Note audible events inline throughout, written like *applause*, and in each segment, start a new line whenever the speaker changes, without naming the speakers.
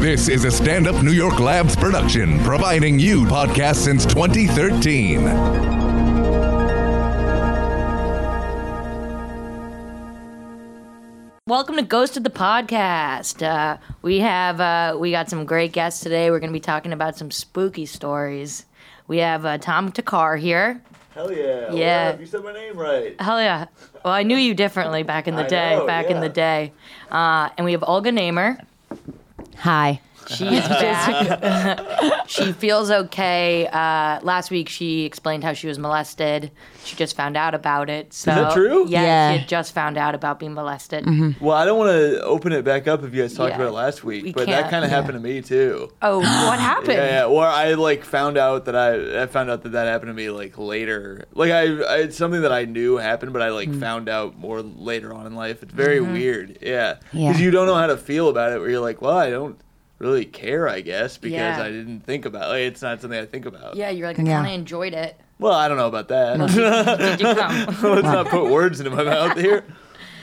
This is a stand up New York Labs production, providing you podcasts since 2013.
Welcome to Ghost of the Podcast. Uh, we have uh, we got some great guests today. We're going to be talking about some spooky stories. We have uh, Tom Takar here.
Hell yeah.
Yeah.
What up? You said my name
*laughs*
right.
Hell yeah! Well, I knew you differently back in the
I
day.
know,
back in
yeah.
the day, uh, and we have Olga Namer.
Hi.
She
*laughs*
is back. *laughs* she feels okay. Uh, last week, she explained how she was molested. She just found out about it. So,
that true?
Yeah,
Yeah. Mm-hmm.
she had just found out about being molested.
Well, I don't want to open it back up if you guys talked
Yeah.
about it last week,
We
but
can't.
that kind of happened to me too.
Oh, what happened?
*gasps* Yeah, yeah. Or I like found out that I, I found out that that happened to me like later. Like I, I it's something that I knew happened, but I like
Mm.
found out more later on in life. It's very
Mm-hmm.
weird. Yeah.
Yeah.
Because you don't know how to feel about it. Where you're like, well, I don't really care, I guess, because
Yeah.
I didn't think about. Like, it's not something I think about.
Yeah, you're like, I
Yeah.
kind of enjoyed it.
Well, I don't know about that.
Did you come?
*laughs* Let's not put words into my mouth here.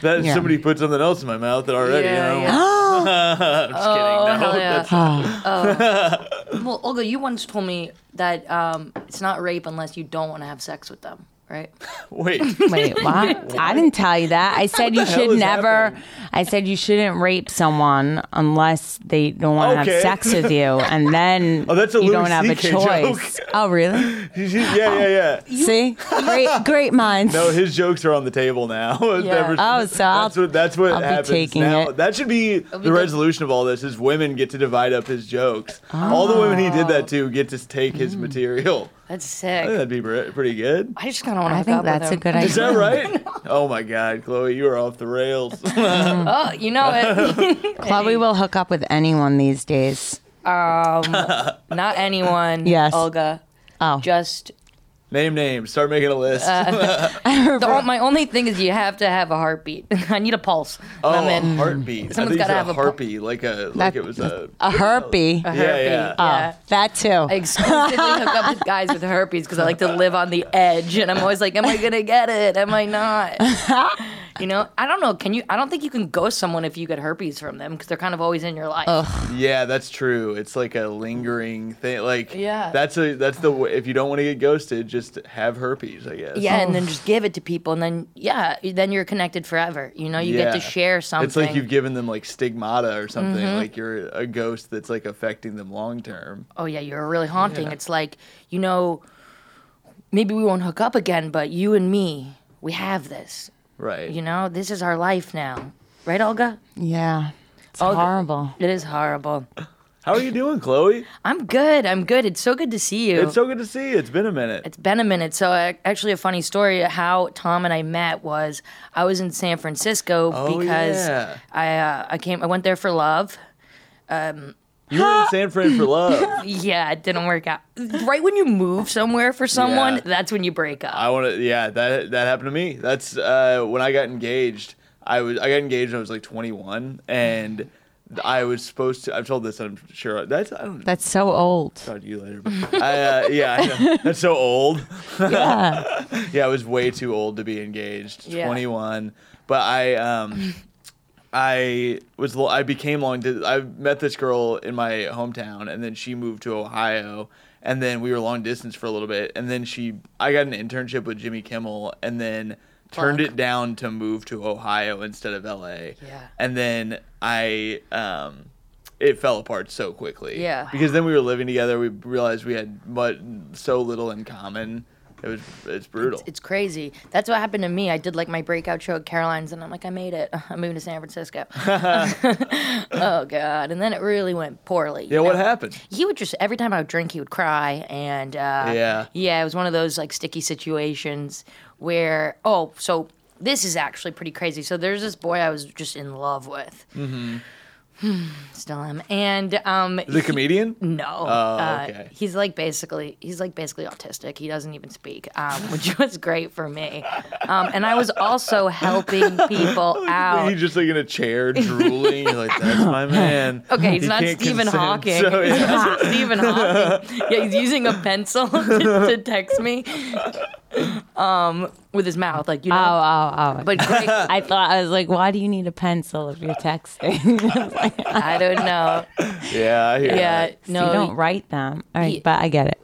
That
Yeah.
somebody put something else in my mouth already.
Yeah,
you know?
yeah.
*laughs* I'm just kidding. No,
hell yeah. Oh.
that's-
Oh,
Well, Olga, you once told me that um, it's not rape unless you don't want to have sex with them, right?
*laughs* wait. *laughs*
wait, what? I didn't tell you that. I said you
the
should
hell is
never.
happening?
I said you shouldn't rape someone unless they don't want to
Okay.
have sex with you, and then
*laughs* Oh, that's a
you don't
Louis
have a
CK
choice.
joke.
Oh, really?
yeah, yeah, yeah.
See, great, great minds.
No, his jokes are on the table now. *laughs* It's
Yeah.
never-
Oh, so I'll-
that's what that's what
I'll be
happens
taking
now.
it.
That should be the
good.
resolution of all this: is women get to divide up his jokes. All the women he did that to get to take his
Oh.
material.
That's
I think
sick.
that'd be pre- pretty good.
I just kind of want to.
I think that's a good idea.
Is
*laughs*
that right? oh my God, Chloe, you are off the rails. *laughs*
Oh, you know it.
Chloe will hook up with anyone these days.
not anyone.
Yes.
Olga.
Oh,
Just
Name names. Start making a list.
the, o- my only thing is you have to have a heartbeat. *laughs* I need a pulse.
Oh,
I'm
a
in.
heartbeat.
Someone's
I think
gotta
it's
have
a
a pu-
harpy, like a like it was a.
a
A heartbeat.
Yeah,
herpy.
yeah.
Oh,
yeah.
that too.
I exclusively hook up with guys with herpes because I like to live on the edge, and I'm always like, "Am I gonna get it? Am I
*laughs*
not?" You know, I don't know. Can you? I don't think you can ghost someone if you get herpes from them because they're kind of always in your life.
yeah, that's true. It's like a lingering thing. Like
Yeah.
that's a that's the w- if you don't want to get ghosted, just have herpes. I guess.
Yeah, and then just give it to people, and then yeah, then you're connected forever. You know, you get to
Yeah.
share something. Mm-hmm.
It's like you've given them like stigmata or something. Like you're a ghost that's like affecting them long term.
oh yeah, you're really haunting. It's like you know, maybe we won't hook up again, but you and me, we have this.
Right.
You know, this is our life now, right, Olga?
yeah, it's
the-
horrible.
It is horrible.
How are you doing, Chloe?
I'm good. I'm good. It's so good to see you.
It's so good to see you. It's been a minute.
Oh. It's been a minute. So, uh, actually, a funny story how Tom and I met was I was in San Francisco
Oh,
because
yeah.
I uh, I came I went there for love.
You were in
*laughs*
San Fran for love.
Yeah, it didn't work out. Right when you move somewhere for someone,
Yeah.
that's when you break up.
I want to. Yeah, that that happened to me. That's uh, when I got engaged. I was I got engaged. when I was like 21, and I was supposed to. I've told this. I'm sure. That's I don't
That's so old.
talk to you later. But *laughs* I, uh, yeah, I *laughs* know. that's so old.
Yeah.
*laughs* Yeah, I was way too old to be engaged.
Yeah.
21, but I *laughs* um, I was lo- I became long. Di- I met this girl in my hometown, and then she moved to Ohio, and then we were long distance for a little bit, and then she I got an internship with Jimmy Kimmel, and then turned it down to move to Ohio instead of LA.
Yeah.
And then I um it fell apart so quickly.
Yeah.
Because then we were living together, we realized we had but so little in common. It was it's brutal.
it's crazy. That's what happened to me. I did like my breakout show at Caroline's, and I'm like, I made it. *laughs* I'm moving to San
*laughs*
Francisco. *laughs* oh God! And then it really went poorly. you
yeah, what
know?
happened?
He would just every time I would drink, he would cry, and uh,
Yeah.
yeah, it was one of those like sticky situations where oh, so this is actually pretty crazy. So there's this boy I was just in love with. Mm-hmm.
Mm-hmm.
*sighs* Still am, and um,
The
*laughs*
comedian?
no.
Oh,
Uh,
okay.
he's like basically he's like basically autistic. He doesn't even speak, um, *laughs* which was great for me. Um, and I was also
*laughs*
helping people out.
He's just like in
*laughs*
a chair drooling. You're like, that's my man.
Okay,
*laughs*
he's
You
not
can't
Stephen
consent.
Hawking. *laughs*
So,
He's
yeah.
not Stephen *laughs* Hawking. Yeah, he's using a pencil to, to text me. Um, with his mouth, like you
Oh,
know.
oh, oh.
But Greg,
I thought I was like, why do you need a pencil if you're texting? *laughs* Like,
I don't know.
*laughs* Yeah, I hear
Yeah,
you
no,
don't write them. All right, but I get it.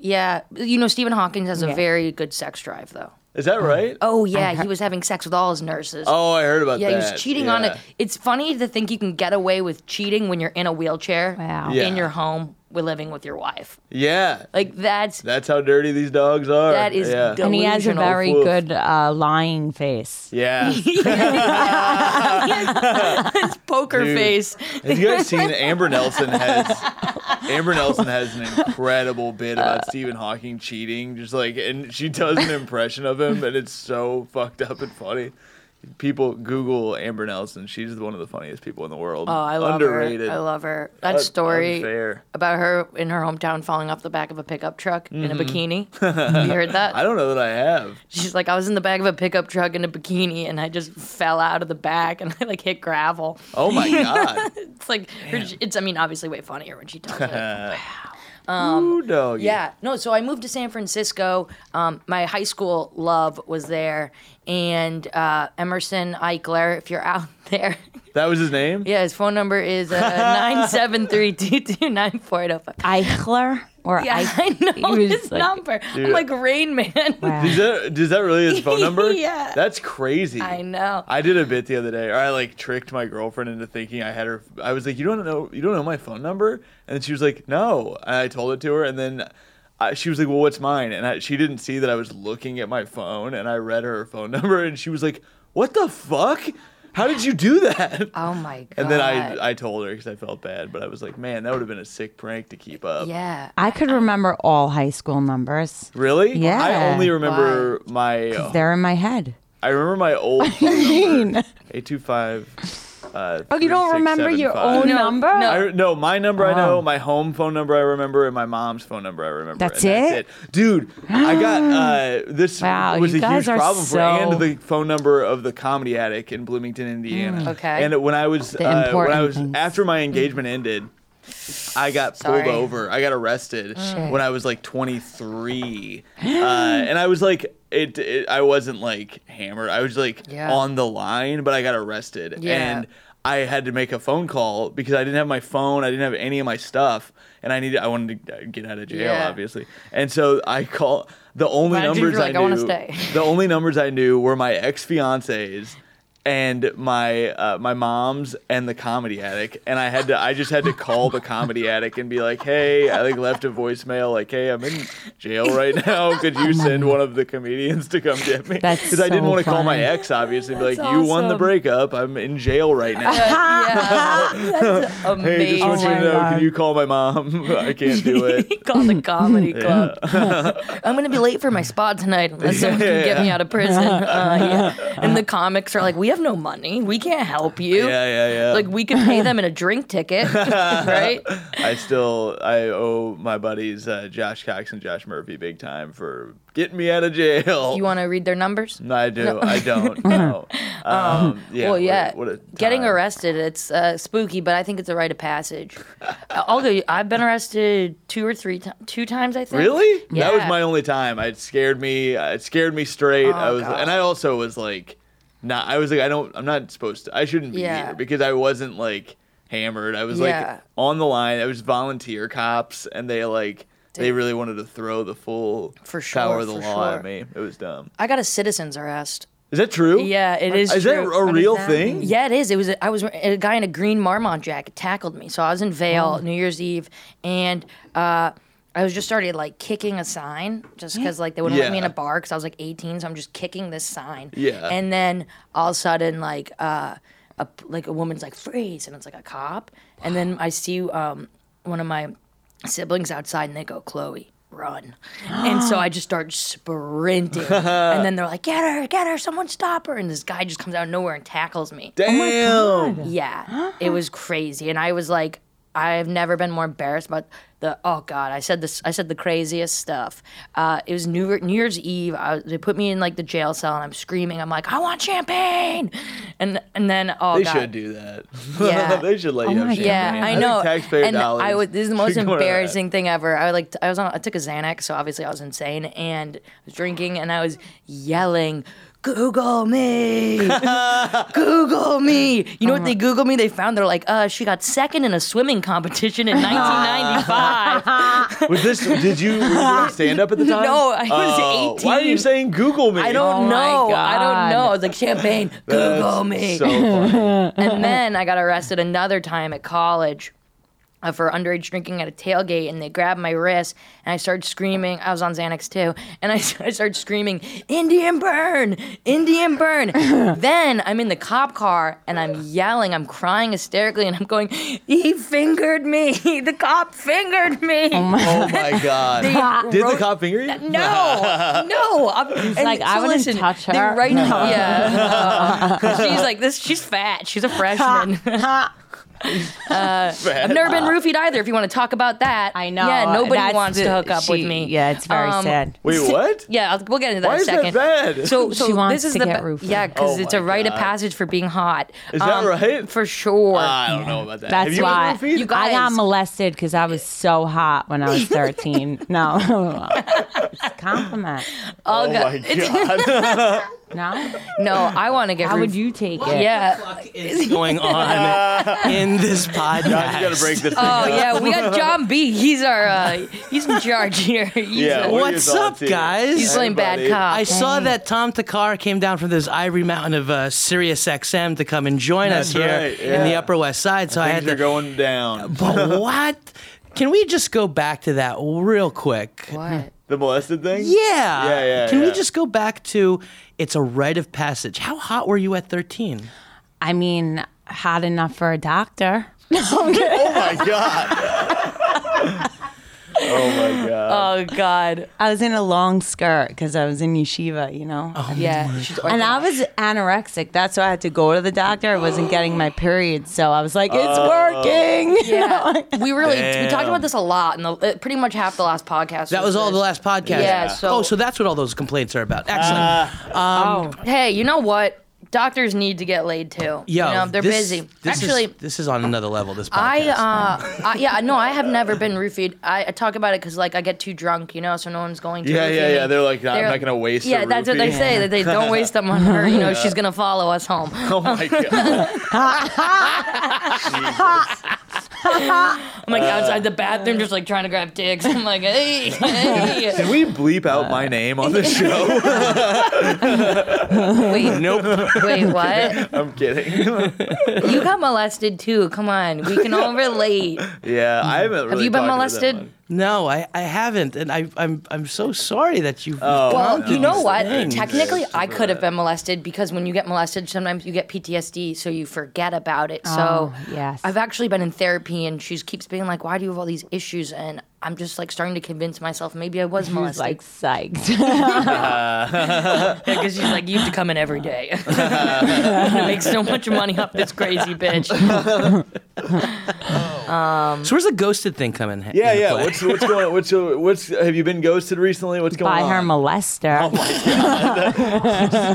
yeah. You know, Stephen Hawking has a
Yeah.
very good sex drive, though.
that. Is that right?
Oh yeah, he was having sex with all his nurses.
Oh, I heard about
Yeah,
that.
he was cheating on it.
Yeah.
It's funny to think you can get away with cheating when you're in a wheelchair
Wow.
Yeah.
in your home, with living with your wife.
Yeah,
Like that's
that's how dirty these dogs are.
that is
yeah.
delusional.
And he has a very
Woof.
good uh, lying face.
Yeah.
*laughs* his poker
Dude.
face.
Have you guys seen Amber Nelson has Amber Nelson has an incredible bit
Uh.
about Stephen Hawking cheating, just like and she does an impression of him and it's so fucked up and funny. People Google Amber Nelson. She's one of the funniest people in the
*laughs*
world.
Oh, I love
Underrated.
her. I love her. That
Un-
story
unfair.
about her in her hometown falling off the back of a pickup truck in a bikini.
*laughs*
you heard that?
Mm-hmm. I don't know that I have.
She's like, I was in the back of a pickup truck in a bikini, and I just fell out of the back, and *laughs* I like hit gravel. *laughs*
Oh my god.
It's like, her, it's. I mean, obviously, way funnier when she tells
*laughs*
it.
Ooh, doggy.
Um, Yeah. No, so I moved to San Francisco. Um, my high school love was there. And uh, Emerson Eichler, if you're *laughs* out there.
That was his name?
Yeah, his phone number is uh, *laughs* 973 229
Eichler or
Yeah,
Eich-
oh I *laughs* know
he was
his
like-
number.
Dude.
I'm like Rain Man.
*laughs*
Is that, is that really
*laughs*
his phone number?
Yeah.
That's
*laughs*
crazy.
I know.
I did a bit the other day, or I like tricked my girlfriend into thinking I had her. I was like, "You don't know, you don't know my phone number," and she was like, "No." And I told it to her, and then I, she was like, "Well, what's mine?" And I, she didn't see that I was looking at my phone, and I read her phone *laughs* number, and she was like, "What the fuck? How did you do that?"
*laughs* Oh my God.
and then I I told her because I felt bad, but I was like, "Man, that would have been a sick prank to keep up."
Yeah.
I could remember all high school numbers.
Really?
Yeah.
I only remember my.
They're in my *laughs* head.
I remember
*laughs*
my old.
mean?
Eight two five. Uh,
Oh, you don't remember your own
No,
number?
no. *laughs*
I, no, my number I
Oh.
know, my home phone number I remember, and my mom's phone number I remember.
That's
and
it?
dude. I
*gasps*
got uh, this
Wow,
was
you
a
guys
huge
are
problem for
so-
and the phone number of the Comedy Attic in Bloomington, Indiana.
Okay.
and when I was uh, when I
Mm. important
was
things.
after my engagement ended. I got
Sorry.
pulled over. I got arrested
Mm.
when I was like
*gasps*
23, uh, and I was like, it, it. I wasn't like hammered. I was like
Yeah.
on the line, but I got arrested,
Yeah.
and I had to make a phone call because I didn't have my phone. I didn't have any of my stuff, and I needed. I wanted to get out of jail,
Yeah.
obviously, and so I call the only
Why did you
numbers
feel like,
I
"I
knew.
wanna stay"?
*laughs* The only numbers I knew were my ex fiancees and my uh, my mom's and the comedy attic and i had to i just had to call the comedy attic and be like hey i like left a voicemail like hey i'm in jail right *laughs* now could you send one of the comedians to come get me
That's
i didn't
so
want to call my
funny.
ex obviously and be like you won the
awesome.
breakup i'm in jail right now
*laughs*
*laughs*
yeah. That's amazing.
Hey, just want you to
Oh my
know,
God.
can you call my mom? *laughs* I can't do it.
*laughs* he called the comedy
*laughs*
club. *laughs* I'm gonna be late for my spot tonight unless someone can get me out of
*laughs*
prison. Uh, yeah. And the comics are like, we have no money, we can't help you.
Yeah, yeah, yeah.
Like we could
*laughs*
pay them in a drink ticket, right?
I still I owe my buddies uh, Josh Cox and Josh Murphy big time for getting me out of jail.
You want to read their numbers?
no, I do. I
*laughs*
don't. No. Um, yeah,
well,
what a-
yeah,
What a,
getting
time.
arrested, it's uh, spooky, but I think it's a rite of passage. Uh, Although I've been arrested two or three, times, two times, I think.
Really? That was
Yeah. Oh,
my only time. It scared me. uh, It scared me straight. I was,
God.
and I also was like, not. I was like, I don't. I'm not supposed to. I shouldn't be
Yeah.
here because I wasn't like hammered. I was
Yeah.
like on the line. I was volunteer cops, and they like they really wanted to throw the full
For
power
sure,
of the
for
law
sure.
at me. It was dumb.
I got a citizen's arrest.
Is that true?
Yeah, it is.
Is that
true.
a real thing?
Yeah, it is. It was. I was a guy in a green Marmont jacket tackled me. So I was in Vail
Oh.
New Year's Eve, and uh, I was just started like kicking a sign just because like they wouldn't let me in a
Yeah.
bar because I was like 18, so I'm just kicking this sign.
Yeah.
And then all of a sudden, like uh, a like a woman's like freeze, and it's like a cop, and then I see um one of my siblings outside, and they go Chloe. Run. And so I just start sprinting. and then they're like, get her, get her, someone stop her. And this guy Oh just comes out of nowhere and tackles me.
Damn.
Yeah, it was crazy. And I was like, I've never been more embarrassed about the oh god I said this I said the craziest stuff. Uh, it was New, New Year's Eve. I, was- they put me in like the jail cell and I'm screaming. I'm like I want champagne, and and then oh
They
god.
should do that. *laughs*
Yeah. Oh
they should let you
my
have
God.
Yeah,
champagne.
I
think
know.
taxpayer
and
dollars.
I was this is the most
should go to that.
embarrassing thing ever. I like I was on I took a Xanax, so obviously I was insane and I was drinking and I was yelling Google *laughs* me. Google me. You know what they Google me? They found they're like, uh, she got second in a swimming competition *laughs* in *laughs* 1995.
Was this? Did you, were you doing stand up at the
*laughs*
time?
No, I was
Oh, Why are you
18.
saying Google me? Oh
I don't
Oh my
know. I
God.
don't know. I was like, champagne,
That's
Google me.
So funny.
and then I got arrested another time at college uh, for underage drinking at a tailgate, and they grabbed my wrist, and I started screaming. I was on Xanax too, and I, *laughs* I started screaming, "Indian burn, Indian burn."
*laughs*
then I'm in the cop car, and I'm yelling, I'm crying hysterically, and I'm going, "He fingered me. *laughs* the cop fingered me."
oh
*laughs*
my god. Did the cop finger you?
No, no. I'm, and
like, I wouldn't
listen,
touch
they
her.
Right now, yeah.
*laughs*
no. she's like this. She's fat. She's a freshman. I've never been roofied either. If you want to talk about that,
*laughs* Uh, I know.
Yeah, nobody
That's
wants
the-
to hook up
she-
with me.
Yeah, it's very
Um,
sad.
Wait, what?
*laughs* Yeah, I'll, we'll get into that
Why
in a
is that
second.
bad?
So,
*laughs*
so
wants
this is
to
the
get
ba-
roofied.
yeah, because
Oh
it's a
my
rite of
God.
passage for being hot. Um,
Is that right? Uh,
For sure.
I don't know about that.
That's
Have you
why
Been
You
roofied?
got-
I got
guys-
molested because I was so hot when I
*laughs*
was 13. no, it's a compliment.
I'll
oh
go- *laughs*
my god.
No,
no, I want to get.
how would
roofed.
you take it?
Yeah.
is
*laughs*
going on in this
Josh, you
podcast?
gotta break this. Thing
Oh
up.
yeah, we got John B. He's our uh, he's in charge here. *laughs* He's
Yeah.
a-
What are your
What's
thoughts
up,
here?
guys?
He's playing bad
Everybody.
cop.
I saw that Tom Takar came down from this ivory mountain of uh, Sirius XM to come and join us
That's
here
right,
in the
yeah.
Upper West Side. So I, had
Things
to
are going
Uh,
down. *laughs*
But what? Can we just go back to that real quick?
What?
The molested thing?
Yeah.
Yeah, yeah.
Can we
yeah.
just go back to it's a rite of passage? How hot were you at 13?
I mean, hot enough for a doctor.
Oh my god. *laughs* oh my god.
Oh God.
I was in a long skirt because I was in yeshiva, you know.
Yeah. She's
And I was anorexic. That's why I had to go to the doctor. I wasn't getting my period. So I was like, it's working.
*laughs* Oh.
*laughs*
Yeah. we really we talked
Damn.
about this a lot, and the, uh, pretty much half the last podcast.
That was all the
this.
last podcast.
Yeah, so-
oh, so that's what all those complaints are about. Excellent.
Uh,
Hey, you know what? Doctors need to get laid too.
Yo,
you know, they're
this-
busy.
This
Actually,
is, this is on another level. This podcast.
I, uh, I yeah, no, I have never been roofied. I, I talk about it because like I get too drunk, you know, so no one's going to.
Yeah,
roofie
yeah,
me.
yeah. They're like, "Nah, I'm not gonna waste a
Yeah, that's what they
roofie."
say. That they don't waste them on her. You know, she's gonna follow us home.
*laughs* oh
*laughs*
my god.
I'm like outside the bathroom, just like trying to grab dicks. I'm like, hey, hey.
*laughs* Can we bleep out my name on the show?
*laughs* wait,
nope.
wait, what?
I'm kidding. *laughs*
You got molested too. Come on, we can all relate.
yeah, I haven't. Really
Have you been
talked about that
molested?
much.
no, I, I haven't, and I, I'm I'm so sorry that you've.
Oh,
Well,
no.
you know what?
things.
Technically, I could have been molested because when you get molested, sometimes you get PTSD, so you forget about it. So,
Oh, yes.
I've actually been in therapy, and she keeps being like, "Why do you have all these issues?" And I'm just like starting to convince myself maybe I
*laughs*
was
I was
molested.
like psyched.
*laughs* because she's like, "You have to come in every
*laughs*
day. *laughs* I'm gonna make so much money off this crazy bitch."
So where's the ghosted thing coming? in-
Yeah,
into
yeah.
play?
What's what's going? What's what's? Have you been ghosted recently? What's going
By
on?
her
Oh,
molester.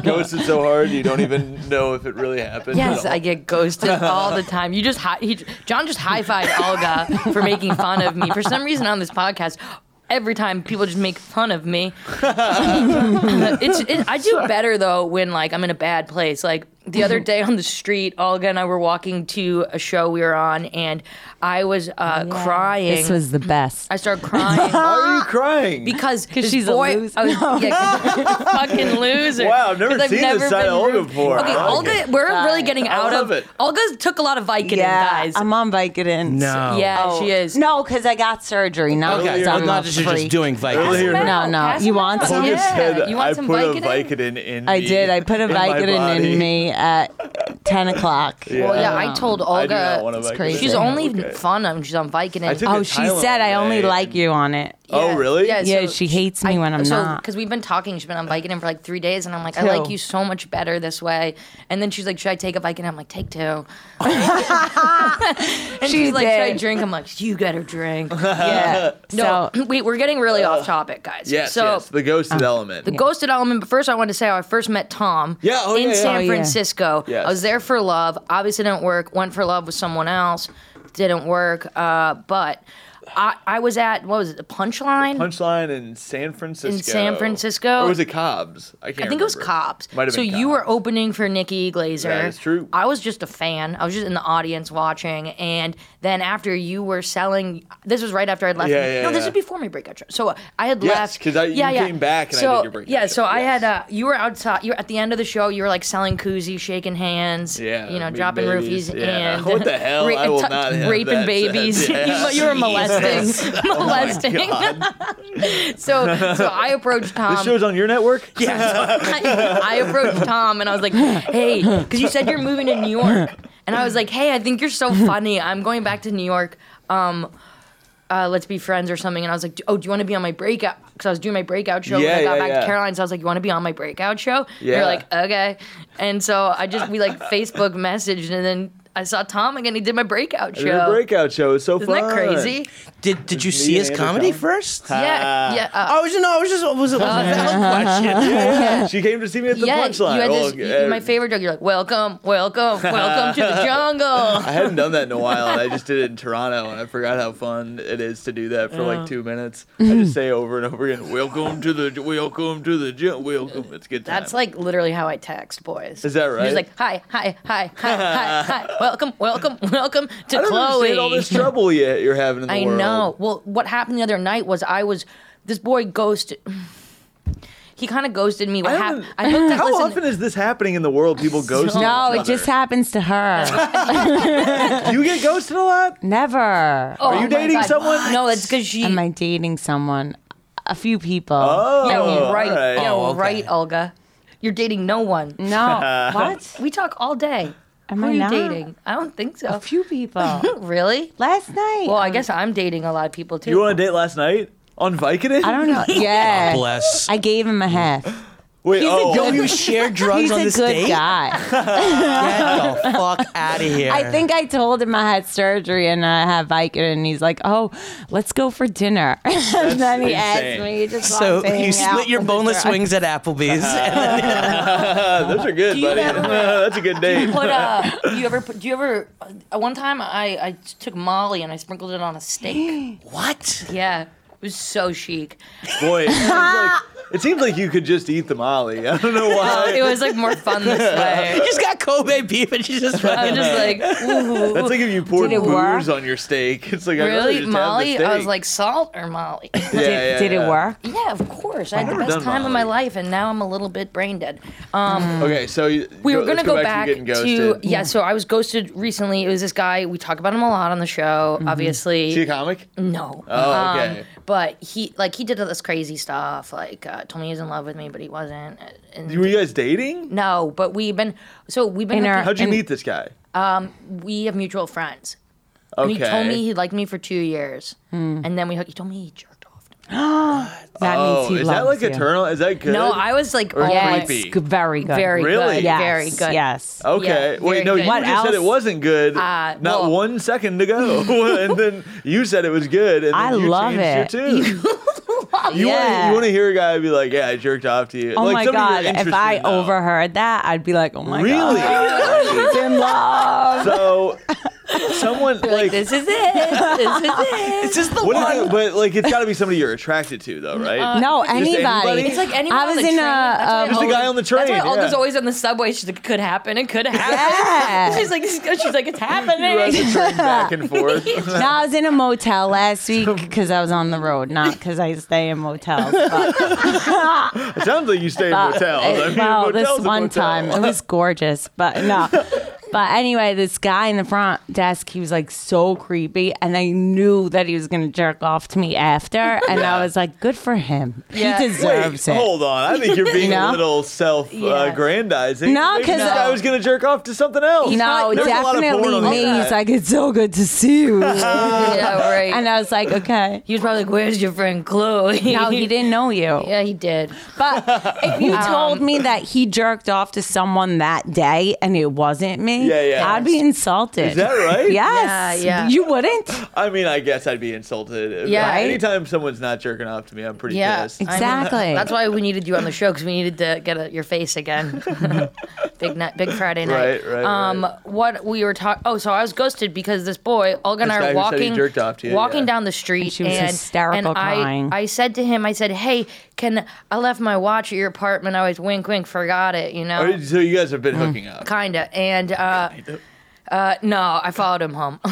ghosted so hard you don't even know if it really happened.
Yes,
at all.
I get
*laughs*
ghosted all the time. You just hi- he, John just high fived Olga for making fun of me for some reason on this podcast. Every time people just make fun of
*laughs*
me, it's it, I do better though when like I'm in a bad place. Like the
Mm-hmm.
other day on the street, Olga and I were walking to a show we were on, and I was uh, crying.
Oh, This was the best.
I started
*laughs*
crying Oh,
Why are you crying?
Ah, *laughs* because this
she's a
boy,
loser.
I *laughs* was, yeah, *laughs* fucking loser.
Wow, I've never
'Cause
seen this side
been
of Olga
rude.
before.
Okay,
I like
Olga,
it.
we're really getting
I
out of
love it.
Olga's took a lot of Vicodin, guys.
I'm on Vicodin.
No.
yeah,
Oh,
she is.
No, because I got surgery. Not
Okay.
because
well,
I'm
not
a
that you're
freak.
just doing Vikings.
Earlier-
Pass 'em
No,
out,
no.
pass
You
'em
want
out.
some?
Olga
Yeah.
said
You want
I
some
put a
Vicodin?
Vicodin in.
I
me-
did. I put a
in my
Vicodin
body.
in me at 10 o'clock.
Well, yeah, I told
I do not
Olga.
want a
it's
Vicodin.
crazy.
She's only
Okay.
fun when she's on Vicodin.
I took
Oh,
a
she
Tylenol
said I only
today
like
and-
you on it.
Oh, really?
Yeah, she hates me when I'm not.
Because we've been talking, she's been on Vicodin for like three days, and I'm like, I like
Two.
you so much better this way. And then she's like, Should I take a Vicodin? I'm like, Take two. *laughs* and she's like, Should I
did.
drink? I'm like, You gotta
*laughs*
drink.
Uh-huh.
Yeah.
no,
So
wait, we're getting really off topic, guys.
Uh, Yes,
so uh,
yes. The ghosted element.
the ghosted element. But first, I wanted to say how I first met Tom.
Yeah, oh,
in
yeah, yeah.
San
Oh, yeah.
Francisco.
Yes.
I was there for love. Obviously, didn't work. Went for love with someone else. Didn't work. Uh, but I, I was at what was it? The punchline.
Punchline in San Francisco.
In San Francisco.
Or was it Cobb's? I can't
I think it was
remember.
Cops.
Might have
so
been
you were *laughs*
Cobb's.
opening for Nikki Glazer.
That is true.
I was just a fan. I was just in the audience watching, and then after you were selling, this was right after I'd left.
Yeah, yeah,
no, this
yeah.
was before my breakout show. So uh, I had
Yes,
left
'cause I- you
yeah, yeah.
came back and I
so,
did your breakout
Yeah,
show.
so I
Yes.
had. Uh, you were outside. You were at the end of the show. You were like selling koozies, shaking hands.
Yeah,
you know,
big
dropping
babies.
roofies
Yeah.
and
*laughs* What the hell? I will
t-
not have
raping
that
babies. *laughs*
said. Yeah.
you, you were
*laughs*
molesting, *laughs* molesting.
Oh
*laughs*
God.
so, so I approached Tom.
*laughs* This show's on your network?
Yeah. I, I approached Tom and I was like, hey, because you said you're moving to New York. And I was like, hey, I think you're so funny. I'm going back to New York. Um, uh, let's be friends or something. And I was like, "Do- oh, do you want to be on my breakout? Because I was doing my breakout show when
Yeah,
I got
yeah,
back
yeah.
to Caroline. So I was like, you want to be on my breakout show? And You're
Yeah.
like, okay. And so I just, we like Facebook messaged and then I saw Tom again. He did my breakout show.
Your breakout show is so
Isn't
fun.
that crazy?
Did Did you
me
see his
and
comedy
Amber
first?
Yeah. Yeah. uh,
I was no, I was just was it was a
*laughs*
valid question.
Yeah, she came to see me at the
Uh-huh. yeah,
punchline.
you had
Oh,
this, you-
uh,
my favorite joke. You're like, welcome, welcome, welcome to
*laughs*
the jungle.
I hadn't done that in a while. and I just did it
*laughs*
in Toronto, and I forgot how fun it is to do that for like two minutes.
*laughs*
I just say over and over again, "Welcome to the, welcome to the gym, welcome." It's good time.
That's like literally how I text boys.
Is that
I'm
right?
Just like hi, hi, hi, hi, hi, hi.
*laughs*
Welcome, welcome, welcome to
I don't
Chloe.
understand all this trouble yet you're having in the
I
world.
know. Well, what happened the other night was I was this boy ghosted. He kind of ghosted me. What
I
happened?
haven't-
I looked at
*laughs* How
listen,
often is this happening in the
*laughs*
world? People ghost.
no,
each
it just
other?
happens to her.
You get ghosted
*laughs*
a lot.
Never.
Oh,
you
my
dating
God.
someone?
No, it's because she.
Am I dating someone? A few people.
Oh,
yeah,
all
right. Yeah,
Oh, okay.
right, Olga. You're dating no one.
No. what?
We talk all day.
Am
Who
I
are you
not?
dating? I don't think so.
A few people.
*laughs* really?
Last night.
Well, I guess I'm dating a lot of people too.
You were on a date last night on Vicodin?
I don't know. Yeah.
Bless.
I gave him a half.
Wait, oh,
Yo,
*laughs*
you share drugs
He's
on
a
this
good
date?
guy.
Get the fuck out of here.
I think I told him I had surgery and I had Vicodin, and he's like, "Oh, let's go for dinner." *laughs* and then he asked
insane.
me, he just
so.
wants to hang
You split
out
your
with the
boneless
drug.
wings at Applebee's.
Uh-huh.
and then-
those are good,
you
buddy. *laughs*
ever-
That's a good date.
But uh, you ever put? Do you ever? Uh, one time, I I took Molly and I sprinkled it on a
*gasps*
steak. *laughs*
what?
yeah, it was so chic.
Boy, it seems, like, it seems like you could just eat the Molly. I don't know why.
Oh, It was like more fun
*laughs*
this way.
She's got Kobe beef and she's just
I'm
fucking.
just
*laughs*
like, ooh,
That's like if you poured
it
booze
work?
on your steak. It's like I really
really,
just have the
Molly? I was
steak.
like, salt or Molly? *laughs*
yeah,
Did,
yeah,
did
yeah.
it work?
yeah, of course. I had the
never
best
done
time of my
Molly.
life, and now I'm a little bit brain dead. Um,
Okay, so you,
we
go,
were gonna
let's
go,
back,
back,
to, getting
to,
ghosted. Mm-hmm.
yeah. So I was ghosted recently. It was this guy. We talk about him a lot on the show, obviously.
See a comic?
No.
Mm-hmm. Oh, okay.
Um, but he like he did all this crazy stuff. Like uh, told me he was in love with me, but he wasn't. And
Were you guys dating?
no, but we've been so we've been
In
at
our-
How'd you
And-
meet this guy?
the- we have mutual friends.
Okay.
And he told me he liked me for two years,
Hmm.
and then we hooked- he told me he jerked off.
That
oh,
means he
is
loves
that like
you.
a turn on? Is that good?
No, I was like, oh,
Yeah,
yes,
creepy?
it's g- very good.
very
Really?
good,
Yes.
very good.
Yes.
Okay.
yeah, very
Wait, no,
good.
you
What
just said it
else?
wasn't good
Uh,
not
well-
one second *laughs*
*laughs*
ago. and then you said it was good. And then
I
you
love
changed Your *laughs* tune. You
yeah.
want to hear a guy be like, "Yeah, I jerked off to you."
Oh
like,
my
somebody you're
god! If
interested
I
in, though.
overheard that, I'd be like, "Oh my
really,
god!" Oh, He's in
*laughs*
love.
so someone like,
This is it. This
*laughs*
is it.
This is the
what
one.
is it- But like, it's got to be somebody you're attracted to, though, right?
No,
anybody?
anybody.
It's like anyone.
I
on
was
the
in
train.
a,
That's why
um,
Just a guy on the train.
That's why Olga's
yeah.
always on the subway. She's like, it could happen. It could happen. *laughs*
Yeah.
She's like, she's like, it's *laughs*
You ride
happening.
the train
*laughs*
back and forth.
No, I was in a motel last
*laughs*
week because I was on the road, not because I stay in motels. But,
it sounds like you stay in motels. I mean,
eh, well, this
motel's a
one
motel. *laughs*
time it was gorgeous, but no, But anyway, this guy in the front desk, he was like so creepy, and I knew that he was gonna jerk off to me after,
*laughs*
and I was like, good for him.
Yeah.
He
Wait,
deserves it.
Hold on, I think you're being a
know?
little self-aggrandizing.
No, 'cause-
this guy was gonna jerk off to something else.
No,
There's a lot of porn
definitely
on the
me. He's
internet.
like, it's so good to see
*laughs*
you. and
yeah, right.
I was like, okay.
he was probably like, "Where's your friend Chloe?" *laughs*
No, he didn't know you.
Yeah, he did.
But
*laughs*
if
Um,
you told me that he jerked off to someone that day and it wasn't me,
Yeah, yeah.
I'd be insulted.
Is that
*laughs*
right?
Yeah,
Yes.
yeah.
You wouldn't?
I mean, I guess I'd be insulted.
Yeah. Right?
Anytime someone's not jerking off to me, I'm pretty
Yeah, Uh-huh.
pissed.
I know.
Exactly.
That's why we needed you on the show because we needed to get a, your face again. *laughs* big night, big Friday night.
Right, right,
Um,
right.
what we were talking. Oh, so I was ghosted because this boy, Olga and
This
I
guy
are
who said he
walking,
jerked off to you,
walking
yeah.
down the street,
And she was
and,
hysterical
and I,
crying.
I said to him, I said, "Hey, can I left my watch at your apartment? I was wink, wink, forgot it. You know."
Or- So you guys have been hooking up.
Kinda and uh, uh, no, I followed him home. *laughs*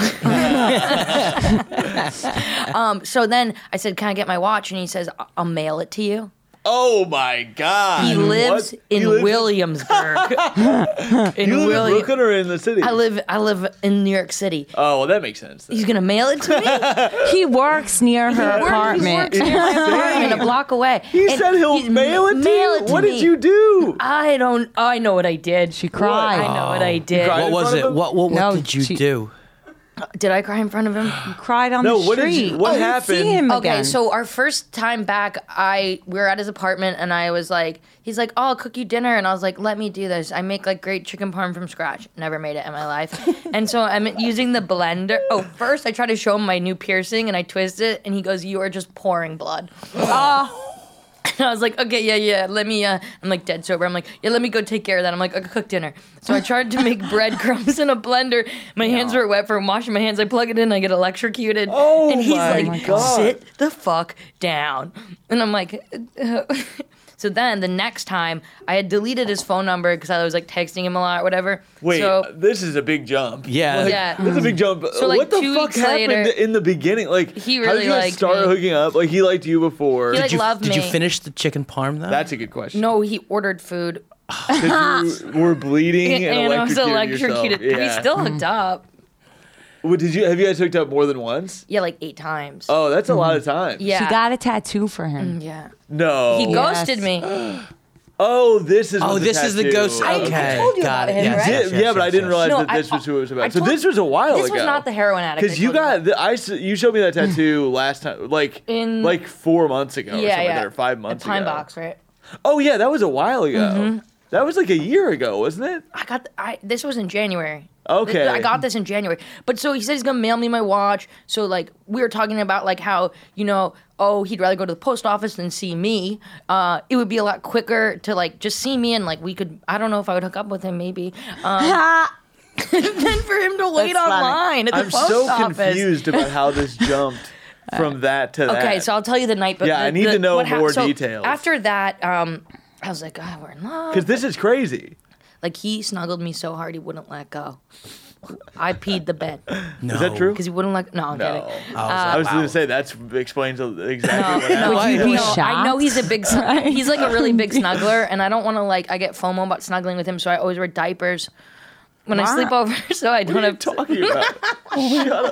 um, so then I said, "Can I get my watch?" And he says, "I- "I'll mail it to you."
Oh my god.
He lives
What?
in
You live-
Williamsburg.
*laughs*
in
You live in
William-
Brooklyn or in the city?
I live I live in New York City.
Oh well, that makes sense. then.
He's gonna mail it to me.
He works near her
Where- He
apartment.
works near my apartment, a block away.
He
And
said he'll
he-
mail it to
mail
you.
It to
what
me.
did you do?
I don't. I know what I did.
She cried.
I know what I did.
Oh. cried?
What
in
was
front of
it?
him?
What what, what
No,
did you
she-
do?
Did I cry in front of him?
cried on
No,
the
what did
street.
you- what
I didn't
happened?
See him
Okay,
again.
so our first time back, I we were at his apartment and I was like, he's like, oh, I'll cook you dinner, and I was like, let me do this. I make like great chicken parm from scratch. Never made it in my life, and so I'm using the blender. Oh, first I try to show him my new piercing and I twist it, and he goes, you are just pouring blood. *laughs* And I was like, okay, yeah, yeah. Let me. Uh, I'm like dead sober. I'm like, yeah, let me go take care of that. I'm like, I cook dinner. So I tried to make breadcrumbs in a blender. My hands were wet from washing my hands. I plug it in. I get electrocuted.
Oh
and he's
my
like,
God.
sit the fuck down. And I'm like. *laughs* So then the next time I had deleted his phone number because I was like texting him a lot or whatever.
Wait,
so,
this is a big jump.
Yeah.
Like,
Yeah.
This is a big jump.
So, like,
what the
two
fuck
weeks
happened
later-
in the beginning? Like,
He
how
really
did you guys
liked
start
me.
hooking up? Like, he liked you before.
He liked-
*laughs* Did you,
love
did you
me.
finish the chicken parm though?
That's a good question.
no, he ordered food
*laughs* 'Cause
*laughs*
you were bleeding and,
and I was
electrocuted.
electrocuted.
Yourself.
We still hooked up.
Well, did you have you guys hooked up more than once?
Yeah, like eight times.
Oh, that's a
Mm-hmm.
lot of times.
yeah. Mm.
she got a tattoo for him.
yeah.
No.
He
goes-
ghosted me.
oh, this is.
oh,
what
this is the
tattoo-
ghost.
I
Okay,
told you
got
about
it.
him, right?
Yes, yes,
Did-
yes,
yeah, but I
yes,
didn't
yes.
realize
No,
that
I-
this was who it was
I
about. So
told-
this was a while
This
ago.
was not the heroin addict.
Because
I
you
told
got, the, I s- you showed
*laughs*
me that tattoo last time, like
In-
like four months ago, or
yeah,
something like
yeah.
that, or five months
A pine
ago.
box, right?
Oh yeah, that was a while ago.
Mm-hmm.
That was like a year ago, wasn't it?
I got. th- I this was in January.
Okay.
Th- I got this in January. But so he said he's gonna mail me my watch. So like we were talking about like how you know oh he'd rather go to the post office than see me. Uh, it would be a lot quicker to like just see me and like we could. I don't know if I would hook up with him maybe. *laughs* Um,
Ah,
than for him to wait
That's funny.
online at the
I'm
post
so
office.
confused about
*laughs*
how this jumped from that to that.
Okay, so I'll tell you the night. But
Yeah,
the-
I need
the-
to know
what hap-
more
so
details.
After that, um, I was like, God, we're in love.
because this is crazy.
Like he snuggled me so hard he wouldn't let go. I peed the bed
No. Oh,
Is that true?
because he wouldn't let. No, I'm
No,
kidding. Uh,
I was gonna say that explains exactly
*laughs*
what
No,
happened.
I-
you be
no, I know
shocked?
he's a big. sn-
*laughs*
He's like a really big snuggler, and I don't want to like. I get FOMO about snuggling with him, so I always wear diapers when I
Why?
sleep over, *laughs* so I don't
What are you
have. To,
*laughs* talking
*laughs*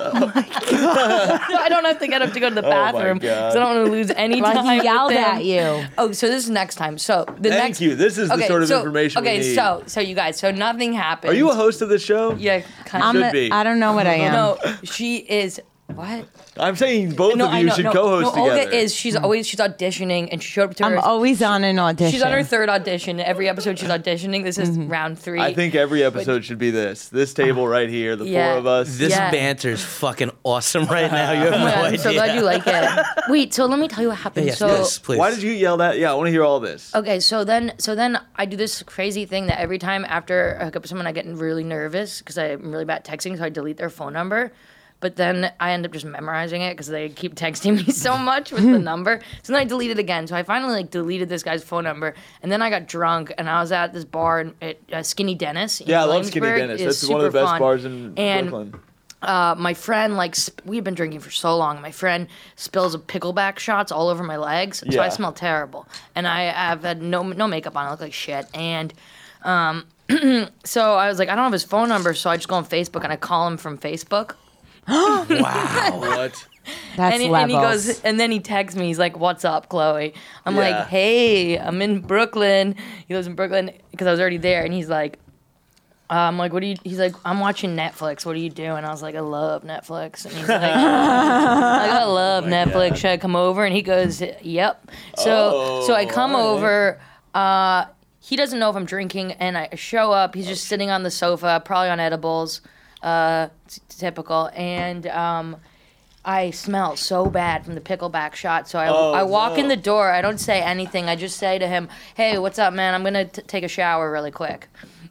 about? Shut up.
I don't have to get up to go
*laughs*
to the
Oh my
bathroom. 'cause I
God.
don't want to lose any
like
time.
he yelled
with him.
at you.
Oh, so this is next time. So the
Thank
next.
you. This is the sort of
so,
information we
Okay,
need.
so so you guys, so nothing happened.
Are you a host of this show?
*laughs* Yeah, kind
I'm
of.
Should
a,
be.
I don't know what I am.
No, she is. What?
I'm saying both
No,
of
I
you
know.
should
no,
co-host
no, Olga
together.
is. She's always she's auditioning, and she showed up to
I'm
her.
always on an audition.
she's on her third audition. Every episode she's auditioning. This is round three.
I think every episode should be this. This table right here, the
Yeah.
four of us.
This
Yeah.
banter is fucking awesome right now. You have no
Oh my God, I'm
idea.
so glad you like
*laughs*
it. Wait, so let me tell you what happened.
Yes,
so
yes, please.
Why did you yell that? Yeah, I want to hear all this.
Okay, so then, so then I do this crazy thing that every time after I hook up with someone, I get really nervous because I'm really bad at texting, so I delete their phone number. But then I end up just memorizing it because they keep texting *laughs* me so much with
Hmm.
the number. So then I delete it again. So I finally like deleted this guy's phone number, and then I got drunk and I was at this bar in- at uh, Skinny Dennis. in
Yeah, I love Skinny
Williamsburg.
Dennis.
It's
That's one of the
super
best
fun.
bars in
And
Brooklyn.
uh, my friend like sp- we had been drinking for so long. My friend spills pickleback shots all over my legs, so I
Yeah.
smell terrible, and I have had no no makeup on. I look like shit, and um, *clears throat* so I was like, I don't have his phone number, so I just go on Facebook and I call him from Facebook. Oh.
What?
That's
and, he, and
levels.
he goes, and then he texts me. He's like, "What's up, Chloe?" I'm
Yeah.
like, "Hey, I'm in Brooklyn. He lives in Brooklyn because I was already there." And he's like, uh, "I'm like, what are you?" He's like, "I'm watching Netflix. What are you doing?" I was like, "I love Netflix." And he's
*laughs*
like, like, "I love Netflix. Should I come over?" And he goes, "Yep." So so I come over. Uh, he doesn't know if I'm drinking, and I show up. He's
Oh,
just sitting on the sofa, probably on edibles. Uh, t- typical. And um, I smell so bad from the pickleback shot. So I,
Oh,
I walk in the door. I don't say anything. I just say to him, "Hey, what's up, man? I'm gonna t- take a shower really quick."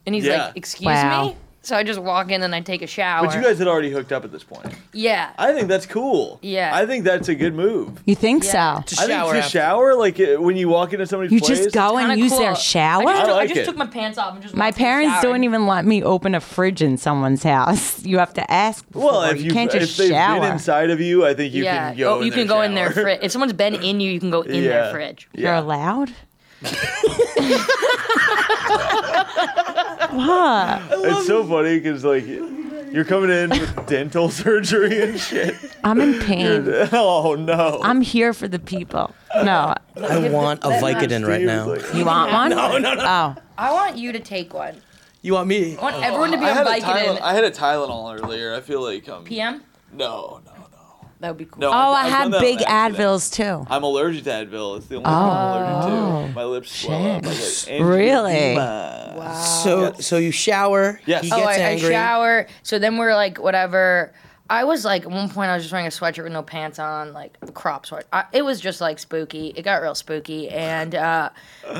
And he's
Yeah.
like, "Excuse
Wow.
me." So I just walk in and I take a shower.
But you guys had already hooked up at this point.
yeah.
I think that's cool.
Yeah.
I think that's a good move.
you think
Yeah.
so?
I think
Shower
to
after.
shower, like uh, when you walk into somebody's
You
place.
just go
Kinda
and use
cool.
their shower?
I just, took, I
like
just
it.
took my pants off and just.
My
walked in the
parents
shower.
don't even let me open a fridge in someone's house. *laughs* You have to ask. Before.
Well, if
you,
you
can't just
if they've
shower.
been inside of you, I think you
yeah.
can go.
oh,
in
you
their
can go in their
shower.
fridge. If someone's been in you, you can go in
Yeah.
their fridge.
You're
Yeah.
allowed. what?
It's so funny because like you're coming in with dental *laughs* surgery and shit.
I'm in pain.
Oh no!
I'm here for the people. No,
I want a Vicodin right
He was
now.
like- *laughs*
you want one? No, no, no. Oh,
I want you to take one.
You want me?
I want everyone to be on Vicodin.
had Oh, a Tylenol earlier. I feel like um,
PM.
No, no, no.
That would be cool.
No.
oh,
I've
I
done
had
that on
big
accident.
Advils too.
I'm allergic to Advil. It's the only thing I'm allergic to. My lips swell up. I get
Oh, Really?
angioedema.
So so you shower.
Yes.
He
Oh,
gets
oh, I,
angry.
I shower. So then we're like, whatever. I was like, at one point, I was just wearing a sweatshirt with no pants on, like a crop sweat. I, it was just like spooky. It got real spooky, and
*laughs*
uh,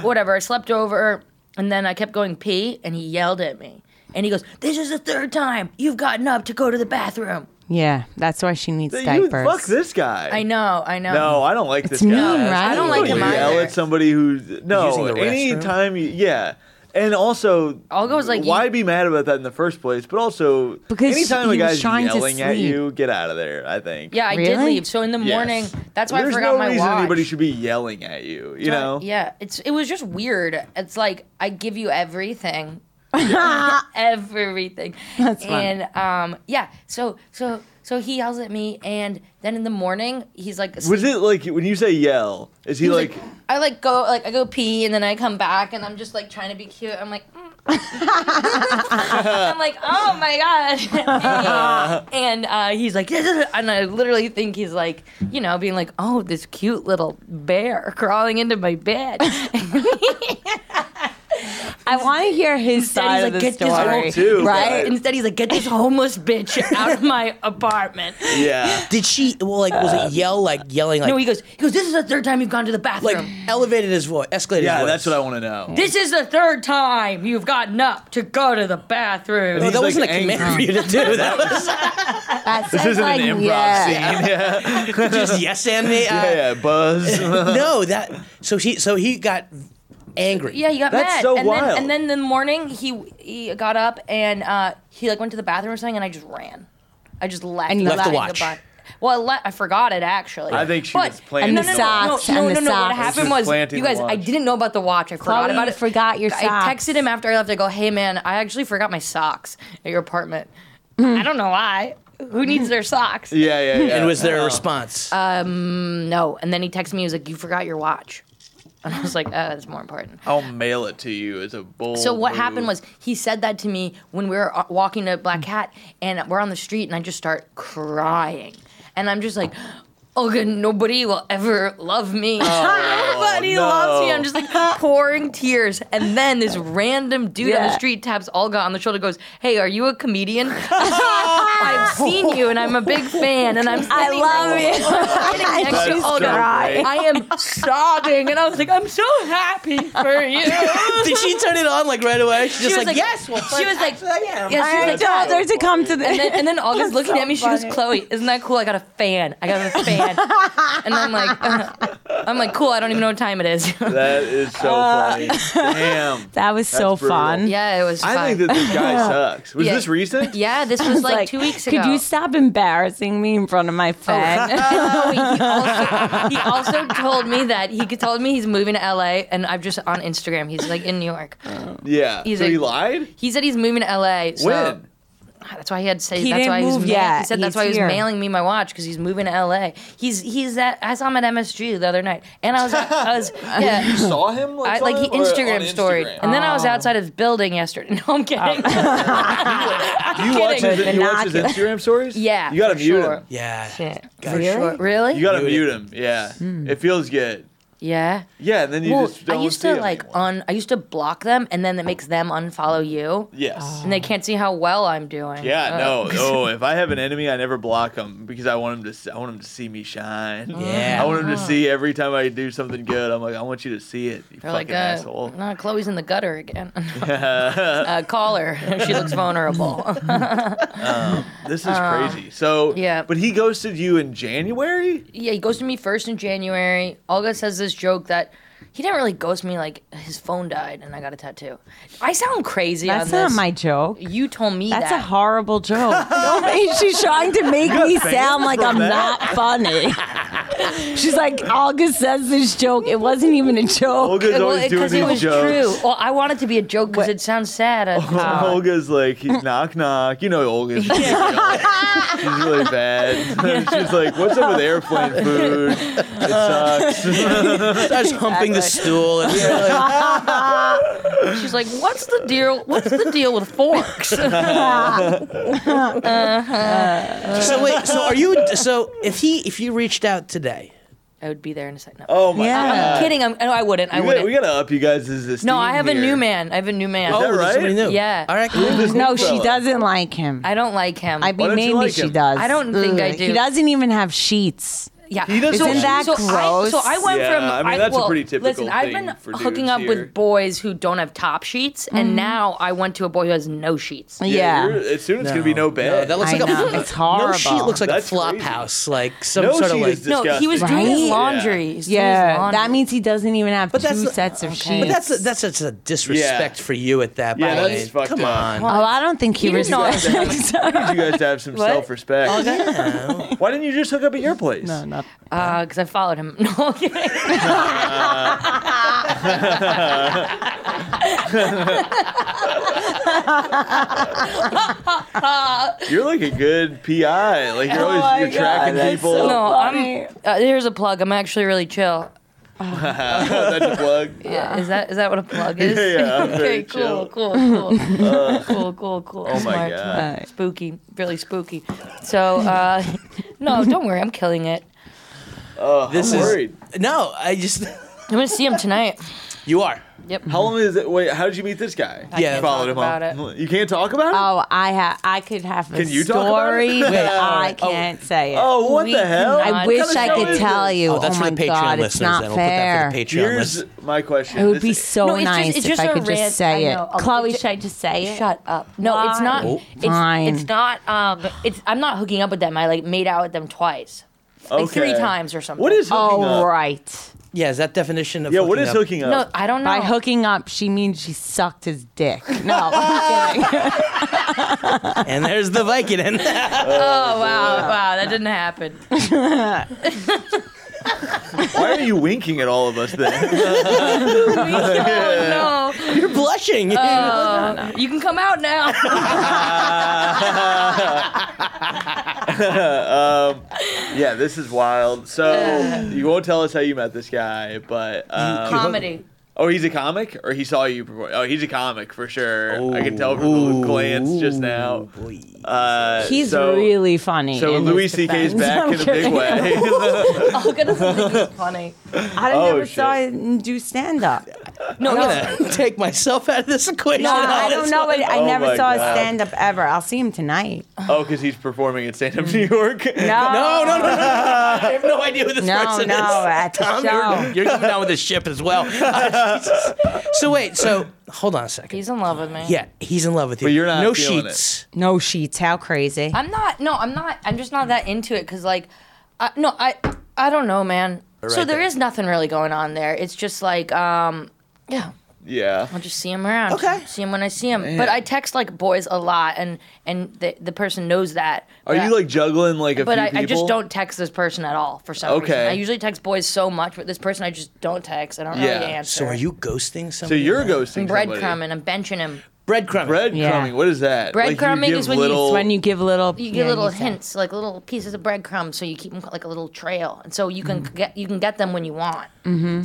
whatever. I slept over, and then I kept going pee, and he yelled at me, and he goes, "This is the third time you've gotten up to go to the bathroom."
Yeah, that's why she needs
You,
diapers.
fuck this guy.
I know, I know.
No, I don't like this
It's
guy.
mean, right?
I don't
You
like him
yell
either.
at somebody who's
Using
no.
the restroom?
Anytime you yeah. And also,
All goes like you-
why be mad about that in the first place? But also,
Because
anytime
he
a
was
guy's
trying to
yelling at
sleep.
you, get out of there. I think.
Yeah, I did
Really?
leave. So in the
Yes.
morning, that's why
There's
I forgot
no
my
reason
watch.
anybody should be yelling at you. You know.
Yeah, it's it was just weird. It's like I give you
*laughs*
everything. everything.
That's funny.
and um yeah, so so so he yells at me and then in the morning he's like asleep.
Was it like when you say yell? Is he,
He's
like?
I like go like I go pee and then I come back and I'm just like trying to be cute. I'm like
*laughs*
mm. I'm like, oh my god. *laughs* and uh, he's like and I literally think he's like, you know, being like, Oh, this cute little bear crawling into my
*laughs*
bed.
I want to hear his
he's
side of
like,
the
"Get this
story,
old too,
right?
but-
Instead, he's like, "Get this homeless bitch *laughs* out of my apartment." *gasps*
yeah.
Did she? Well, like was
Uh,
it yell like yelling like
No, he goes, he goes, "This is the third time you've gone to the
like
bathroom.
elevated his voice, escalated. his
Yeah,
voice.
that's what I want to know.
this is the third time you've gotten up to go to the bathroom."
No,
He's,
that
like,
wasn't a command for
angry.
you to
*laughs*
do. That was
That
This
sounds
isn't
like,
an improv
yeah.
scene. *laughs* Yeah.
just yes and me. Uh,
*laughs*
yeah, yeah,
*laughs*
Buzz.
*laughs* No, that so he so he got angry.
yeah, he got
That's
mad.
so
and
wild.
Then, and then the morning, he he got up and uh, he like went to the bathroom or something, and I just ran. I just left.
And you
left the
in
watch.
bath- well, I, le- I forgot it actually.
I think she
But-
was playing
And
no,
the
no, no,
socks,
No, no,
and the
no, no, What
socks.
happened
Just
was,
planting
you guys,
the
I
watch.
didn't know about the watch. I forgot
Chloe
about it.
forgot your
I
socks.
texted him after I left. I go, "Hey man, I actually forgot my socks at your apartment. I don't know why. Who needs their socks?
*laughs*
Yeah, yeah, yeah.
And was there a response?
No." And then he texted me. He was like, "You forgot your watch." And I was like, "Oh, that's more important."
I'll mail it to you as a bull.
So what happened was he said that to me when we were uh, walking to Black Cat, and we're on the street, and I just start crying, and I'm just like. Oh god, nobody will ever love me. *laughs*
Oh,
nobody
no.
loves me. I'm just like pouring tears. And then this random dude on the
Yeah.
street taps Olga on the shoulder, goes, Hey, are you a comedian?
*laughs*
I've seen you and I'm a big fan and I'm
*laughs* I
sitting
love
next-
it. *laughs*
sitting next to Olga.
That's so great.
I am sobbing and I was like, I'm so happy for
*laughs*
you.
*laughs* Did she turn it on like right away? She
was
just like,
like-
yes. Well,
she was like-
actually, I am.
Yeah, she was
I
like,
told her to come to the.
And then, and then August looking at me, she goes, "Chloe, isn't that cool? I got a fan. I got a fan." and I'm like, *laughs* "I'm like, cool. I don't even know what time it is." *laughs*
That is so
Uh,
funny. Damn.
that was so
brutal.
fun.
yeah, it was.
I
fun.
think that this guy sucks.
*laughs*
Was
Yeah.
this recent?
Yeah, this was like,
like,
two weeks weeks ago.
Could you stop embarrassing me in front of my friend? *laughs*
No, *laughs* he, also, he also told me that he told me he's moving to LA, and I've just on Instagram. He's like in New York.
Yeah.
He's
so
a-
he lied?
He said he's moving to LA. So
When?
That's why he had said.
He
that's
didn't
why he
move
was ma-
yet.
He said that's
He's
why he was
here.
mailing me my watch because he's moving to LA. He's he's that. I saw him at MSG the other night, and I was
*laughs*
I was yeah.
Saw him?
I,
saw
like he
him? Or
Instagram,
on
story,
Instagram?
and then
Oh.
I was outside of his building yesterday. *laughs* No,
*laughs*
I'm kidding.
Do you watch,
kidding.
his, you watch his Instagram stories?
yeah,
You gotta
for
mute
sure.
him.
Yeah.
Shit.
For sure. Really?
You gotta
Mute
mute him. Yeah. It feels good.
yeah.
Yeah, and then you
Hmm. Well,
just
I
don't
used
see
to
him
like
anymore.
un. I used to block them, and then it makes them unfollow you,
Yes.
and they can't see how well I'm doing.
Yeah,
Uh, *laughs*
no. Oh, if I have an enemy, I never block them because I want him to. s- I want him to see me shine.
Oh,
Yeah.
I want him to see every time I do something good. I'm like, I want you to see it. You
They're
fucking
like, uh,
asshole.
nah, Chloe's in the gutter
*laughs*
again. *laughs* uh, call her. She looks
*laughs*
vulnerable.
This is crazy. So
Uh, yeah.
but he ghosted you in January.
yeah, he goes to me first in January. Olga says this joke that he didn't really ghost me. Like his phone died, and I got a tattoo. I sound crazy.
That's
on
not
this.
my joke.
You told me
That's
that.
a horrible *laughs* joke. Don't make- She's trying to make me sound like I'm not funny. She's like, August says this joke. It wasn't even a joke.
Olga's
Well,
always
it-
doing
it
these
was
*laughs* jokes.
true. Well, I want it to be a joke because it sounds sad.
*laughs*
at the time.
Olga's like
*laughs*
he- knock knock. You know Olga's. She's
*laughs*
really bad. *laughs* She's like, what's up with airplane food? It
Uh,
sucks. *laughs*
*laughs*
Starts humping the stool. And
She's like, "What's the deal? What's the deal with
*laughs*
forks?"
so wait, so are you? So if he, if you reached out today,
I would be there in a second. No.
Oh my
Yeah.
I'm
god.
kidding. I'm, no, I wouldn't. I
We gotta,
wouldn't.
we gotta up you guys' esteem
no, I have a
here.
new man. I have a new man.
that
there's
right?
oh, somebody new.
Yeah.
All right.
*gasps*
Cool.
Who's this
No,
new
she
fella?
doesn't like him. I,
I don't like him.
mean,
don't you
maybe
like
she
him?
does.
I don't think I do.
He doesn't even have sheets.
yeah.
He doesn't
Isn't that
so I,
gross?
so I went
Yeah,
from.
I mean, that's a
well,
pretty typical
Listen, I've
thing
been
for
hooking
dudes
up
here.
with boys who don't have top sheets,
Mm-hmm.
and now I went to a boy who has no sheets.
Yeah.
you're- As soon as it's gonna be no bed.
that looks
I
like
know.
a.
It's horrible.
No sheet looks like
That's
a flop
crazy.
house, like some
No
sort of
sheet
like.
is
No, he was doing his
Right?
laundry. He's doing his
Yeah.
laundry.
That means he doesn't even have
that's
two
not-
sets of sheets.
But that's a, that's such a disrespect
Yeah.
for you at that
Yeah,
point.
that's fucked
Come
up.
on.
oh, I don't think he,
He
was.
didn't know I
You guys need you guys to have some self respect.
Oh,
Why didn't you just hook up at your place?
No, no.
because Uh, I followed him. *laughs* No, I'm kidding.
You're like a good PI. Like you're always
Oh my
you're tracking
God, that's
people.
so-
No,
funny.
I'm. Uh, here's a plug. I'm actually really chill.
*laughs* That's a plug.
Yeah, is that is that what a plug is?
*laughs* Yeah,
*laughs*
yeah, I'm very
okay,
chill. Uh,
cool, cool, cool,
*laughs*
cool, cool, cool.
Oh my
Smart,
God.
Uh,
smart. spooky, really spooky. So, uh, *laughs* no, don't worry, I'm killing it.
Oh,
This
I'm
is-
worried.
*laughs* No, I just. *laughs*
I'm gonna see him tonight.
You are.
Yep.
How long is it? Wait, how did you meet this guy?
Yeah.
you
can't
followed
talk about
him up. You can't talk about it.
Oh, I ha- I could have a
Can you talk about
story,
it?
but
all
I
right. Oh.
can't say it.
Oh, what
we
the hell?
cannot-
I
God,
wish
what
I
kind of show
could
is
tell
this?
you.
Oh, that's
my
for the Patreon
God,
listeners.
it's not
then. We'll
fair.
put that for the Patreon
Here's
list.
my question.
It would
This
be
is-
so
No, it's just-
nice
it's just
if I
a
could
rant.
just say
I
it.
know. I'll-
Chloe,
it's-
should I just say it?
Shut up. No, it's
Why?
not.
Oh.
It's,
Fine.
it's not. Um, it's. I'm not hooking up with them. I like made out with them twice, like three
Okay.
times or something.
What is hooking
Oh,
up?
right.
Yeah, is that definition of
Yeah, what is
up?
hooking up?
No, I don't know.
By hooking up, she means she sucked his dick. No, I'm *laughs* kidding.
And there's the Viking
*laughs*
in there.
Oh wow, wow, that didn't *laughs* happen.
Why are you winking at all of us then? *laughs*
*laughs* No,
You're blushing.
Oh,
you can come out now.
yeah, this is wild.
*sighs*
So you won't tell us how you met this guy, but
*laughs* *laughs*
um,
Comedy.
Oh, he's a comic, or he saw you perform. Oh, he's a comic for sure. I can tell from the little glance just now. Uh,
He's
so-
really funny.
So
in
Louis
his
C.K.'s
defense.
back
I'm
in a
*laughs*
big
kidding.
way. *laughs*
Oh, goodness, I think it's funny.
I
Oh,
never saw
shit.
him do stand *laughs* up.
No, no.
I'm gonna *laughs* take myself out of this equation.
Oh. No, Uh, I don't know. It. I
Oh
never
my
saw his
God.
stand up ever. I'll see him tonight.
oh, because he's performing at Stand Up New
*laughs*
York.
No, no, no,
*laughs*
no, no. I have no idea who this
No,
person
no,
is.
at the
*laughs* Tom,
show.
You're, you're coming down with the ship as
*laughs*
well. Uh, Jesus. so wait, so hold on a
*laughs*
second.
He's in love with me.
yeah, he's in love with you.
you're not
no
feeling
sheets.
No sheets. How crazy.
I'm not. No, I'm not. I'm just not that into it because, like, I, no, I, I don't know, man. so
right
there
there.
is nothing really going on there. It's just like, um, yeah,
*laughs* Yeah.
I'll just see him around.
Okay.
See him when I see him. But I text like boys a lot, and and the the person knows that.
Are
But I-
you like juggling like a
But
few
I,
people?
I just don't text this person at all for some reason.
Okay.
I usually text boys so much, but this person I just don't text. I don't
Yeah.
really answer.
So are you ghosting
So
somebody?
you're ghosting somebody.
breadcrumbing? I'm benching him.
breadcrumbing.
Breadcrumbing.
Yeah.
What is that? Like, you
Breadcrumbing
give
is when you
little-
When you give little,
You
yeah,
get little
say-
hints, like little pieces of breadcrumbs, so you keep them like a little trail, and so you
Mm-hmm.
can get you can get them when you want.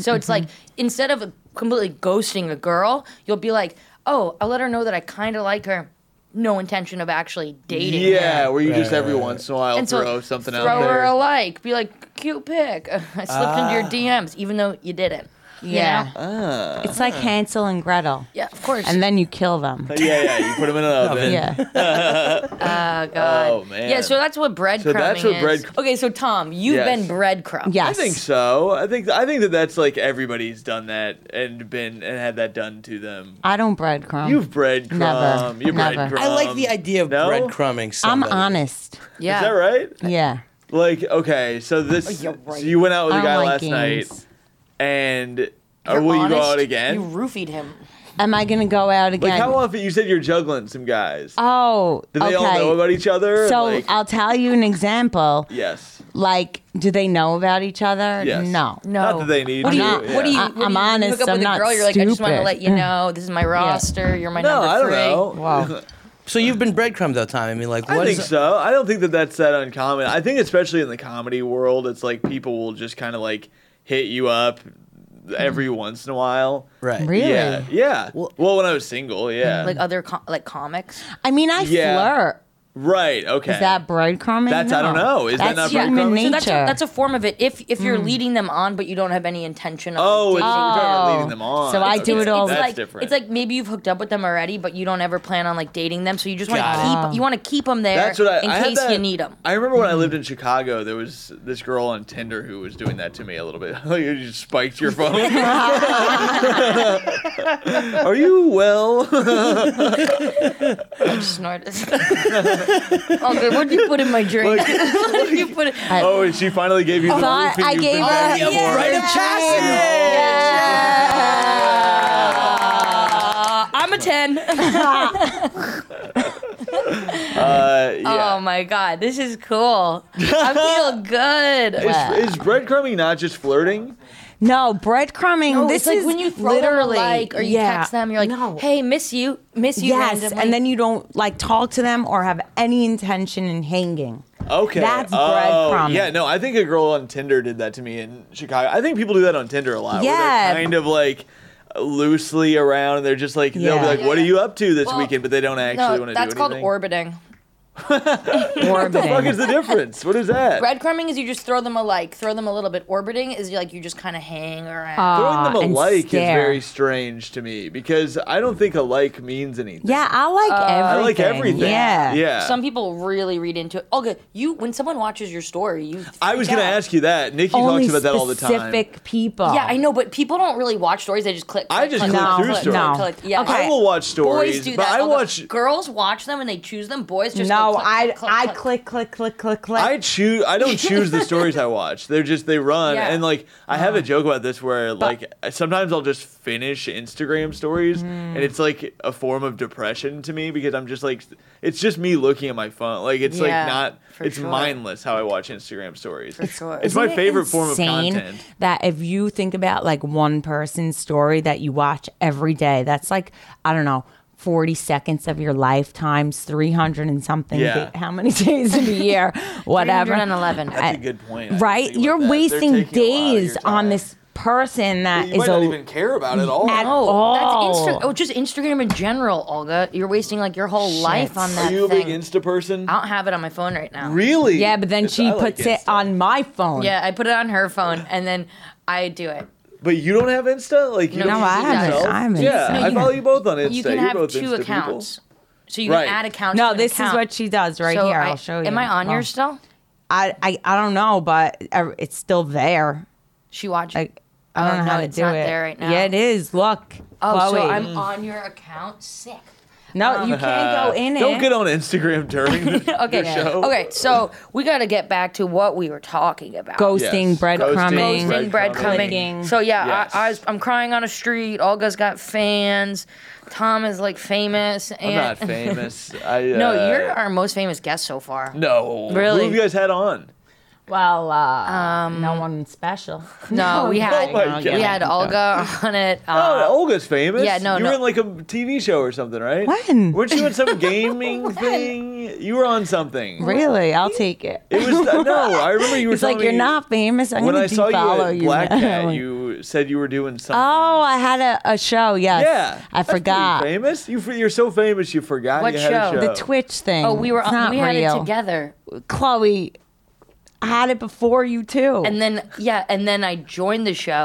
So it's like instead of completely ghosting a girl, you'll be like, "Oh, I'll let her know that I kind of like her, no intention of actually dating." her."
Yeah, where you just every once in a while
And so
throw something
throw
out
her
there. Ah.
a like, be like, "Cute pic." *laughs* I slipped into your DMs, even though you didn't. you
Yeah.
know?
It's like Hansel and Gretel.
Yeah, of course.
And then you kill them.
yeah, yeah. You put them in
*laughs*
an oven.
Yeah.
oh god.
Oh, man.
Yeah, so that's what breadcrumbing
So that's what
is.
breadcr-
okay, so Tom, you've
Yes.
been breadcrumbed.
Yes.
I think so. I think I think that that's like everybody's done that and been and had that done to them.
I don't breadcrumb.
You've breadcrumb.
Um, Never.
You
Never.
breadcrumb.
I like the idea of
No?
breadcrumbing
I'm
somebody.
honest.
Yeah.
Is that right?
Yeah.
Like okay, so this
You're right.
so you went out with
Oh, I
a
don't
guy
like
last
games.
night and or
You're
will you go
honest?
out again?
You roofied him.
Am I gonna go out
like
again?
how often you said you're juggling some guys?
oh,
Do they
okay.
all know about each *laughs* other?
so
Like,
I'll tell you an example.
yes.
Like, do they know about each other?
Yes.
No.
No.
Not that they need
What do you?
to,
What do you?
yeah.
What do you-
I'm
you
honest,
Hook up
I'm
with a
not
girl. You're like, I just want to
stupid.
let you know this is my roster. You're my
No,
number
I don't
three.
know.
Wow.
So you've been breadcrumbed though, Tom. I mean, like,
I
what
think
is-
so. I don't think that that's that uncommon. I think especially in the comedy world, it's like people will just kind of like hit you up every once in a while.
Right.
Really?
Yeah. Yeah. Well, when I was single, yeah.
Like other com- like comics.
I mean, I
Yeah.
flirt.
right. Okay.
Is that breadcrumbing?
That's- I don't
No.
know. Is that
that's
not
human
breadcrumbing?
nature? Mm.
So that's a, that's a form of it. If if you're leading them on, but you don't have any intention of
Oh, it's
dating
we're
them.
talking about
Oh.
leading them on.
So I do it all-
it's
That's
like
different.
it's like maybe you've hooked up with them already, but you don't ever plan on like dating them. So you just want
Got it.
to keep you want to keep them there
that's what I,
in
I had
case you
that-
need
*laughs*
them.
I remember when I lived in Chicago, there was this girl on Tinder who was doing that to me a little bit. *laughs* you just spiked your phone. *laughs* Are you well?
*laughs* Snorted. oh, good. What did you put in my drink? *laughs* what did you put? In-
oh, and she finally gave you the
But
roofing
I
you've
gave
been
her
begging
yeah.
for.
Rite of passage.
Uh, I'm a ten.
Uh, yeah.
*laughs* Oh my god, this is cool.
*laughs*
I feel good.
Is, is breadcrumbing not just flirting?
No, breadcrumbing.
No,
this
Oh, it's like
is
when you throw
literally
them a like or you
yeah.
text them, you're like,
No.
"Hey, miss you, miss you."
yes,
randomly.
and then you don't like talk to them or have any intention in hanging.
Okay.
That's
oh,
breadcrumbing.
Yeah, no, I think a girl on Tinder did that to me in Chicago. I think people do that on Tinder a lot. Where
Yeah.
they're kind of like loosely around and they're just like, they'll be
Yeah.
like, what are you up to this
Well,
weekend? But they don't actually
no,
want to do
that's called
anything.
orbiting.
orbiting.
*laughs* What is the difference? What is that?
Breadcrumbing is you just throw them a like, throw them a little bit. Orbiting is like you just kind of hang around.
Ah,
Throwing them a
and
like
stare.
is very strange to me because I don't think a like means anything.
Yeah, I like
Uh, I
everything.
like everything.
Yeah.
Yeah.
Some people really read into it. Okay, you when someone watches your story, you.
I was
freak
going to
out.
ask you that. Nikki
Only
talks about that all the time.
specific people.
Yeah, I know, but people don't really watch stories. They just click.
I
click,
just
click,
click
click,
through
click,
stories.
click, click. Yeah,
Okay.
I will watch stories,
Boys do
but
that.
I
I'll go-
watch.
girls watch them and they choose them. Boys just
No,
go click,
I
click, click,
I
click.
click click click click click.
I choose. I
*laughs*
don't choose the stories I watch. They're just they run
Yeah.
and like I have a joke about this where like sometimes I'll just finish Instagram stories
Hmm.
and it's like a form of depression to me because I'm just like it's just me looking at my phone. Like it's
Yeah,
like not.
for
It's
sure.
mindless how I watch Instagram stories.
For sure.
It's my
Isn't it
favorite form of
insane
content.
That if you think about like one person's story that you watch every day, that's like I don't know. 40 seconds of your life times 300 and something
Yeah.
da- how many *laughs* days in a
*laughs*
year whatever
311. That's
That's a good point. I didn't
right
think about
you're
that. They're
wasting
taking a lot of your
days on
time.
this person that
You
Uh, is
might not
a-
even care about it all.
at
Oh,
all
that's Insta- oh, just Instagram in general, Olga. You're wasting like your whole life on that
Are you a
thing.
big Insta person?
I don't have it on my phone right now.
Really?
yeah but then
It's-
she
I like
puts it
Insta.
on my phone
Yeah, I put it on her phone and then I do it.
But you don't have Insta? Like you
No,
don't
I
use it
haven't.
yourself?
I'm Insta.
Yeah,
No,
I
you-
follow you both on Insta.
You can
You're
have
both
two
Insta
accounts.
People.
So you
Right.
can add accounts. to
no
an
this is
account.
what she does right
So
here
I,
I, will show you
Am I on
Well,
yours still?
I, I i don't know but uh, it's still there
She watched.
I, I don't
Oh,
know
no,
how to
it's
do
not
it.
there right now.
Yeah, it is. Look,
oh,
Chloe. Mm.
so I'm on your account. Sick.
No,
*laughs*
you can't go in it.
Don't get on Instagram during
*laughs*
the,
Okay.
your show.
Okay. So we got to get back to what we were talking about.
Ghosting,
Yes.
breadcrumbing.
Ghosting,
Ghosting, bread
breadcrumbing.
coming. So yeah,
Yes.
I, I was, I'm crying on a street. Olga's got fans. Tom is like famous. And
I'm not famous. Mm. I, uh,
*laughs* no, you're our most famous guest so far.
No.
Really?
Who have you guys had on?
Well, uh, no one special.
Um,
*laughs*
No, we had
Oh my God.
we had Olga on it.
Oh,
Uh,
Olga's famous.
yeah, no,
you
no.
were in like a TV show or something, right?
When?
Weren't you in
*laughs*
some gaming thing? You were on something.
Really, I'll take it. *laughs*
It was no. I remember you were.
It's like
telling
you're
me-
not famous. I'm
When
gonna
I saw you
follow
at
you.
Black
now.
Cat, you said you were doing something.
Oh, I had a, a show. Yes.
yeah,
I
That's pretty
forgot
Famous? You, you're so famous, you forgot.
Ah. What
you had
show?
A show.
the Twitch thing.
oh, we were
It's not
we had
real.
it together,
Chloe had it before you too.
and then yeah, and then I joined the show,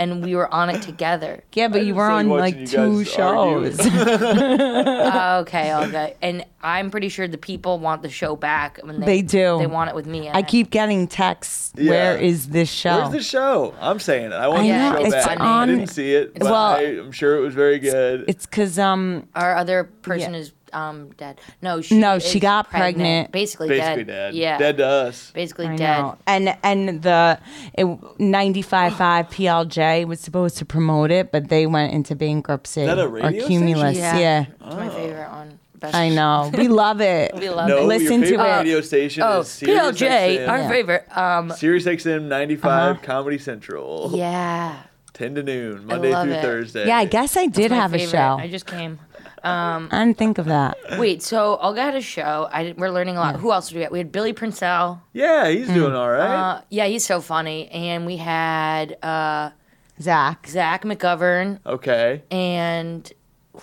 and we were on it together.
*laughs* yeah, but
I
you
just
were
like
on
watching
like
you
two
guys argue.
shows.
*laughs*
Oh, okay, Olga, and I'm pretty sure the people want the show back. When they,
They do.
They want it with me. in
I
it.
keep getting texts.
Yeah.
Where is this show?
Where's the show? I'm saying it. I want
I
the
know,
show
it's
back. I
on-
didn't see it, but
Well-
I, am sure it was very good.
it's because um
our other person
Yeah.
is um dead. No, she
No, she
is
got pregnant.
Basically,
basically
dead.
dead.
Yeah,
Dead to us.
Basically
I
dead.
know. and and the it, 95.5
*gasps*
PLJ was supposed to promote it, but they went into bankruptcy
that a
or
radio
Cumulus.
Yeah,
yeah.
it's my favorite on. Best
*laughs*
I know. We love it.
We love
No,
it.
your
Listen to
favorite
it.
radio station
Oh,
is Sirius
PLJ,
XM.
our
Yeah.
favorite. Um,
Sirius XM 95 Comedy Central.
yeah,
10 to noon, Monday
love
through
it.
Thursday.
Yeah, I guess I did
my
have a
favorite.
show.
I just came.
I didn't think of that.
Wait, so Olga had a show. I didn't- we're learning a lot. Who else did we have? We had Billy Princell.
Yeah, he's doing all right.
Uh, yeah, he's so funny. And we had uh,
Zach.
Zach McGovern
okay.
and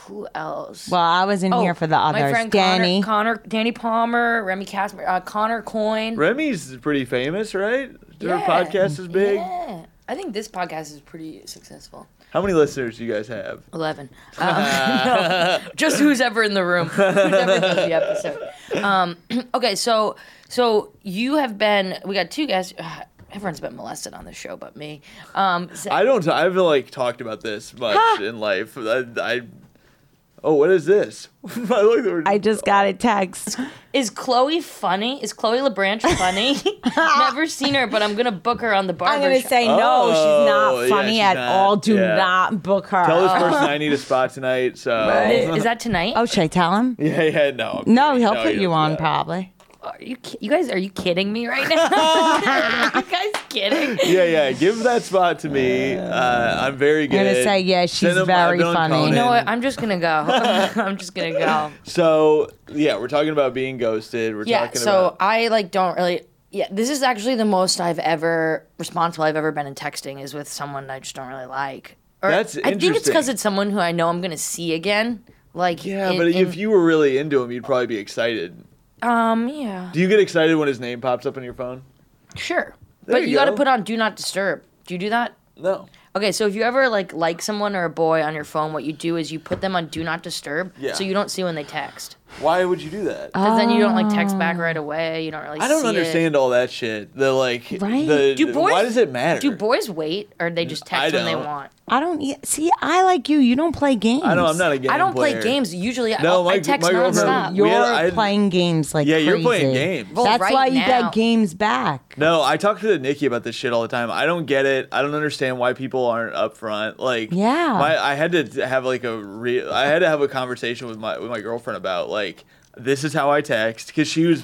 who else?
Well, I was in
Oh,
here for the others.
My friend
Danny.
Connor, Connor Danny Palmer, Remy Casper, uh, Connor Coyne.
Remy's pretty famous, right? Their
Yeah.
podcast is big.
Yeah. I think this podcast is pretty successful.
How many listeners do you guys have?
11. Um, *laughs* no, just who's ever in the room. Who's ever does the episode. Um, *clears throat* okay, so so you have been, we got two guests. *sighs* Ugh, everyone's been molested on this show but me. Um, so-
I don't. I've like talked about this much in life. I, I- Oh, what is this? *laughs* I like that we're-
I just got a text.
is Chloe funny? Is Chloe LeBranche *laughs* funny? Never seen her, but I'm going to book her on the barber
I'm going
show.
to say no. She's
Oh,
not
yeah,
funny
she's
at
not.
all. Do
Yeah.
not book her.
Tell this person I need a spot tonight.
*laughs*
So
Is, is that tonight?
oh, should I tell him?
yeah, yeah, no. I'm
No,
kidding.
he'll put
don't
you
do
on
that.
probably.
Are you, ki- you guys, are you kidding me right now? *laughs* are you guys kidding?
Yeah, yeah. Give that spot to me. Uh, I'm very good.
gonna say, yeah, she's
Send him-
very
I've been on
funny. You
You know
Conan.
what? I'm just going to go. *laughs* I'm just going to go.
So yeah, we're talking about being ghosted. We're
yeah
talking
so
about
i like don't really yeah this is actually the most i've ever responsible i've ever been in texting is with someone i just don't really like or,
That's
i think it's because
interesting.
it's someone who i know i'm gonna see again like
yeah.
in-
but if
in-
you were really into him, you'd probably be excited.
um yeah
Do you get excited when his name pops up on your phone?
sure
There
but
you
you gotta
go.
put on do not disturb do you do that
No.
okay so if you ever like like someone or a boy on your phone what you do is you put them on do not disturb
Yeah.
so you don't see when they text
Why would you do that?
Uh,
because then you don't like text back right away you don't really
I don't
see it.
understand all that shit. The like,
Right.
the,
do boys
why does it matter?
do boys wait or they just
I
text when they
don't.
want
I don't e- see. I like you. You don't play games.
I know I'm not a game.
I don't play
player.
games. Usually, I-
No,
I,
my-
text
my girlfriend-
nonstop.
You-
You're
We had- I-
playing games like
Yeah, you're playing
crazy.
games.
Well,
That's
right
why you
now-
got games back.
No, I talk to Nikki about this shit all the time. I don't get it. I don't understand why people aren't upfront. Like,
Yeah.
my, I had to have like a re- I had to have a conversation with my with my girlfriend about like this is how I text because she was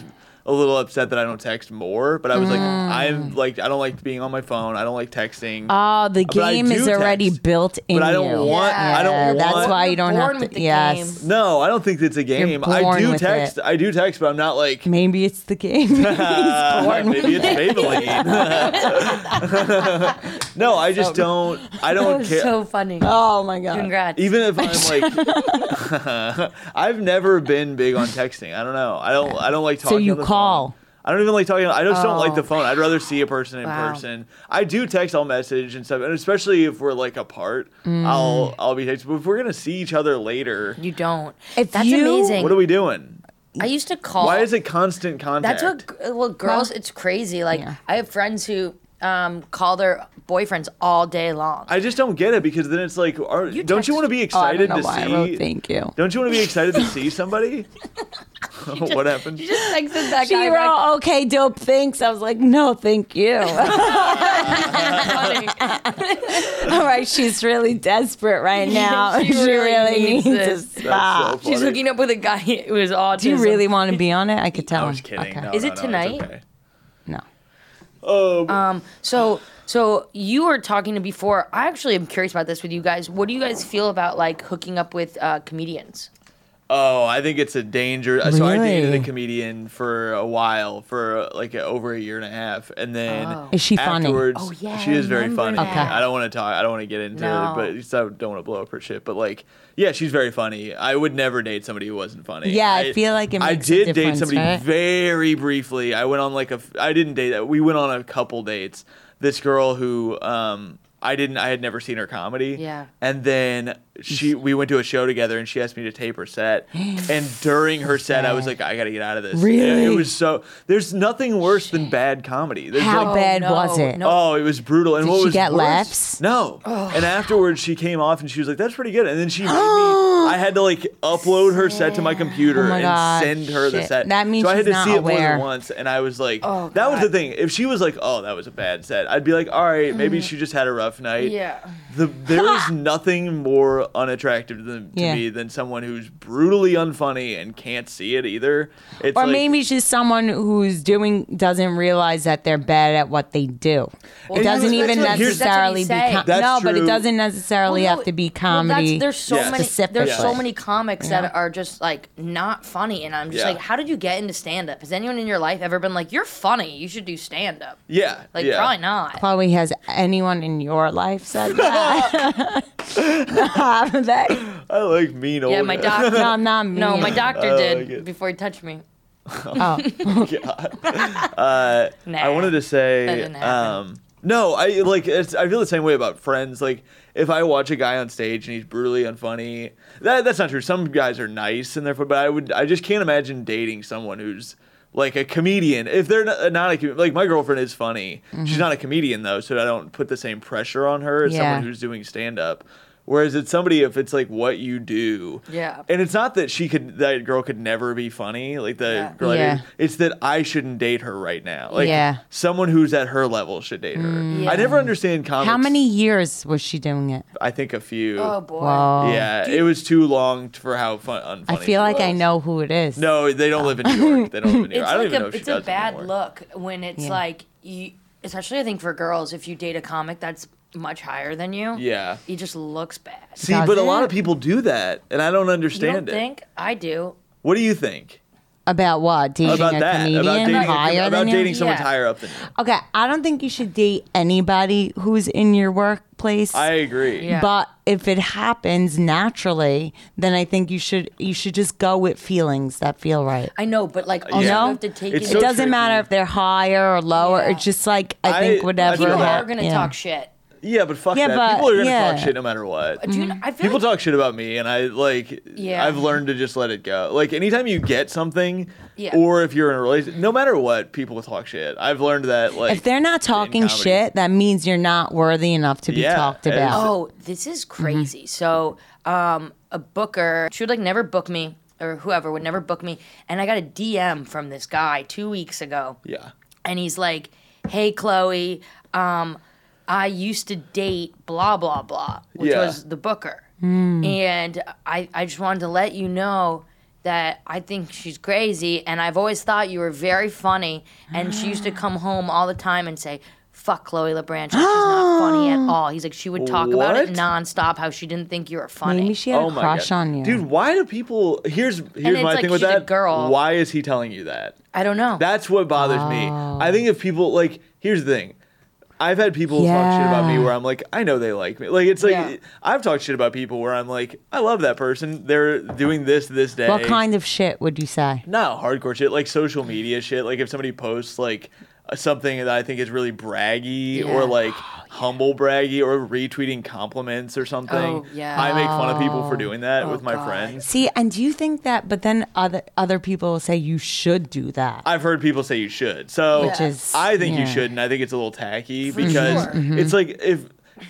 a little upset that I don't text more. But I was like, I'm like I don't like being on my phone. I don't like texting.
Oh, the
I
game
do
is already
text,
built in
but I don't
you.
want. I
Yeah,
don't
that's
want.
why you
You're
don't have
born
to.
with the
yes,
game.
No, I don't think it's a game. I
born
do
with
text.
it.
I do text, but I'm not like.
maybe it's
*laughs*
the game.
"Ah, maybe it's Maybelline. *laughs* no, I just don't. I don't care. Uh,
so funny.
oh my god!
Congrats.
Even if I'm like, *laughs* I've never been big on texting. I don't know. I don't. I don't like
So
talking.
you
on the
call.
phone. I don't even like talking. I just don't like the
Oh.
phone. I'd rather see a person in
Wow.
person. I do text. I'll message and stuff, and especially if we're like apart, I'll I'll be texting. But if we're gonna see each other later,
Mm. you don't.
If
That's
you-
amazing.
what are we doing?
I used to call.
Why is it constant contact?
That's what. Well, girls, it's crazy. Like
Yeah.
I have friends who um, call their boyfriends all day long.
I just don't get it because then it's like, are,
You
don't you
text-
want to be
Oh, I
excited
don't know
to
why
see?
I wrote thank you.
Don't you want to be excited
*laughs*
to see somebody? *laughs* what happened?
You just texted that
She
guy. back.
wrote, okay, dope, thanks. I was like, no, thank *laughs* you.
*laughs*
All
Funny.
*laughs* right, she's really desperate right now.
She
*laughs* she,
really
really,
needs
needs,
this.
That's so
a spa.
She's
funny.
hooking up with a guy *laughs* who is autism.
Do you really want to be on it? I could tell.
I was kidding.
Okay.
No,
Oh, Is
no,
it
no, it's
tonight? Uh,
okay.
No.
Oh,
So, so you were talking to before. I actually am curious about this with you guys. What do you guys feel about like hooking up with uh, comedians?
Oh, I think it's a danger. So I dated
Really?
a comedian for a while, for like over a year and a half, and then
Oh.
Is she funny?
afterwards,
Oh, yeah,
she
I
is very
remember
funny.
that.
Okay.
I don't want to talk. I don't want to get into
No.
it, but it's- I don't want to blow up her shit. But like, yeah, she's very funny. I would never date somebody who wasn't funny.
Yeah, I feel like it
I
makes a
did date
difference,
somebody
right?
very briefly. I went on like a. f- I didn't date that. We went on a couple dates. This girl who um I didn't I had never seen her comedy.
Yeah.
And then she we went to a show together and she asked me to tape her set. And during her set I was like I got to get out of this.
Really?
It was so there's nothing worse than bad comedy. There's
How
like-
bad
no,
was it?
no.
Oh, it was brutal. And
Did
what
she
was
get
worse-
laughs?
No. And afterwards, she came off and she was like, "That's pretty good." And then she made me. I had to like upload her set to my computer
Oh my
and
God,
send her the
shit.
set.
That means
so I had
she's
to
not
see it more
aware.
than once. And I was like,
Oh,
"That was the
God.
thing." If she was like, "Oh, that was a bad set," I'd be like, "All right,
Mm.
maybe she just had a rough night." The, there
*laughs*
is nothing more unattractive than, to
Yeah.
me than someone who's brutally unfunny and can't see it either. It's
Or
like-
maybe she's someone who's doing doesn't realize that they're bad at what they do. it doesn't
that's
even
what- here's-
necessarily
that's what he's
be com-
saying.
no,
That's
but it
true.
doesn't necessarily
Well, no,
have to be
well, that's-
comedy.
there's so
Yes.
many. There's so
specifically.
many comics that are just like not funny, and I'm just
Yeah.
like, how did you get into stand up? Has anyone in your life ever been like, you're funny, you should do stand up?
yeah,
Like
yeah.
probably not.
Chloe, has anyone in your life said
*laughs*
that? *laughs* no, that-
I like mean old.
Yeah,
*laughs*
my doc.
no, I'm not me.
no, *laughs* my doctor
like
did
it.
before he touched me.
Oh,
Nah.
I wanted to
that
say,
didn't happen.
um, no, I like. It's, I feel the same way about Friends. Like, if I watch a guy on stage and he's brutally unfunny, that that's not true. Some guys are nice and therefore, but I would, I just can't imagine dating someone who's like a comedian. If they're not, not a com- like my girlfriend is funny,
Mm-hmm.
she's not a comedian though, so I don't put the same pressure on her as
Yeah.
someone who's doing stand up. Whereas it's somebody if it's like what you do,
Yeah.
And it's not that she could that girl could never be funny, like the
Yeah.
girl I
Yeah.
dated. It's that I shouldn't date her right now. Like
Yeah. Mm,
someone who's at her level should date her.
Yeah.
I never understand comics.
how many years was she doing it?
I think a few.
Oh boy.
Whoa.
yeah, it was too long t- for how fun. Unfunny
I feel
she
like I
was.
know who it is.
No, they don't live in New York. They don't live in New York.
*laughs* It's
I don't
like
even
a,
know if she
it's a
does
bad
anymore.
look when it's
Yeah.
like you, especially I think for girls, if you date a comic that's much higher than you,
Yeah.
he just looks bad.
See, but a lot
Does
of people do that, and I don't
You don't
understand it.
think I do?
What do you think
About what? Dating
about
a
that?
comedian
About dating, a com-
higher
about
than you?
dating someone
Yeah.
higher up than you?
Okay, I don't think you should date anybody who's in your workplace.
I agree.
Yeah.
But if it happens naturally, then I think you should you should just go with feelings that feel right.
I know, but like also
You
you
know?
have to take
It's
it.
so
it doesn't
tricky.
matter if they're higher or lower.
Yeah.
It's just like
I-
I think
I
whatever.
feel
People
that-
are gonna
yeah.
talk shit.
Yeah, but fuck
Yeah,
that.
but-
people are gonna
yeah.
talk shit no matter what.
Do you know, I feel
People
like,
talk shit about me, and I like.
Yeah.
I've learned to just let it go. Like anytime you get something,
Yeah.
or if you're in a relationship, no matter what, people talk shit. I've learned that. Like
If they're not talking
comedy.
shit, that means you're not worthy enough to be
Yeah,
talked
it's-
about.
Oh, this is crazy. So, um, a booker, she would like never book me, or whoever would never book me. And I got a DM from this guy two weeks ago.
yeah,
and he's like, "Hey, Chloe, um, I used to date blah blah blah, which
Yeah.
was the Booker,
Hmm.
and I I just wanted to let you know." That I think she's crazy, and I've always thought you were very funny. And she
*gasps*
used to come home all the time and say, "Fuck Chloe LeBranch, she's
*gasps*
not funny at all." He's like, she would talk about it
What?
nonstop, how she didn't think you were funny.
Maybe she had
oh
a
my
crush
God.
on you.
dude. Why do people? Here's here's
it's
my
like
thing with
she's a
that.
girl.
Why is he telling you that?
I don't know.
That's what bothers me. I think if people like, here's the thing. I've had people talk shit about me
Yeah.
where I'm like, I know they like me. Like it's like
Yeah.
I've talked shit about people where I'm like, I love that person. They're doing this this day.
what kind of shit would you say?
not hardcore shit, like social media shit. Like if somebody posts like uh, something that I think is really braggy
Oh, Yeah.
or like humble braggy or retweeting compliments or something.
Oh, yeah.
I make fun of people for doing that
Oh,
with my
God.
friends.
See, and do you think that? But then other other people will say you should do that.
I've heard people say you should. So
Which is-
I think
yeah. Mm-hmm.
you should, and I think it's a little tacky because
sure. Mhm.
it's like if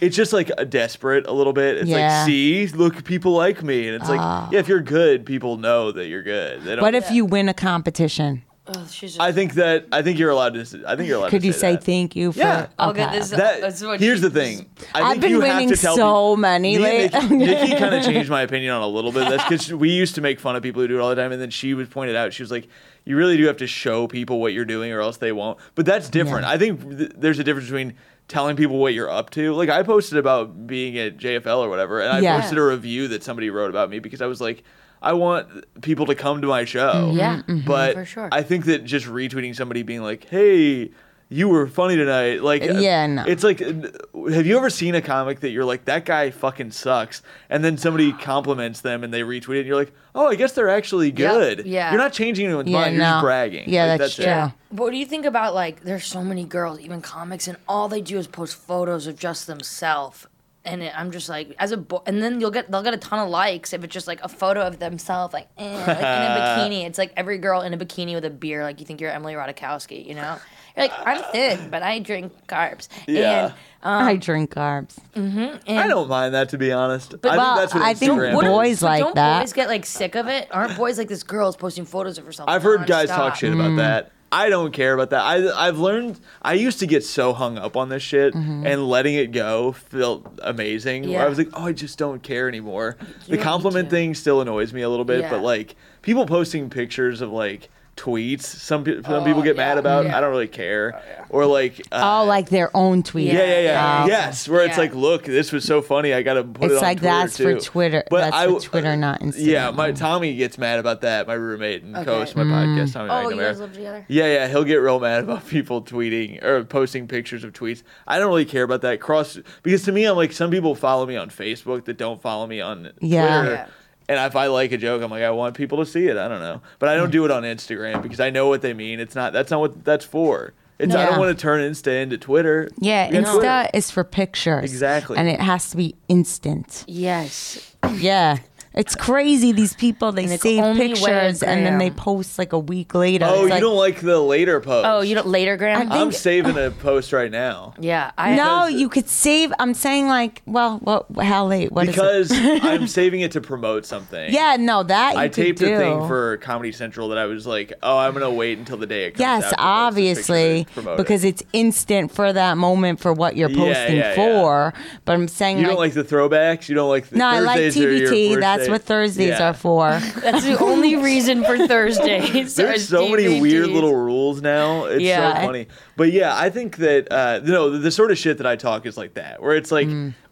it's just like a desperate a little bit. It's
Yeah. Ah.
like, see, look, people like me, and it's like, yeah, if you're good, people know that you're good. They don't.
what if you win a competition?
Oh, she's just,
I think that I think you're allowed to. I think you're allowed.
Could
to
you say
that.
thank you for?
Yeah.
I'll get
okay.
this-
That-
That's what
here's the
she-
thing. I
I've
think
been
you have
winning
to tell
so
peop-
many
Me and
late- *laughs*
Nikki, Nikki kind of changed my opinion on a little bit of this because we used to make fun of people who do it all the time, and then she was pointed out. She was like, "You really do have to show people what you're doing, or else they won't." But that's different. I think th- there's a difference between telling people what you're up to. Like I posted about being at JFL or whatever, and I
Yeah.
posted a review that somebody wrote about me because I was like. I want people to come to my show.
Mm-hmm.
Yeah, mhm.
But
For sure.
I think that just retweeting somebody being like, "Hey, you were funny tonight," like
Uh, Yeah, no.
it's like, n- have you ever seen a comic that you're like, that guy fucking sucks, and then somebody compliments them and they retweet it, and you're like, oh, I guess they're actually good.
yeah.
You're not changing anyone's
Yeah,
mind. You're
no.
just bragging.
Yeah,
Like,
that's
it.
true.
Yeah. But what do you think about like there's so many girls, even comics, and all they do is post photos of just themselves. And it, I'm just like, as a boy, and then you'll get they'll get a ton of likes if it's just like a photo of themselves, like, eh, like in a
*laughs*
bikini. It's like every girl in a bikini with a beer, like you think you're Emily Ratajkowski, you know? You're like, I'm thin, but I drink carbs.
Yeah.
And uh, um,
I drink carbs.
I don't mind that to be honest. I
well,
think that's what
I think
Instagram.
what
is.
boys
but
like
don't
that.
boys get like sick of it? Aren't boys like this girl's posting photos of herself?
I've heard guys talk
nonstop?
shit about that. I don't care about that. I I've learned. I used to get so hung up on this shit, and letting it go felt amazing. Where
Yeah.
I was like, oh, I just don't care anymore.
don't
the
need
compliment
to.
thing still annoys me a little bit,
Yeah.
but like people posting pictures of like tweets, some pe- some people get mad about. I don't really care. Or like, uh,
Oh, like their own tweet.
yeah, yeah, yeah.
yeah.
Oh.
yes, where it's
Yeah.
like, look, this was so funny. I got to put it
It's
on
like
Twitter
that's
too.
for Twitter. that's for Twitter, not Instagram. Mm.
Yeah, my Tommy gets mad about that. My roommate and co-host of my podcast, Tommy
Oh, you
McNamara.
guys live together?
Yeah, yeah, he'll get real mad about *laughs* people tweeting or posting pictures of tweets. I don't really care about that cross because to me, I'm like some people follow me on Facebook that don't follow me on
Yeah.
Twitter.
Yeah.
And if I like a joke, I'm like, I want people to see it. I don't know, but I don't do it on Instagram because I know what they mean. It's not that's not what that's for. It's I
Yeah.
don't want to turn Insta into Twitter.
Yeah,
We got Twitter.
Insta is for pictures.
Exactly.
And it has to be
*laughs*
instant.
Yes.
Yeah. It's crazy. These people, they
it's
save
only
pictures and then they
Instagram.
post like a week later.
Oh,
It's
you
like,
don't like the later post?
Oh, you don't later, Graham? Oh,
I
I'm
think-
saving
*laughs*
a post right now.
yeah. I,
No,
Because-
you could save. I'm saying like, well, what? How late? What is it? *laughs*
because I'm saving it to promote something.
Yeah, no, that you
I
could
taped
do.
a thing for Comedy Central that I was like, oh, I'm gonna wait until the day it comes. out
Yes,
to post a
obviously,
picture to promote
because
it.
it's instant for that moment for what you're
Yeah,
posting
yeah, yeah.
for. But I'm saying
you
like,
don't like the throwbacks. You don't like the
no, I like
Thursdays are your
TBT.
first
That's
day.
what Thursdays
Yeah.
*laughs*
are for.
That's the only *laughs* reason for *laughs* Thursdays.
There's
are
so many weird
DVDs.
little rules now. It's
Yeah.
so funny. But yeah, I think that uh, you know the, the sort of shit that I talk is like that, where it's like,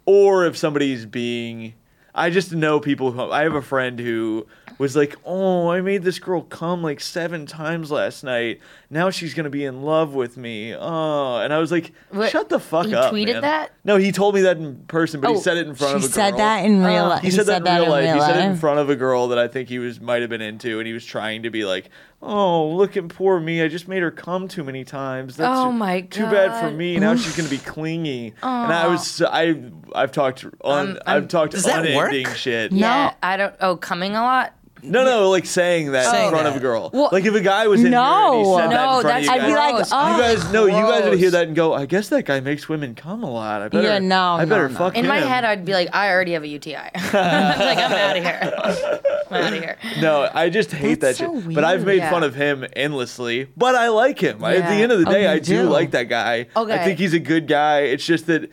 or if somebody's being, I just know people. Who, I have a friend who was like, oh, I made this girl come like seven times last night. Now she's gonna be in love with me. Oh, and I was like,
What?
shut the fuck
He
up.
tweeted
man."
that?
No, he told me that in person, but
Oh,
he said it in front
She
of a girl. Ah.
said that in real life.
He, said, that in real life.
real
he said it in
life.
front of a girl that I think he was might have been into, and he was trying to be like, "Oh, look at poor me. I just made her come too many times. That's
Oh
too-
my
too bad for
God.
me. Now she's gonna be clingy." And I was, so- I, I've talked on, I've talked
Does that
unending
work?
shit.
Um, Yeah,
No.
I don't. Oh, coming a lot.
No, no, like saying that
Saying
in front
that.
of a girl.
Well-
like if a guy was in
No.
here and he said that
No,
in front of
that's
you guys,
I'd be like,
gross.
oh.
you guys know, you guys would
gross.
hear that and go, "I guess that guy makes women come a lot. I better,
Yeah, no,
I
no,
better
no.
fuck
In my
him."
head, I'd be like, I *laughs* already have a UTI. I'm like, I'm out of here. I'm out of here.
No, I just hate
That's
that
so
shit. But I've
weird.
made
Yeah.
fun of him endlessly. But I like him. I- At the
Yeah.
end of the
Oh,
day,
you
I do.
do.
like that guy.
Okay.
I think he's a good guy. It's just that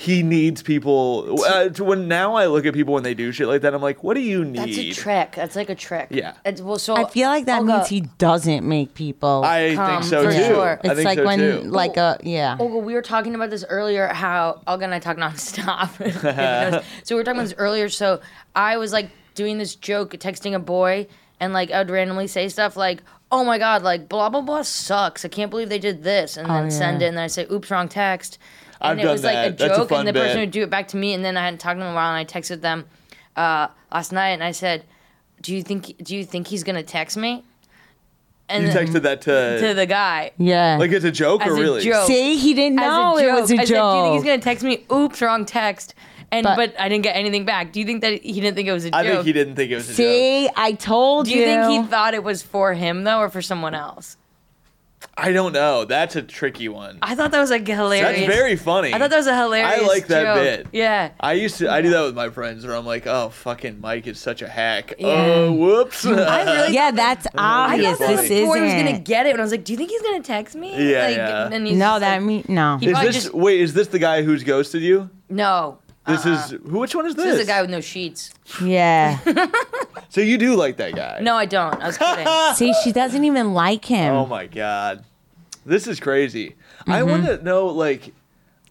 he needs people. Uh, to when now I look at people when they do shit like that, I'm like, what do you need?
That's a trick. That's like a trick.
Yeah.
It's, well, so
I feel like that
Olga,
means he doesn't make people.
I
Come,
think so
for
too.
sure.
I
it's
think
like
so
when
too.
like a yeah.
Olga, Oh, we were talking about this earlier. How Olga and I talk nonstop. *laughs* If you
*laughs*
notice. so we were talking about this earlier. So I was like doing this joke, texting a boy, and like I would randomly say stuff like, "Oh my god, like blah blah blah sucks. I can't believe they did this," and then
yeah.
send it, and then I say, "Oops, wrong text."
Oh, I've
And it
done
was like a
that. That's a
joke,
fun
and the person
bit.
would do it back to me, and then I hadn't talked to them in a while, and I texted them uh, last night, and I said, "Do you think? Do you think he's gonna text me?" And
you
then-
texted that to,
*laughs* to the guy.
Yeah.
like it's a joke
As
or
a
really?
joke.
See, he didn't
As
know
a joke.
it was a
I
joke.
said, do you think he's gonna text me? Oops, wrong text. And
But-
but, I didn't get anything back. Do you think that he didn't think it was a joke?
I think he didn't think it was a joke.
See, I told
Do
you.
you think he thought it was for him though, or for someone else?
I don't know. That's a tricky one.
I thought that was like hilarious.
That's very funny.
I thought that was a hilarious.
I like that
joke.
bit.
Yeah.
I used to I do that with my friends where I'm like, oh fucking Mike is such a hack.
Yeah.
Oh whoops. *laughs*
I really
yeah, that's
I
obvious.
thought that
This
the boy was gonna
isn't.
get it, and I was like, "Do you think he's gonna text me?"
Yeah,
Like,
yeah.
And he's
No,
just
that
like,
mean no.
He-
is
I
this
just-
wait, is this the guy who's ghosted you?
no.
This is who which one is this?
Uh-uh. This is a guy with no sheets.
Yeah.
so you do like that guy.
No, I don't. I was
*laughs*
kidding.
See, she doesn't even like him.
Oh my god. This is crazy. I
Mm-hmm.
want to know like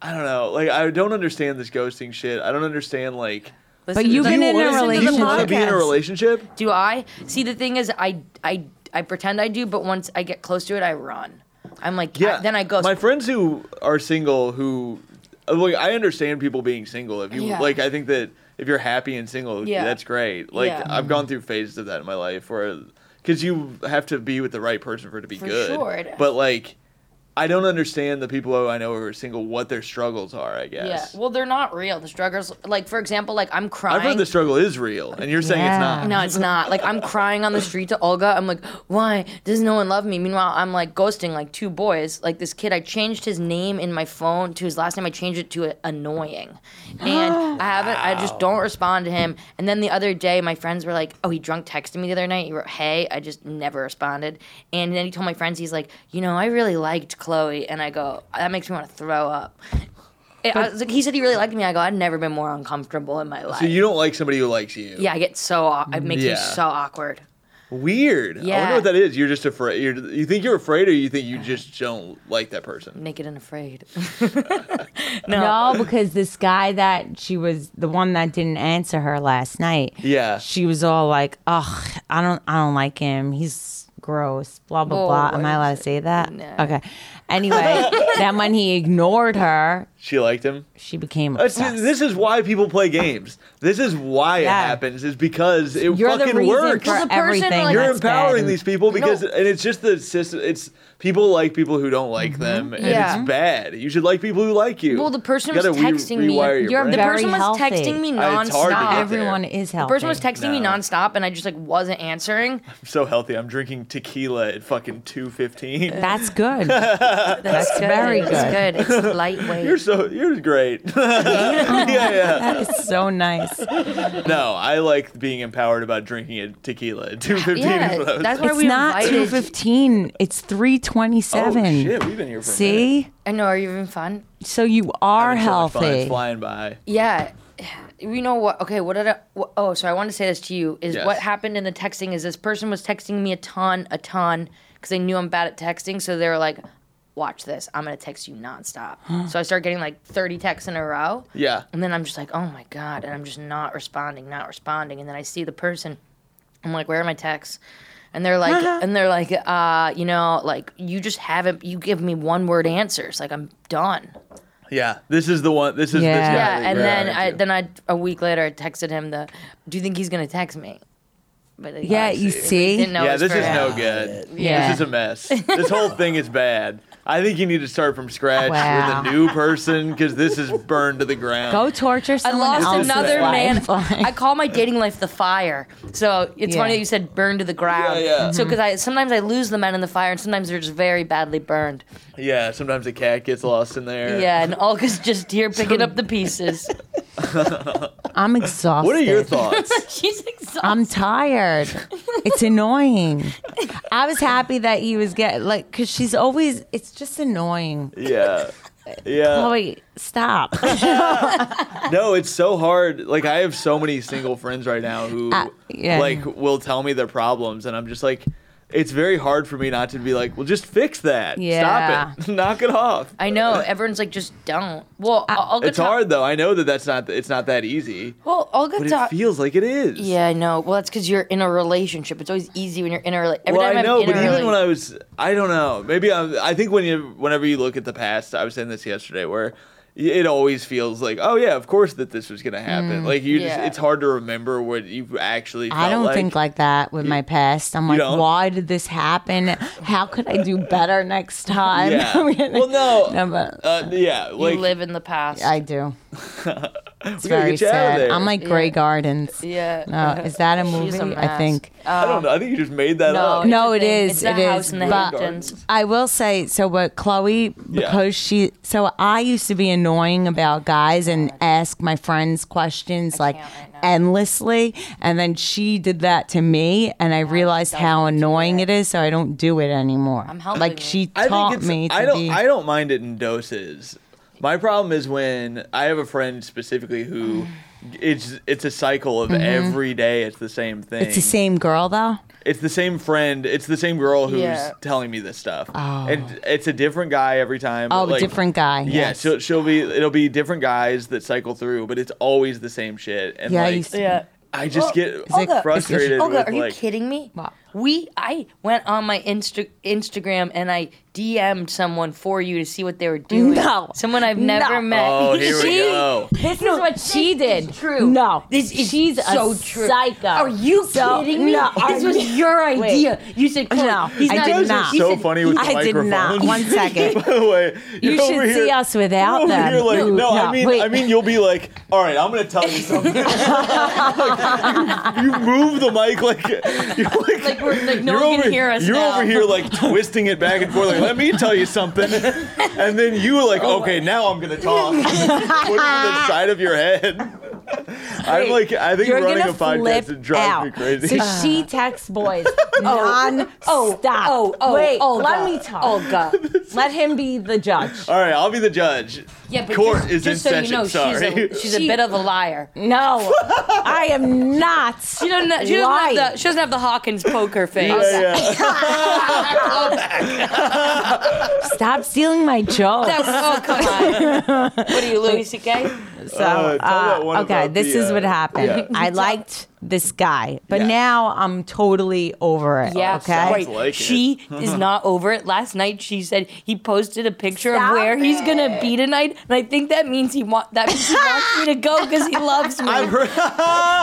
I don't know. Like I don't understand this ghosting shit. I don't understand like
Listen
you've
to
been
the-
in a
listen to the
do you want to be in a
podcast.
relationship?
Do I? See, the thing is, I, I, I pretend I do, but once I get close to it, I run. I'm like,
Yeah.
I- then I go.
My friends who are single who uh, like I understand people being single. If you
Yeah.
like I think that if you're happy and single,
Yeah.
that's great. Like
Yeah.
I've gone through phases of that in my life where cuz you have to be with the right person for it to be
For
good.
sure.
But like I don't understand the people who I know who are single what their struggles are, I guess.
Yeah. Well, they're not real. The struggles, like for example, like I'm crying.
I've heard the struggle is real and you're saying
Yeah.
it's not.
No, it's not. Like I'm crying on the street to Olga. I'm like, why does no one love me? Meanwhile, I'm like ghosting like two boys. Like this kid, I changed his name in my phone to his last name. I changed it to annoying, and
*gasps*
I haven't. I just don't respond to him. And then the other day, my friends were like, oh, he drunk texted me the other night. He wrote, hey. I just never responded. And then he told my friends, he's like, you know, I really liked Chloe. And I go, that makes me want to throw up. I was like, he said he really liked me. I go, I've never been more uncomfortable in my life.
So you don't like somebody who likes you.
Yeah, I get so au- it makes
Yeah.
me so awkward.
Weird. I wonder
Yeah.
what that is. You're just afraid. You're, you think you're afraid, or you think you just don't like that person.
Naked and *laughs* afraid.
No, because this guy that she was the one that didn't answer her last night.
Yeah.
She was all like, "Ugh, I don't, I don't like him. He's gross." Blah blah
Oh,
blah. Am
what
I allowed
is
to say that?
No.
Okay.
*laughs*
Anyway, then when he ignored her,
She liked him.
she became
That's-
obsessed.
Uh, This is why people play games. This is why
Yeah.
it happens. Is because it
You're the
fucking
reason
works.
for
Well, the person,
everything.
like-
You're
that's
empowering
bad.
these people because,
No.
and it's just the system. It's people like people who don't like them, and
Yeah.
it's bad. You should like people who like you.
Mm-hmm. Well, the person
You
was
gotta re-
texting me.
rewire your
You're- the
brain.
Very
person was
healthy.
texting me
Uh, it's hard to get
nonstop.
there.
Everyone is
The
healthy.
person was texting me
No.
nonstop, and I just like wasn't answering.
I'm so healthy. I'm drinking tequila at fucking two fifteen.
*laughs*
That's good. That's very
It's
good.
good. It's lightweight.
*laughs* You're so you're great. *laughs* yeah, yeah.
That is so nice.
No, I like being empowered about drinking a tequila at two fifteen. *laughs*
yeah, that's why
It's
we
not two
invited.
fifteen. It's three twenty
Oh
seven.
shit, we've been here for a minute.
See,
I know. Are you having fun?
so you are
It's really fun. It's
healthy.
flying by.
Yeah. You know what? Okay, what did I? What, oh, so I want to say this to you is
Yes.
what happened in the texting is this person was texting me a ton, a ton, because they knew I'm bad at texting. So they were like, "Watch this, I'm gonna text you nonstop." so I start getting like 30 texts in a row.
Yeah.
And then I'm just like, "Oh my god!" And I'm just not responding, not responding. And then I see the person. I'm like, "Where are my texts?" And they're like, and they're like, uh, you know, like you just haven't. You give me one word answers. Like I'm done.
Yeah, this is the one. This is
Yeah.
this guy.
Yeah,
that
and
we're
then
into.
I then I a week later I texted him the, do you think he's gonna text me? But it-
Yeah,
I
you
didn't
see.
know. it
yeah,
was
this
for
is
him.
no good.
Yeah.
This is a mess.
*laughs*
This whole thing is bad. I think you need to start from scratch
Wow.
with a new person because this is burned to the ground.
Go torture
I
someone
lost
else's
another man.
life.
*laughs* I call my dating life the fire. So it's
Yeah.
funny that you said burn to the ground.
Yeah, yeah.
So because I sometimes I lose the men in the fire and sometimes they're just very badly burned.
yeah, sometimes a cat gets lost in there.
Yeah, and Olga's just here picking *laughs* up the pieces. *laughs*
I'm exhausted.
What are your thoughts?
*laughs*
She's exhausted.
I'm tired. It's annoying. I was happy that he was getting like because she's always. It's just annoying.
yeah. Yeah.
Chloe,
*laughs*
stop.
No, it's so hard. Like I have so many single friends right now who
Uh, yeah.
like will tell me their problems and I'm just like it's very hard for me not to be like, well, just fix that.
Yeah.
Stop it. *laughs* Knock it off.
I know everyone's like just don't. Well, Olga.
It's
ta-
hard though. I know that that's not it's not that easy,
Well, Olga.
but
ta-
it feels like it is.
Yeah, I know. Well, that's because you're in a relationship. It's always easy when you're in a relationship.
Well, I know,
I'm in
but
a
even
rela-
when I was, I don't know. Maybe I, I think when you, whenever you look at the past, I was saying this yesterday, where it always feels like, oh yeah, of course that this was gonna happen. like you,
yeah.
just, it's hard to remember what you actually. Felt
I don't
like.
think like that with my past. I'm like,
don't?
why did this happen? How could I do better next time? *laughs*
Yeah. well, no.
but
Uh, yeah, like
you live in the past.
I
*laughs*
do. It's
gotta
very
get you out of
sad.
there.
I'm like Grey Gardens.
yeah.
No, is that a
She's
movie?
a
I
mess.
think.
I don't know. I think you just made that
No,
up.
it's
No,
a
it
thing.
is,
It's that
it
house
is,
in the
but-
Hamptons.
I will say so. What Chloe because she so I used to be annoying about guys and ask my friends questions like
can't right now.
endlessly, and then she did that to me, and I realized how annoying it is, so I don't do it anymore.
I'm helping
like
you.
she
I
taught
think it's,
me to
I don't
be.
I don't mind it in doses. My problem is when I have a friend specifically who
*sighs*
it's it's a cycle of every day it's the same thing.
Mm-hmm. it's the same girl though.
It's the same friend, it's the same girl who's
Yeah.
telling me this stuff. And it's a different guy every time.
Oh,
but, like,
different guy.
Yeah,
yes.
she'll, she'll be it'll be different guys that cycle through, but it's always the same shit. And
Yeah, I
like
used to-
Yeah.
I just get
Olga, is it-
frustrated
Oh, Olga,
with
are you
like
kidding me?
Wow.
We I went on my Insta- Instagram and I DM'd someone for you to see what they were doing.
No.
Someone I've
No.
never met.
Oh, here we
*laughs* She-
go.
This is what she did.
true.
No,
This is
she's
so
a
true.
psycho.
Are you
So-
kidding me?
No,
this was your
Wait.
idea. You said Chloe,
No,
he's
I
not
did
even-
not.
he
so
said-
funny with the
I did not.
*laughs* microphones.
One second.
By the way,
You
you're
should
over
see
here-
us without
you're over
them.
Here like,
No,
no,
no,
I mean,
wait.
I mean, you'll be like, all right, I'm gonna tell
*laughs*
you something. *laughs* Like, you, you move the mic like *laughs* you're like,
Like, we're- like, no
you're
one can
over,
hear us
You're
now.
over here like twisting it back and forth. Like, let me tell you something, *laughs* and then you were like,
Oh
okay, now I'm gonna talk. *laughs* Put it to the side of your head. *laughs* I'm like, I think
You're
running
gonna
a podcast
flip
it drives
out.
me crazy. *laughs*
So *laughs* she texts boys *laughs* non-stop.
Oh, oh, oh,
Wait,
Olga.
let me talk.
Olga.
*laughs*
Let him be the judge.
all right, I'll be the judge.
Yeah, but
Court
just,
is
just so
in session,
you know,
sorry.
she's, a,
*laughs*
she's a
She-
bit of a liar.
*laughs* No, I am not.
She doesn't, have- she, doesn't
lying.
have the, she doesn't have the Hawkins poker face.
Yeah, yeah. *laughs*
Stop stealing my jokes.
That was- *laughs* oh, come on. what are you, Louis C.K.?
Uh,
So,
tell that
uh,
one
okay,
about
this
the,
is
uh,
what happened.
yeah.
I liked this guy, but
Yeah.
now I'm totally over it.
Yeah,
okay.
wait.
like it. Mm-hmm.
she is not over it. Last night she said he posted a picture
Stop
of where he's
it.
gonna be tonight, and I think that means he want that means he wants me to go because he loves
*laughs*
me.
I've heard,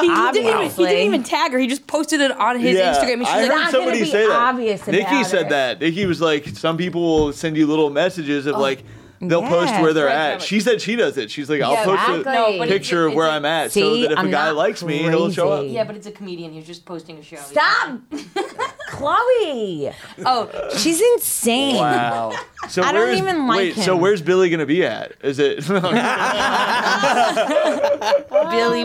he, he didn't even, he
Obviously.
didn't even tag her. He just posted it on his
yeah,
Instagram. And
I
she's
heard
like,
so-
"Ah,
somebody
be
say that.
obvious
Nikki
about
said
it.
that. Nikki was like, some people will send you little messages
Oh,
of like, they'll post
yeah.
where they're
Right,
at.
right.
She said she does it. She's like, I'll
Yeah,
post
exactly.
No,
a
but it's-
picture of
it's
where
a-
I'm at so
See,
that if
I'm
a guy
not
likes me, he'll show up.
crazy.
yeah, but it's a comedian. He was just posting a show.
Stop, *laughs* Chloe.
Oh,
She's insane.
Wow. So
I don't
where's-
even like
wait, so
him.
where's Billy gonna be at? Is it? *laughs*
Billy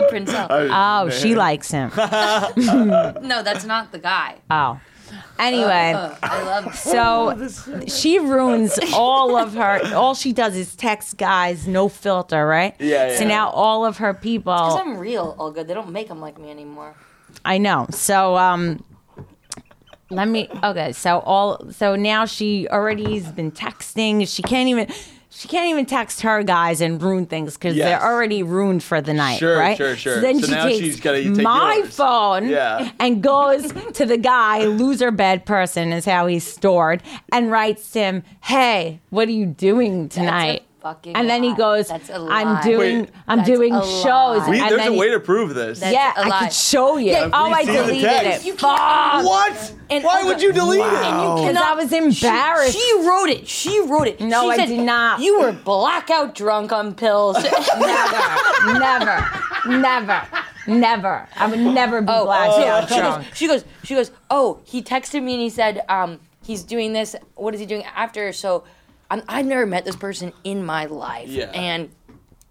Prinsell.
Oh, she likes him.
No, that's not the guy.
Oh. Anyway,
Uh, I love him.
Oh,
so she ruins all of her. All she does is text guys, no filter, right?
Yeah,
So
yeah.
now all of her people.
Because I'm real, Olga. They don't make them like me anymore.
I know. So um let me okay, so all so now she already has been texting. She can't even she can't even text her guys and ruin things because
Yes.
they're already ruined for the night,
Sure,
right?
sure, sure.
So then
So
she
now
takes
she's gotta take
my
yours.
phone
Yeah.
and goes to the guy, loser bed person is how he's stored, and writes him, "Hey, what are you doing tonight?"
fucking
and then he
lie.
goes,
That's a
"I'm
lie.
doing,
Wait.
I'm
That's
doing
a
shows."
lie.
we,
and
there's
then
a
he-
way to prove this.
That's-
yeah,
a
I
lie.
could show you.
Yeah,
oh,
we
I
see the
deleted
text.
it. Fuck.
what?
And
Why
Olga-
would you delete it?
Because I was embarrassed.
She, she wrote it. She wrote it.
No,
she
I
said,
did not.
You were blackout drunk on
*laughs*
pills.
never, never, never, never. I would never be
Oh,
blacked
she,
out
goes,
drunk.
she goes, she goes, oh, he texted me and he said, um, he's doing this. What is he doing after? So I'm, I've never met this person in my life.
Yeah.
And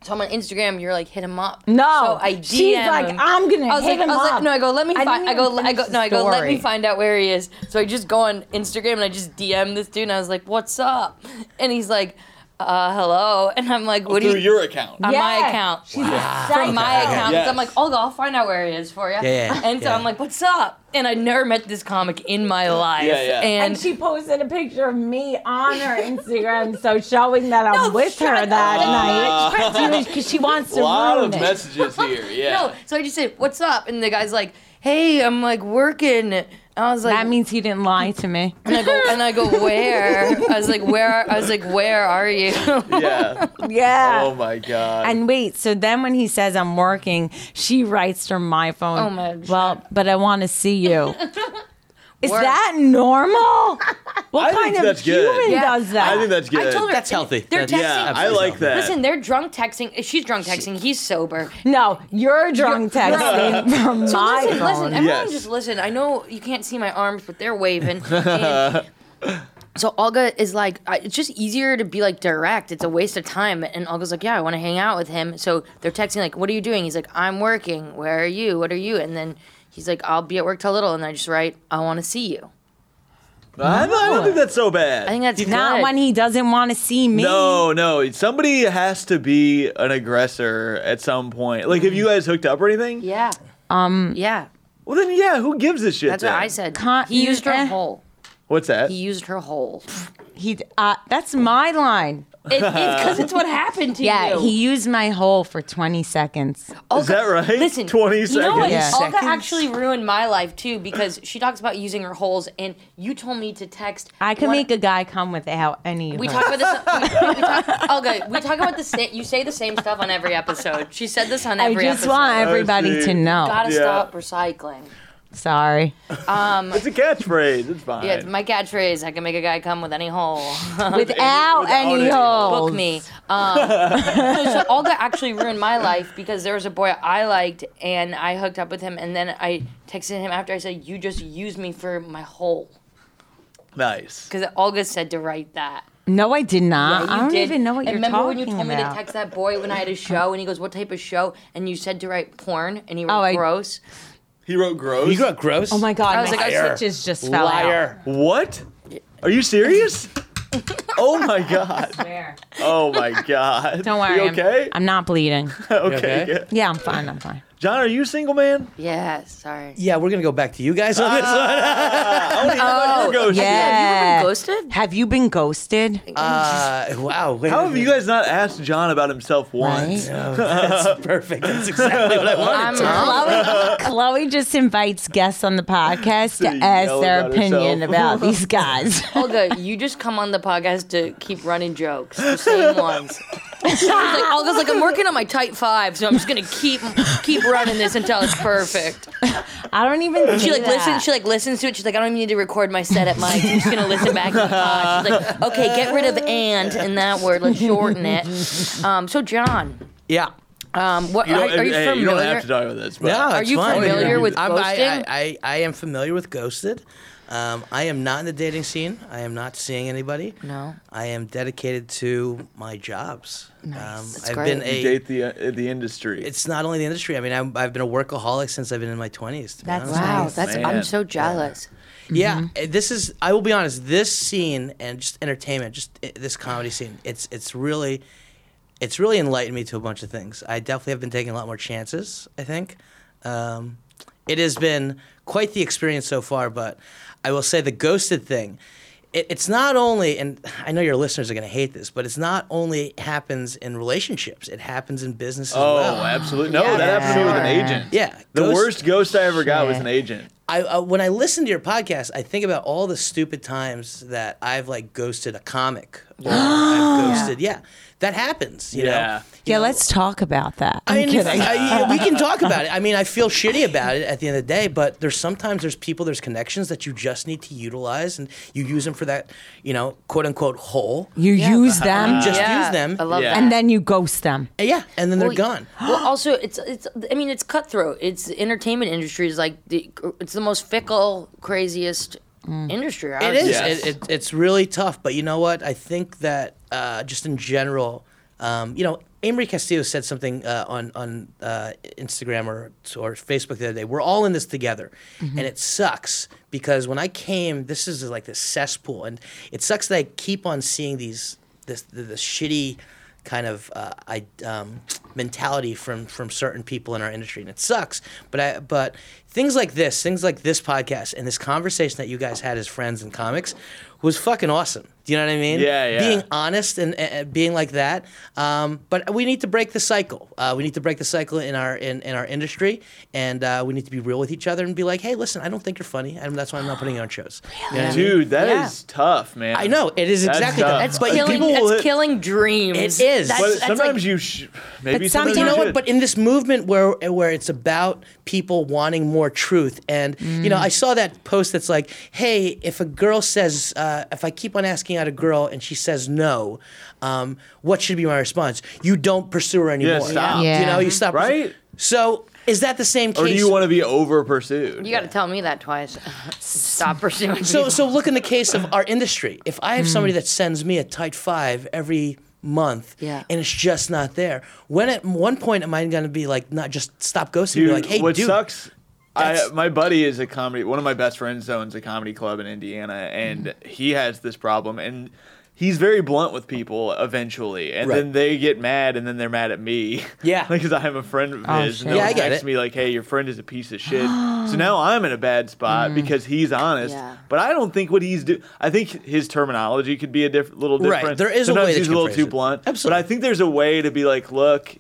so I'm on Instagram. You're like, hit him up.
No,
So I DM
she's like,
him.
I'm gonna
I was
hit
like,
him
I was
up.
like, no, I go, let me
I
find,
didn't
I go,
even
I go,
finish
no,
the
I go, let me
story.
find out where he is. So I just go on Instagram and I just DM this dude and I was like, what's up? And he's like, uh, hello. And I'm like, what do
Through
you,
your account.
on my
Yeah.
account
She's a
from my
psycho.
account.
Yes.
I'm like, Olga, I'll find out where he is for you.
yeah,
and so
yeah.
I'm like, what's up? And I never met this comic in my life.
Yeah, yeah.
And,
And
*laughs*
she posted a picture of me on her Instagram, so showing that I'm
No,
with her
shut
that
up.
night because she wants
A
to
lot
ruin
of
*laughs*
it.
messages here. Yeah.
no, so I just said, what's up? And the guy's like, hey, I'm like working. And I was like,
That means he didn't lie to me.
and I go, and I go, where? I was like, where? I was like, where are you?
Yeah.
Yeah.
Oh my god.
And wait, so then when he says I'm working, she writes from my phone.
Oh, my God.
Well, but I want to see you. Is
Work.
that normal? What
I
kind
think
of
that's good.
human
Yeah.
does that?
I think that's good.
I told her
That's healthy.
They're
That's-
texting.
yeah, I like
*laughs*
that.
Listen, they're drunk texting. She's drunk texting. He's sober.
no, you're drunk texting from
So
my
listen,
phone.
listen, everyone
Yes.
just listen. I know you can't see my arms, but they're waving. And so Olga is like, I- it's just easier to be like direct. It's a waste of time. And Olga's like, yeah, I want to hang out with him. So they're texting like, what are you doing? He's like, I'm working. Where are you? What are you? And then he's like, I'll be at work till little. And I just write, I want to see you.
I, I don't think that's so bad.
I think that's
Not
good.
when he doesn't want to see me.
No, no. Somebody has to be an aggressor at some point. Like, have you guys hooked up or anything?
Mm-hmm. Yeah. Um. Yeah.
Well, then, yeah. Who gives a shit?
That's what
then?
I said.
Con-
he used her
eh.
whole.
What's that?
He used her whole.
He uh, that's my line.
It, it's because it's what happened *laughs* to
Yeah,
you.
he used my hole for 20 seconds.
Olga,
Is that right? *laughs*
Listen,
20
You know what?
seconds.
Olga
Seconds?
actually ruined my life too because she talks about using her holes, and you told me to text.
I can
one-
make a guy come without any.
We
hole.
talk about this. We, we
*laughs*
talk, Olga, we talk about the same. You say the same stuff on every episode. She said this on
I
every
just
episode.
want everybody
see.
to know.
Gotta
Yeah.
stop recycling.
Sorry.
It's a catchphrase. It's fine.
Yeah, it's my catchphrase. I can make a guy come with any hole. *laughs*
Without any
any
holes.
book me. Um, *laughs* so Olga actually ruined my life because there was a boy I liked and I hooked up with him and then I texted him after I said, "You just used me for my whole,"
nice.
because Olga said to write that.
No, I did not.
Yeah, you
I don't
did.
even know what
And
you're
remember
talking
when you told
about.
me to text that boy when I had a show and he goes, "What type of show?" and you said to write porn and he
Oh,
wrote
I-
gross.
He wrote gross.
You got gross.
oh my god,
I was
my
like, I
Liar.
stitches just fell
liar.
what? Are
*laughs*
you serious? oh my god.
out.
Oh my god.
Don't worry.
You
I'm-
okay?
I'm,
*laughs*
not bleeding.
okay.
okay?
good.
Yeah, I'm fine. I'm fine.
John, are you a single man?
Yeah, sorry.
Yeah, we're gonna go back to you guys on this one.
I want to hear about your ghost.
Yeah.
Have you ever been ghosted?
Have you been ghosted?
Uh, *laughs* wow. wait a
How have you
minute.
guys not asked John about himself once?
Right?
That's perfect. That's exactly what I wanted.
I'm *laughs*
Chloe, Chloe just invites guests on the podcast
To
to ask
yell
their
about herself.
opinion
*laughs*
about these guys. *laughs*
Olga, you just come on the podcast to keep running jokes, the same ones. She's like, Olga's like, I'm working on my type five, so I'm just gonna keep keep running this until it's perfect.
I don't even.
She
do
like
that.
listens. She like listens to it. She's like, I don't even need to record my set at mic. I'm just gonna listen back. To the pod. She's like, okay, get rid of and in that word. Let's shorten it. Um, so John,
*laughs* yeah.
um, what are,
You,
are you
hey, you
familiar?
don't have to talk about this. But
No,
Are
it's
you
fine.
familiar with
I'm, I,
ghosting?
I, I, I am familiar with ghosted. Um, I am not in the dating scene. I am not seeing anybody.
No.
I am dedicated to my jobs. Um,
That's
I've
great.
been
You
a.
date the uh, the industry.
It's not only the industry. I mean, I'm, I've been a workaholic since I've been in my 20s. to be
That's
honest.
wow,
Nice.
that's I'm
Man.
so jealous.
Yeah, uh, this is. I will be honest. This scene and just entertainment, just uh, this comedy scene. It's it's really, it's really enlightened me to a bunch of things. I definitely have been taking a lot more chances. I think, um, it has been quite the experience so far. But I will say the ghosted thing. It, it's not only, and I know your listeners are going to hate this, but it's not only happens in relationships. It happens in business as
oh,
well.
absolutely. No, that happened to me with an agent.
Yeah,
The
ghost-
worst ghost I ever got was
Shit.
an agent.
I uh, when I listen to your podcast, I think about all the stupid times that I've like ghosted a comic
*gasps*
or I've ghosted. Yeah, that happens. You
Yeah.
know.
Yeah, let's talk about that. I'm
I mean,
kidding.
I- I- we can talk about it. I mean,
*laughs*
I feel shitty about it at the end of the day, but there's sometimes there's people, there's connections that you just need to utilize, and you use them for that, you know, quote unquote hole.
you
Uh-huh.
use them,
Just
Yeah,
use them.
I love
Yeah.
that.
and then you ghost them.
And yeah, and then they're
Well,
gone.
*gasps* Well, also it's it's I mean it's cutthroat. It's the entertainment industry is like the it's the most fickle, craziest
Mm.
industry. I
It
would
is.
say.
Yes.
It, it, it's really tough, but you know what? I think that uh, just in general, um, you know, Amory Castillo said something uh, on on uh, Instagram or or Facebook the other day. We're all in this together, and it sucks because when I came, this is like this cesspool, and it sucks that I keep on seeing these this the, the shitty kind of uh, I, um, mentality from from certain people in our industry, and it sucks. But I, but things like this, things like this podcast, and this conversation that you guys had as friends and comics was fucking awesome. Do you know what I mean?
Yeah, yeah.
Being honest and, and being like that. Um, but we need to break the cycle. Uh, we need to break the cycle in our in, in our industry, and uh, we need to be real with each other and be like, hey, listen, I don't think you're funny, and that's why I'm not putting you on shows. You know what I mean?
Dude, that is
Yeah.
tough, man.
I know it is
That's
exactly
tough.
that.
That's
but
killing.
people will
That's
hit-
killing dreams.
It is.
That's,
But
that's
sometimes
like,
you sh- maybe sometimes
But sometimes-
you know
you
what?
should.
But in this movement where where it's about people wanting more truth, and you know, I saw that post that's like, "Hey, if a girl says, uh, if I keep on asking out a girl and she says no, um, what should be my response? You don't pursue her anymore.
stop.
Yeah.
You know, you stop. pursu-
Right?
So is that the same case?
or do you want to be over pursued?
you got to tell me that twice. *laughs* Stop pursuing.
So,
me.
so look in the case of our industry. If I have somebody that sends me a tight five every month,
Yeah.
and it's just not there, when at one point am I going to be like, not just stop ghosting? Be like, hey,
what
dude,
sucks? I,
that's-
my buddy is a comedy. One of my best friends owns a comedy club in Indiana, and
Mm-hmm.
he has this problem. And he's very blunt with people. Eventually, and
Right.
then they get mad, and then they're mad at me. *laughs*
Yeah.
because I am a friend of
Oh,
his.
shit.
and they'll
Yeah, I get
text
it.
me like, "Hey, your friend is a piece of shit."
*gasps*
so now I'm in a bad
Mm.
spot because he's honest.
Yeah.
But I don't think what he's do. I think his terminology could be a diff- little
Right.
different.
There is a
Sometimes
way that
he's
you
a
can
little
phrase
too
it.
blunt. But I
Absolutely.
think there's a way to be like, look.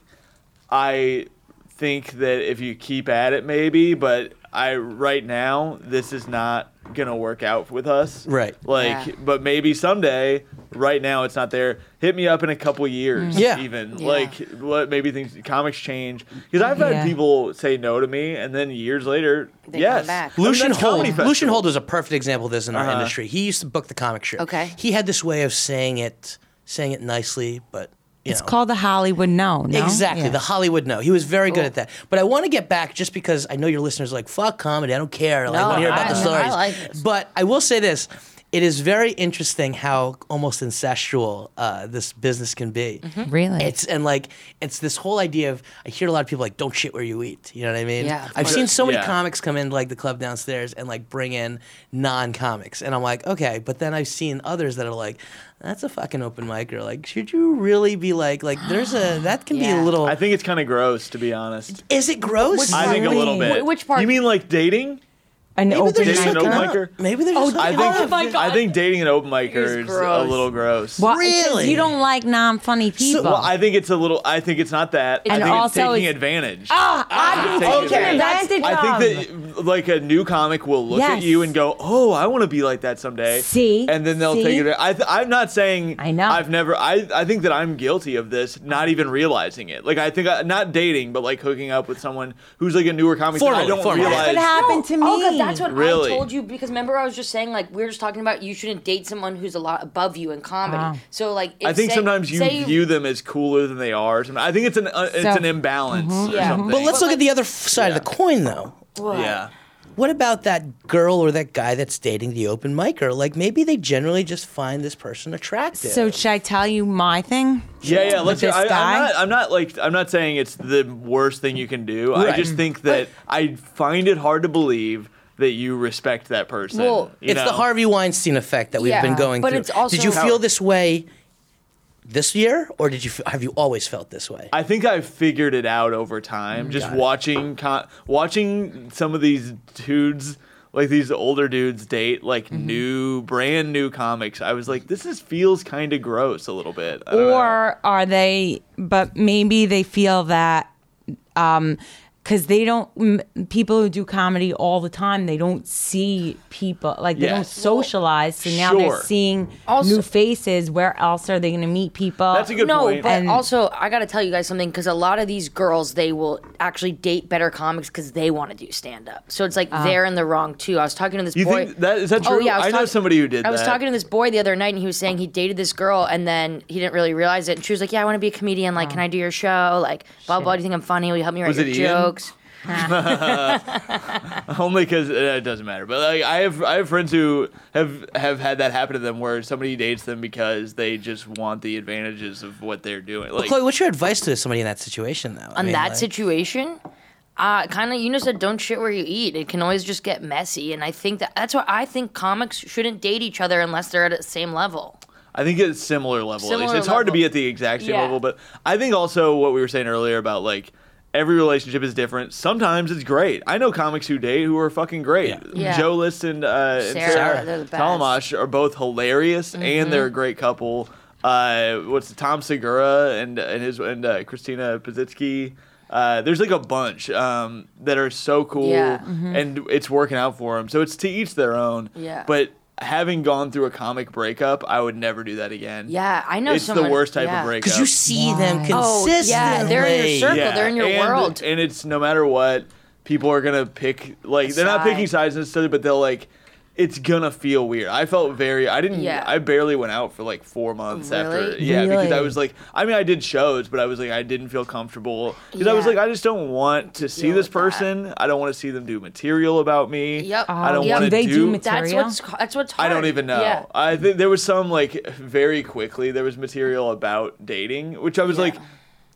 I think that if you keep at it, maybe. But I right now, this is not gonna work out with us.
Right.
Like,
Yeah.
but maybe someday. Right now, it's not there. Hit me up in a couple years.
Yeah.
Even
Mm-hmm. Yeah.
like what maybe things comics change because I've had
Yeah.
people say no to me and then years later
They come
yes
back.
I mean,
Lucian
that's comedy
Hold. Lucian
festival. Uh-huh.
Hold was a perfect example of this in our industry. He used to book the comic strip.
Okay.
He had this way of saying it, saying it nicely, but you
It's
know.
called the Hollywood No. no?
Exactly,
Yeah.
the Hollywood no. He was very good at that. But I want to get back just because I know your listeners are like, fuck comedy, I don't care. Like, I
No,
want to hear about
I-
the stories.
I like this.
But I will say this it is very interesting how almost incestual uh, this business can be.
Mm-hmm.
Really?
It's and like it's this whole idea of I hear a lot of people like don't shit where you eat. You know what I mean?
Yeah, of
I've
course.
seen so many
Yeah.
comics come into like the club downstairs and like bring in non-comics, and I'm like, okay. But then I've seen others that are like, that's a fucking open mic. Or like, should you really be like like there's a that can be
Yeah.
a little.
I think it's kind of gross to be honest.
is it gross?
I think a little
Really?
bit.
Wh- which part?
You mean like dating?
an
Maybe they're
open
just
Dating an
hooking
open
up.
micer?
Maybe they're just.
I
hooking
think
up.
my God.
I think dating an open micer
He's
is a
gross.
little gross.
Why- because
Really?
You don't like non-funny people.
Well, I think it's a little. I think it's not that. I
And
think
also
it's taking
it's-
advantage.
ah, I've been
Taking
taken advantage
I
of.
think that like a new comic will look at
Yes.
you and go, "Oh, I want to be like that someday."
See?
and then they'll
See?
take it. I th- I'm not saying
I know.
I've never. I I think that I'm guilty of this, not even realizing it. Like I think I, not dating, but like hooking up with someone who's like a newer comic. that I
Formally,
don't
formally.
That's
realize.
what happened to me.
Oh, 'cause that's what
Really?
I told you. Because remember, I was just saying like we were just talking about you shouldn't date someone who's a lot above you in comedy.
Wow.
So like, if,
I think
say-
sometimes you
say
view them as cooler than they are. Sometimes- I think it's an uh, it's
So- mm-hmm.
an imbalance or
Yeah.
something.
But let's
But
look at the other f- side of the coin, though.
What?
yeah.
What about that girl or that guy that's dating the open micer? Like maybe they generally just find this person attractive.
So should I tell you my thing?
Yeah, yeah. Let's.
this
I,
guy?
I'm, not, I'm not like. I'm not saying it's the worst thing you can do. I
Right.
just think that I find it hard to believe that you respect that person.
Well,
you
it's
know?
the Harvey Weinstein effect that we've
Yeah,
been going
but
through.
it's also-
did you feel this way this year, or did you f- have you always felt this way?
I think I've figured it out over time. Just watching, con- watching some of these dudes, like these older dudes, date like
Mm-hmm.
new, brand new comics. I was like, this is feels kind of gross a little bit. I don't know.
Or are they? But maybe they feel that because they don't. M- people who do comedy all the time, they don't see people like they don't
Yes.
socialize. So now they're
Sure.
seeing
Also-
new faces. Where else are they going to meet people?
That's a good
no,
point.
but
And-
also I gotta tell you guys something because a lot of these girls they will actually date better comics because they want to do stand up. So it's like
Ah.
they're in the wrong too. I was talking to this
you
boy.
think that is that true?
Oh yeah, I, was
know
talking-
somebody who did.
I was
that.
talking to this boy the other night, and he was saying he dated this girl, and then he didn't really realize it. And she was like, "Yeah, I want to be a comedian.
Oh.
Like, can I do your show? Like, blah blah. Do you think I'm funny? Will you help me write
Was
your
it Ian?
jokes?"
*laughs* Only because it doesn't matter. But like, I have I have friends who have have had that happen to them where somebody dates them because they just want the advantages of what they're doing. Like,
Chloe, what's your advice to somebody in that situation, though? I
On
mean,
that
like-
situation, uh, kind of you just said, "Don't shit where you eat." It can always just get messy, and I think that that's why I think comics shouldn't date each other unless they're at the same level.
I think it's similar level. at least.
Similar
It's hard to
level.
be at the exact same
Yeah.
level, but I think also what we were saying earlier about like Every relationship is different. Sometimes it's great. I know comics who date who are fucking great.
Yeah.
Yeah.
Joe List and, uh, and
Sarah,
Sarah,
they're the best. Mm-hmm.
Talamash are both hilarious and they're a great couple. Uh, what's Tom Segura and and his and uh, Christina Pazitsky. Uh, there's like a bunch um, that are so cool
Yeah. Mm-hmm.
and it's working out for them. So it's to each their own.
Yeah.
But having gone through a comic breakup, I would never do that again.
Yeah, I know
It's
someone-
the worst type
yeah.
of breakup.
Because you see them
Oh,
consistently.
yeah, they're in your circle. They're in your
and,
world.
And it's no matter what, people are gonna pick like they're not
side.
picking sides necessarily, but they'll like it's gonna feel weird. I felt very I didn't
Yeah.
I barely went out for like four months after
Really?
yeah, because I
Really?
was like I mean I did shows, but I was like I didn't feel comfortable. Because I was
Yeah.
like, I just don't want to see
Deal
this
with that.
person. I don't want to see them do material about me.
Yep.
I don't
Oh,
want to
do
they
do,
do material?
That's what's that's what's
I
hard.
don't even know.
Yeah.
I th- there was some like very quickly there was material about dating, which I was
Yeah.
like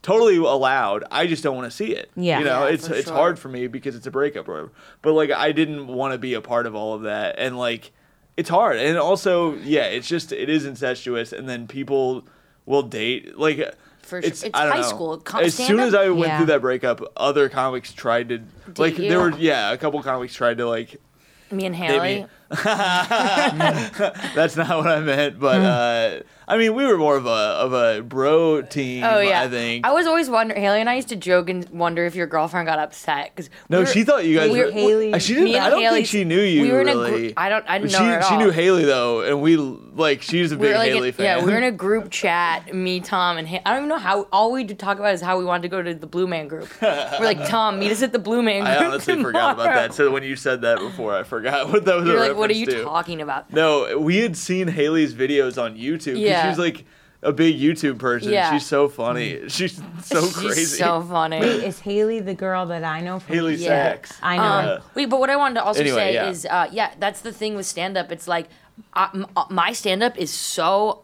totally allowed. I just don't want to see it.
Yeah.
you know,
Yeah,
it's
for
it's
sure.
hard for me because it's a breakup or whatever. But like I didn't want to be a part of all of that, and like it's hard. And also, yeah, it's just it is incestuous, and then people will date like.
For
it's,
sure. It's
I don't
high
know.
school. Co-
As soon
stand-up?
as I went
Yeah.
through that breakup, other comics tried to like
you?
there were yeah a couple comics tried to like
Me and
they
Haley.
mean- That's not what I meant, but uh, I mean we were more of a of a bro team.
Oh yeah,
I think.
was always wondering. Haley and I used to joke and wonder if your girlfriend got upset because
no, she thought you guys.
We were,
were, Uh,
Haley-
She didn't.
me and
I don't think
Haley's-
she knew you.
we were in a gr-
really.
I don't- I didn't
But
know
she,
her at
She
all.
knew Haley though, and we like she's a
we
big
were like,
Haley
in,
fan.
yeah, we were in a
*laughs*
group chat. Me, Tom, and Haley. I don't even know how. All we did talk about is how we wanted to go to the Blue Man Group. we're like, Tom, meet us at the Blue Man Group.
I honestly forgot about
tomorrow."
that. So when you said that before, I forgot *laughs* what that was. a
You're like, what are
reference
you
to.
talking about?
No, we had seen Haley's videos on YouTube. 'cause
Yeah.
she's like a big YouTube person.
Yeah. Mm.
She's so funny. She's so
*laughs*
crazy.
She's so funny.
*laughs*
Is Haley the girl that I know from?
Haley Uh,
Yeah.
Sachs.
I know.
Um,
her.
Wait, but what I wanted to also
Anyway,
say
yeah.
is, uh, yeah, that's the thing with stand up. It's like I, m- uh, my stand up is so,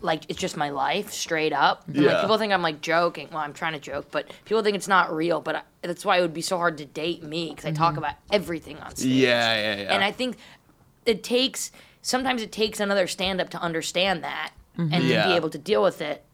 like, it's just my life straight up. And,
Yeah.
Like, people think I'm like joking. Well, I'm trying to joke, but people think it's not real. But I, that's why it would be so hard to date me because I talk about everything on stage.
Mm-hmm. Yeah, yeah, yeah.
And I think it takes, sometimes it takes another stand up to understand that and to be
Mm-hmm. Yeah.
able to deal with it.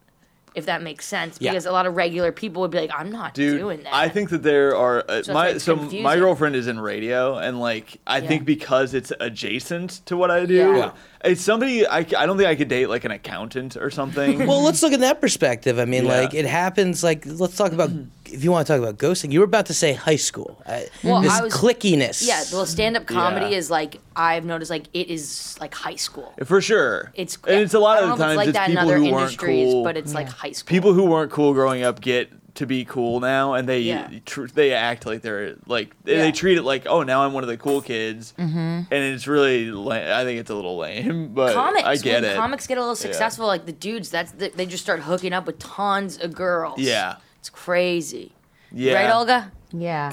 If that makes sense,
Yeah.
because a lot of regular people would be like, "I'm not
Dude,
doing that."
I think that there are uh,
So it's,
my
like,
so my
confusing.
girlfriend is in radio, and like I
Yeah.
think because it's adjacent to what I do,
Yeah. Yeah.
it's somebody I, c- I don't think I could date like an accountant or something.
*laughs* well, let's look at that perspective. I mean,
Yeah.
like it happens. Like let's talk about if you want to talk about ghosting. You were about to say high school. I,
Well,
this
I was-
clickiness.
Yeah, well, stand up comedy
Yeah.
is like I've noticed like it is like high school.
for sure.
It's
and it's a lot
I don't
of the
know if
times
it's like
it's,
that in
people
other
who
industries,
weren't cool,
but it's like high school.
people who weren't cool growing up get to be cool now and they
Yeah.
tr- they act like they're like they-
Yeah. Mm-hmm.
they treat it like oh now i'm one of the cool kids and it's really la- i think it's a little lame *laughs* but
comics
i get
when
it
comics get a little successful, like the dudes, that's the, they just start hooking up with tons of girls.
yeah
it's crazy.
yeah
Right, Olga?
*laughs*
yeah.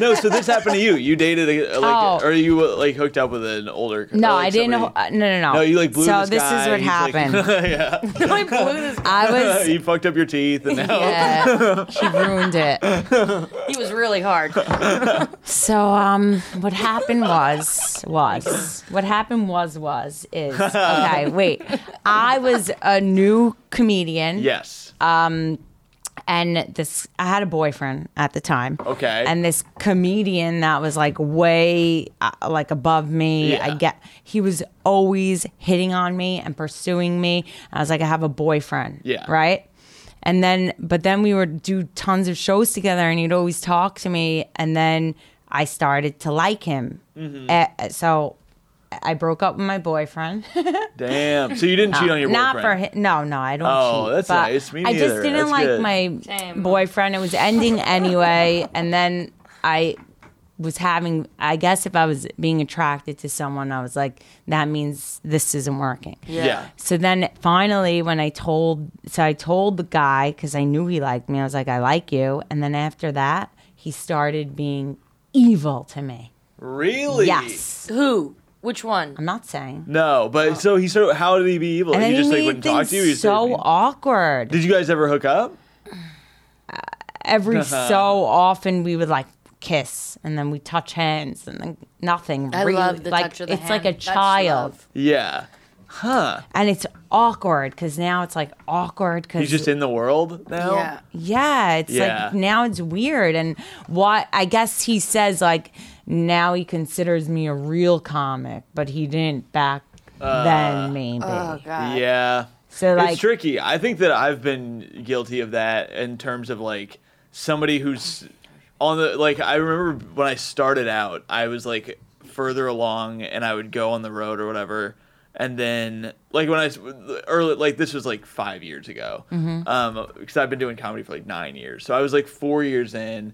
no, so this happened to you. You dated a, a- like,
Oh.
or you uh, like hooked up with an older.
No,
or, like,
I didn't. ho-
somebody-
uh, no, no, no.
No, you like blew
So
this
this
guy,
is what
he's, like- *laughs*
happened.
I blew this guy.
*laughs* I was.
you fucked up your teeth, and now
Yeah, she *laughs* ruined it.
He was really hard.
So, um, what happened was was what happened was was is okay. Wait, I was a new comedian.
yes,
Uh, and this I had a boyfriend at the time.
Okay.
And this comedian that was like way uh, like above me.
Yeah.
I get he was always hitting on me and pursuing me. I was like I have a boyfriend.
Yeah.
Right? And then but then we would do tons of shows together and he'd always talk to me and then I started to like him.
Mm-hmm.
Eh, eh, so I broke up with my boyfriend. *laughs*
damn. So you didn't cheat on your
Not
boyfriend.
for him. No, no, I don't.
Oh,
cheat,
that's
but
nice. Me
I
neither.
just didn't
That's
like
good.
my
Same.
boyfriend. It was ending anyway, and then I was having. I guess if I was being attracted to someone, I was like, that means this isn't working.
*laughs* Yeah.
So then finally, when I told, so I told the guy because I knew he liked me. I was like, I like you, and then after that, he started being evil to me.
really?
Yes,
Who? Which one?
I'm not saying.
No, but so he sort of how did he be evil?
And then
he just
he
like
made
wouldn't talk
things
to you. He just
so
didn't-
awkward.
Did you guys ever hook up?
every
*laughs*
so often we would like kiss and then we touch hands and then nothing
I
really
love the
like
touch of the
it's
hand.
like a
That's
child
love.
Yeah. Huh.
and it's awkward because now it's like awkward because
He's just in the world now?
Yeah.
Yeah, it's
Yeah.
like now it's weird. And why? I guess he says like now he considers me a real comic, but he didn't back
Uh,
then. Maybe
Oh god.
Yeah.
So, like-
it's tricky. I think that I've been guilty of that in terms of like somebody who's on the like I remember when I started out, I was like further along and I would go on the road or whatever. And then like when I s- early like this was like 5 years ago.
Mm-hmm.
Um because I've been doing comedy for like 9 years. So I was like 4 years in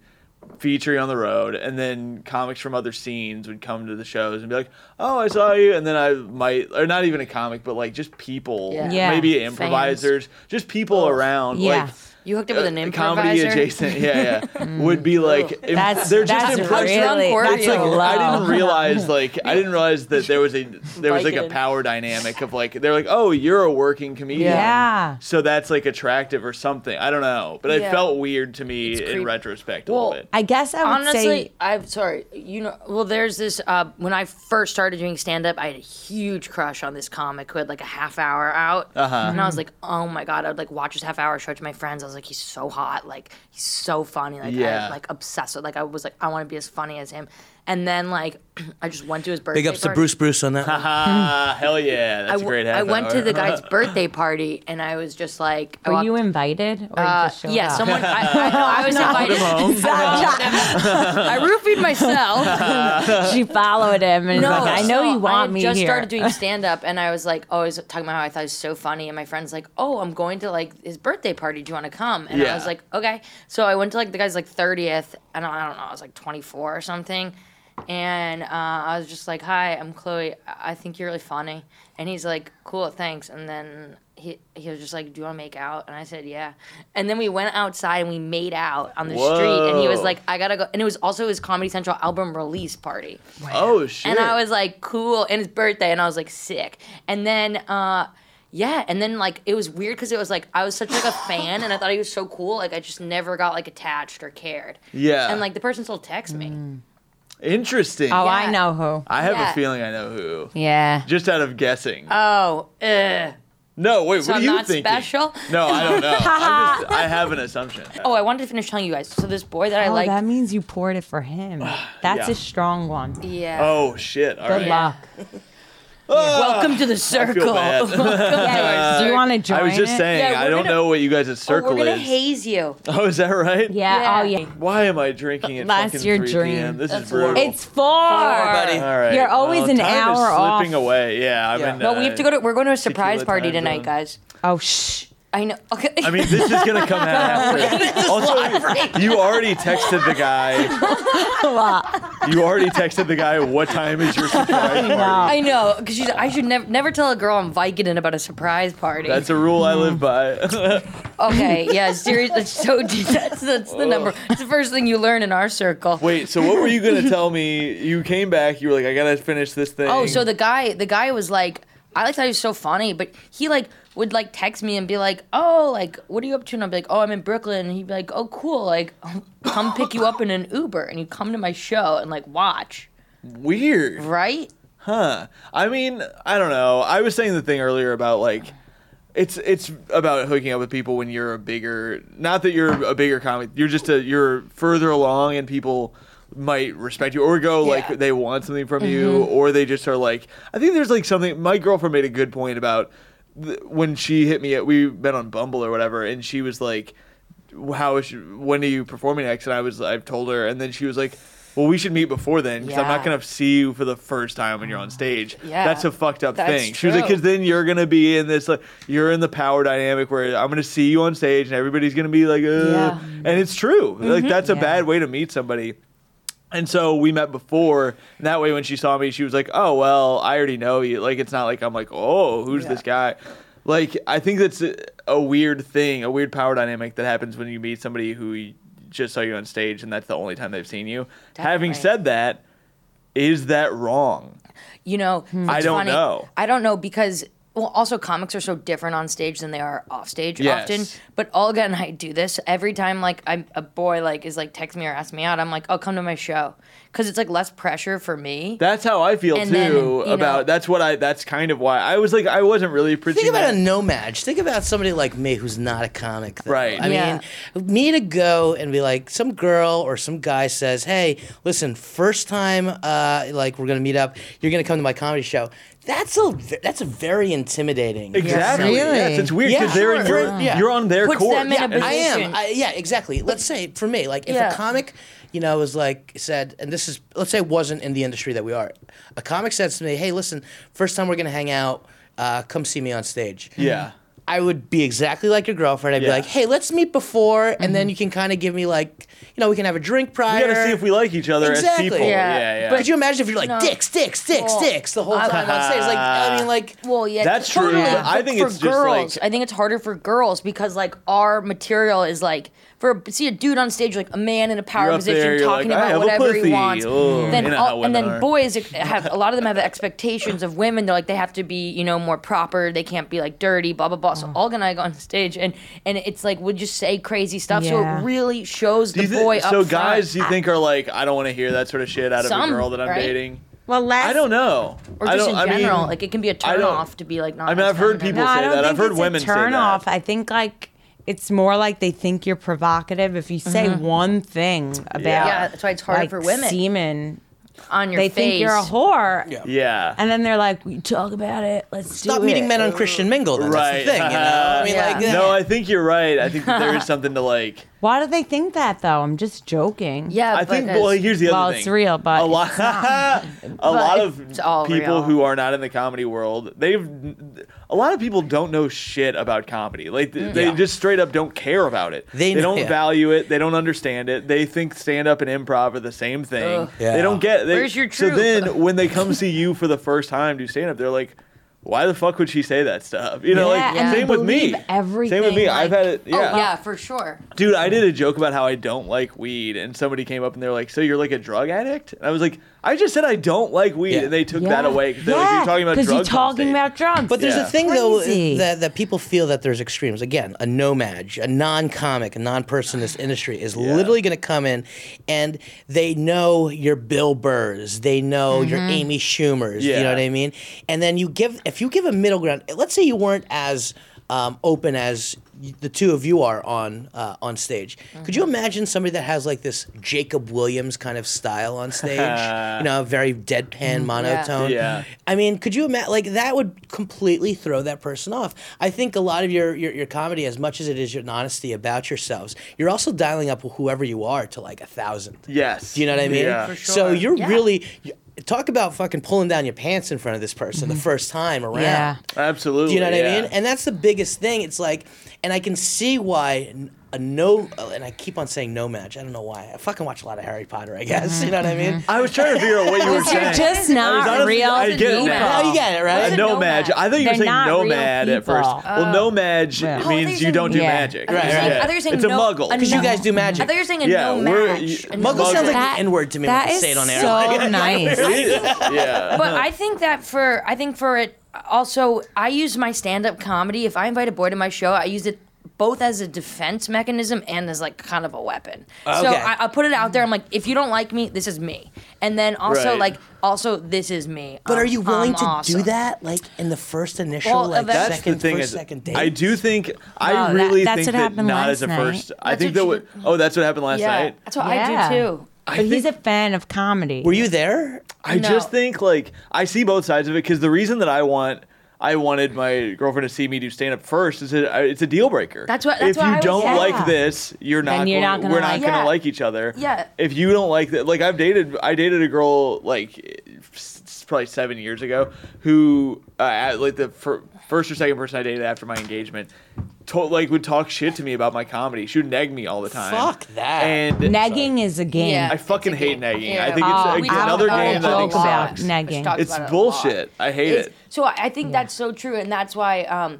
featuring on the road and then comics from other scenes would come to the shows and be like oh i saw you and then i might or not even a comic but like just people
Yeah.
Yeah.
maybe improvisers just people around
Yeah.
like
You hooked up with an
uh,
improviser. Mm.
comedy adjacent
*laughs*
yeah yeah would be like im-
that's
they're just
that's
impressed
really
How drunk were
that's
you?
like low.
I didn't realize like I didn't realize that there
*laughs*
was a there was like a
Viking.
power dynamic of like they're like oh you're a working comedian
Yeah.
so that's like attractive or something I don't know but it
Yeah.
felt weird to me in
creep-
retrospect a
Well,
little bit
I guess I would
honestly
say
i'm sorry you know well there's this uh, when i first started doing stand-up i had a huge crush on this comic who had like a half hour out
Uh-huh.
and i
Mm-hmm.
was like oh my god i would like watch his half hour show it to my friends i was like he's so hot like he's so funny like
Yeah.
i'm like obsessed with like i was like i want to be as funny as him and then like *clears throat* i just went to his birthday
Big ups to
party.
Bruce Bruce on that. one.
Ah, hell yeah.
I
That's a
w-
great
I
half
went to
hour.
the
*laughs*
guy's birthday party and i was just like I
were
walked-
you invited or you just showed
uh, yeah,
*laughs* up?
someone. I, I, no,
*laughs*
I was *laughs* invited. *laughs* I roofied myself.
she followed him and
No,
was like, I know
so
you want
I had
me
just
here.
started doing stand up, and I was like, always talking about how I thought it was so funny, and my friend's like, "Oh, I'm going to like his birthday party. Do you want to come?" And I
Yeah.
was like, "Okay." So I went to like the guy's like 30th, and I don't know, I was like 24 or something, and uh, I was just like, "Hi, I'm Chloe. I I think you're really funny," and he's like, "Cool, thanks." And then. He, he was just like, "Do you want to make out?" And I said, "Yeah." And then we went outside and we made out on the street. And he was
Whoa.
like, "I gotta go." And it was also his Comedy Central album release party.
Oh shit.
And I was like, cool. And his birthday, and I was like, sick. And then, uh, yeah, and then like it was weird because it was like I was such
*laughs*
like a fan, and I thought he was so cool. Like I just never got like attached or cared.
Yeah. Mm.
And like the person still texts me.
interesting.
oh, I
yeah.
know who.
I have
yeah.
a feeling I know who.
Yeah.
Just out of guessing.
Oh, uh,
no, wait.
so
what
I'm
do you
not
think?
special?
No, I
*laughs*
don't know. i just, I have an assumption.
Oh, I wanted to finish telling you guys. So this boy that I
Oh,
like,
that means you poured it for him. That's
Yeah.
a strong one. Good
yeah.
Oh shit. All right.
luck.
Welcome to the circle. *laughs*
bad.
Yeah,
Uh,
do you want to join?
I was just
it?
saying,
Yeah,
I
we're
don't
gonna-
know what you guys'
Oh,
circle
we're gonna
is.
haze you.
*laughs* oh, is that right?
Yeah.
Yeah.
Oh, yeah.
Why am I drinking at
Last
fucking
your
3
dream.
PM? This
That's
is brutal.
horrible.
It's four.
buddy.
All right.
You're always
well,
an
time
hour
is
off.
slipping away. Yeah. uh, I'm
Yeah.
in,
No, we have to go to. We're going to a surprise
tequila
party
time
tonight,
zone.
guys.
Oh, shh.
I know. Okay.
I mean, this is gonna
*laughs*
come out after. also, you already texted the guy. You already texted the guy. What time is your surprise party?
I know, because I should never never tell a girl I'm Vicodin about a surprise party.
That's a rule I live by.
*laughs*
*laughs*
okay, yeah, seriously, that's so *laughs* that's, that's the number. It's the first thing you learn in our circle.
Wait, so what were
*laughs*
you gonna tell me? You came back. You were like, I gotta finish this thing.
Oh, so the guy, the guy was like, I like thought he was so funny, but he like would like text me and be like, "Oh, like what are you up to?" And I'd be like, "Oh, I'm in Brooklyn." And he'd be like, "Oh, cool. Like *laughs* come pick you up in an Uber and you come to my show and like watch."
weird,
Right?
huh? I mean, I don't know. I was saying the thing earlier about like. It's it's about hooking up with people when you're a bigger not that you're a bigger comic you're just a you're further along and people might respect you or go
Yeah.
like they want something from you or they just are like I think there's like something my girlfriend made a good point about th- when she hit me at we met on Bumble or whatever and she was like how is she, when are you performing next? And I was, I've told her, and then she was like, well, we should meet before then because I'm
Yeah.
not gonna see you for the first time when you're on stage.
Yeah.
that's a fucked up
That's
thing. She was like,
true.
because then you're gonna be in this like you're in the power dynamic where I'm gonna see you on stage and everybody's gonna be like, Ugh.
Yeah.
and it's true. Like
Mm-hmm.
that's a
Yeah.
bad way to meet somebody. And so we met before, and that way when she saw me, she was like, "Oh well, I already know you." Like it's not like I'm like, "Oh, who's this guy?" Like I think that's a, a weird thing, a weird power dynamic that happens when you meet somebody who you- just saw you on stage, and that's the only time they've seen you. Having
Definitely.
said that, is that wrong?
You know, it's
Hmm. I don't
funny.
know.
I don't know because well, also comics are so different on stage than they are off stage
Yes.
often. But Olga and I do this every time. Like I'm, a boy like is like texting me or asking me out. I'm like, oh, come to my show because it's like less pressure for me.
That's how I feel
And
too
then, you know-
about. That's what I. That's kind of why I was like I wasn't really preaching.
Think about
that.
a no match. Think about somebody like me who's not a comic. Though.
Right.
I
Yeah.
mean, me to go and be like, some girl or some guy says, "Hey, listen, first time, uh, like we're gonna meet up. You're gonna come to my comedy show." That's a that's a very intimidating.
exactly.
Really?
Yes, it's weird because
Yeah,
they're in
sure.
your,
Yeah.
you're on their
Puts
court.
them in a
And-
position
I am. I, yeah, exactly. Let's say for me, like if
Yeah.
a comic, you know, was like said, and this is let's say wasn't in the industry that we are. A comic says to me, "Hey, listen, first time we're gonna hang out. Uh, come see me on stage."
Yeah.
I would be exactly like your girlfriend. I'd
Yeah.
be like, "Hey, let's meet before, and then you can kind of give me like, you know, we can have a drink
We
prior."
gotta see if we like each other
Exactly.
as people. Yeah,
Yeah.
yeah.
Could you imagine if you're like
No.
dicks, dicks, dicks,
Well,
dicks the whole
I-
*laughs*
time on stage? Like, I mean, like,
Well, yeah,
That's true,
totally.
but I
But
think
for
it's just,
girls,
like-
I think it's harder for girls because like our material is like for see a dude on stage like a man in a power
You're up
position
there, you're
talking
like, "I
about
have a
whatever he
pussy."
wants.
Oh,
then
you know
all-
how
and then
women are.
boys have a lot of them have expectations of women. They're like they have to be you know more proper. They can't be like dirty. Blah blah blah.
Mm.
So Olga and I go on stage and and it's like we just say crazy stuff. So
Yeah.
it really shows
Do
the
you thi-
boy. up
so
front.
guys, you think are like I don't want to hear that sort of shit out of
Some,
a girl that I'm
right?
dating.
Well, last
I don't know.
or
I
just in
don't, I mean,
general, like it can be a
I
turn
don't-
off to be like not.
I mean,
as
I've heard
feminine.
people say that. I've heard women say that.
turn off. I think like it's more like they think you're provocative if you say one thing about
Yeah, that's why it's harder
like,
for women.
Semen,
on your
they
face.
think you're a whore.
Yeah.
Yeah.
And then they're like, we talk about it. Let's
stop
do
meeting
it."
men on Christian Mingle. Then.
right.
That's the thing, you know? I
*laughs*
mean,
Yeah.
like,
no, I think you're right. I think that there
*laughs*
is something to like.
Why do they think that though? I'm just joking.
Yeah,
I
but
think.
that's-
Well, here's the other
Well,
thing.
it's real, but
a lot,
it's
*laughs* a lot of
it's all
people
real.
who are not in the comedy world, they've a lot of people don't know shit about comedy. Like
Mm.
th- they just straight up don't care about it.
They know-
don't
yeah.
value it. They don't understand it. They think stand up and improv are the same thing.
Ugh.
Yeah.
They don't get. They,
Where's your
So
truth? *laughs*
then when they come see you for the first time do stand up, they're like. Why the fuck would she say that stuff? You know,
Yeah,
like
and
same with me.
believe
Same with
everything,
me. I've
like-
had it.
Oh yeah, for sure.
Dude, I did a joke about how I don't like weed, and somebody came up and they're like, "So you're like a drug addict?" And I was like, "I just said I don't like weed,"
Yeah.
and they took
Yeah.
that away because like,
Yeah,
you're talking about
'cause
drugs.
you're
on
talking
stage."
about drugs.
But there's
Yeah.
a thing though
Crazy.
that, that people feel that there's extremes. Again, a nomad, a non-comic, a non-person in this industry is literally going to come in, and they know your Bill Burrs, they know your Amy Schumers. You
Yeah.
know what I mean? And then you give if you give a middle ground. Let's say you weren't as um, open as y- the two of you are on uh, on stage. Could you imagine somebody that has like this Jacob Williams kind of style
*laughs*
on stage? you know, very deadpan, monotone.
Yeah.
I mean, could you imagine? Like that would completely throw that person off. I think a lot of your, your your comedy, as much as it is your honesty about yourselves, you're also dialing up whoever you are to like a thousand.
Yes.
Do you know what I mean?
Yeah.
So you're
Yeah.
really you- talk about fucking pulling down your pants in front of this person the first time around.
Yeah.
Absolutely.
Do you know what
yeah.
I mean? And that's the biggest thing. It's like, and I can see why n- a no, uh, and I keep on saying no match. I don't know why. I fucking watch a lot of Harry Potter. I guess you know what I mean.
I was trying to figure out what you were
You're
saying.
just
I was
not
honestly-
real
I get it
people.
now.
Now you get it, right?
A
a
nomad.
nomad?
I thought you were
They're
saying
not real
nomad at
people.
first. well, nomad j-
Yeah.
Oh, I thought
means
you
you
said-
don't do
Yeah.
magic.
I,
Right, right.
thought
Oh,
Yeah.
you were saying
It's a
no-
muggle.
Because you
no-
guys do
I
magic.
thought you were saying a
Yeah,
no
we're-
match.
you-
a
Muggle
sounds like
That-
the N word to me when
That
I
is
say it on air. *laughs*
so nice.
*laughs* yeah.
But I think that for I think for it also I use my stand up comedy. If I invite a boy to my show, I use it both as a defense mechanism and as like kind of a weapon. So
Okay.
I, I put it out there. I'm like, if you don't like me, this is me. And then also
Right.
like also this is me.
But
Um,
are you willing
I'm
to
awesome.
do that, like in the first initial,
Well,
like
that's the
second, first,
is,
second date?
I do think I
Oh, that-
really
that's
think
what
that
happened
not
last
as a
night.
first. I
That's
think
what
that
she-
would. Oh, that's what happened last
Yeah,
night.
that's what
Yeah.
I do too.
But he's a fan of comedy.
Were you there?
I
No.
just think like I see both sides of it because the reason that I want I wanted my girlfriend to see me do stand up first is a, it's a deal breaker.
That's what- that's
if
what
you
I was-
don't
Yeah.
like this, you're not.
Then you're
gonna,
not gonna
we're
like-
not gonna
Yeah.
like each other.
Yeah.
If you don't like that, like I've dated I dated a girl like s- s- probably seven years ago who uh, at, like the fir- first or second person I dated after my engagement. To, like would talk shit to me about my comedy. She would neg me all the time.
Fuck that.
And
Negging is a game.
Yeah.
I fucking
It's a
hate
game.
nagging.
Yeah. uh,
I think it's,
Oh,
it's
I don't
another
know.
game that I
Joke
think
about
sucks.
sucks. nagging.
She talks
It's
about it a lot.
bullshit. I hate
It's-
it.
So I I think that's so true, and that's why um,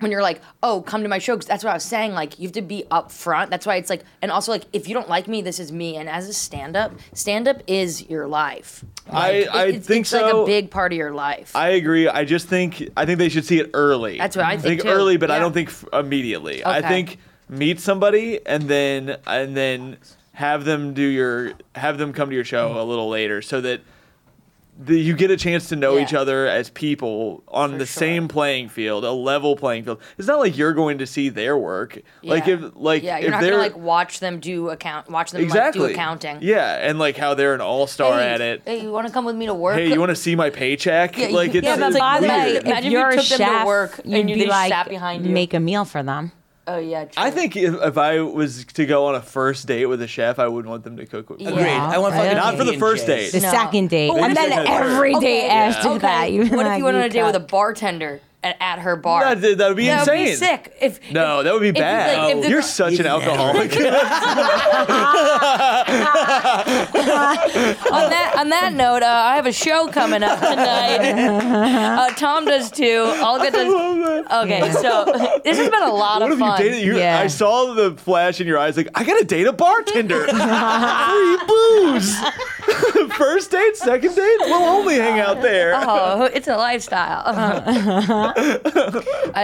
when you're like, oh, come to my show, 'cause that's what I was saying. Like, you have to be upfront. That's why it's like, and also like, if you don't like me, this is me. And as a stand-up, stand-up is your life.
I,
It-
I
it's,
think
it's
so.
like a big part of your life.
I agree. I just think I think they should see it early.
That's what I think, too.
early, but I
Yeah.
don't think f- immediately. I
Okay.
think meet somebody and then and then have them do your have them come to your show a little later so that the, you get a chance to know
Yeah.
each other as people on the
sure.
same playing field, a level playing field. It's not like you're going to see their work. Like
Yeah.
if like
yeah,
if
you're not
they're
gonna like watch them do account, watch them
exactly
like, do accounting.
Yeah, and like how they're an all star
hey,
at it.
Hey, you want to come with me to work?
Hey, you want to see my paycheck?
Yeah, you-
like it's
yeah,
but
it's
by the
weird.
way,
Imagine
if
if you
you're a
took them
chef,
to work and
you'd
you-
be
they
like,
sat behind you.
make a meal for them.
Oh yeah. True.
I think if, if I was to go on a first date with a chef, I would want them to cook with me.
Agreed.
Yeah.
I want fucking
Not for the first date.
The
No.
second date,
Maybe
and then
second date.
every
Okay,
day after
okay.
that, you
what if
like,
you went on a date with a
cook.
bartender at, at her bar?
That, that would be
That would
insane.
be sick. If
No,
if-
that would be
if you,
bad.
like, if the
You're
girl-
such an alcoholic. *laughs*
on that on that note, uh, I have a show coming up tonight. Uh, Tom does too. I'll get
*laughs*
to. Okay, so *laughs* this has been a lot of
What if you
Oh, fun.
dated? You,
Yeah.
I saw the flash in your eyes, like I gotta date
*laughs*
a bartender. Free booze. *laughs* First date, second date, we'll only hang out there.
Oh, it's a
*laughs*
lifestyle. Uh,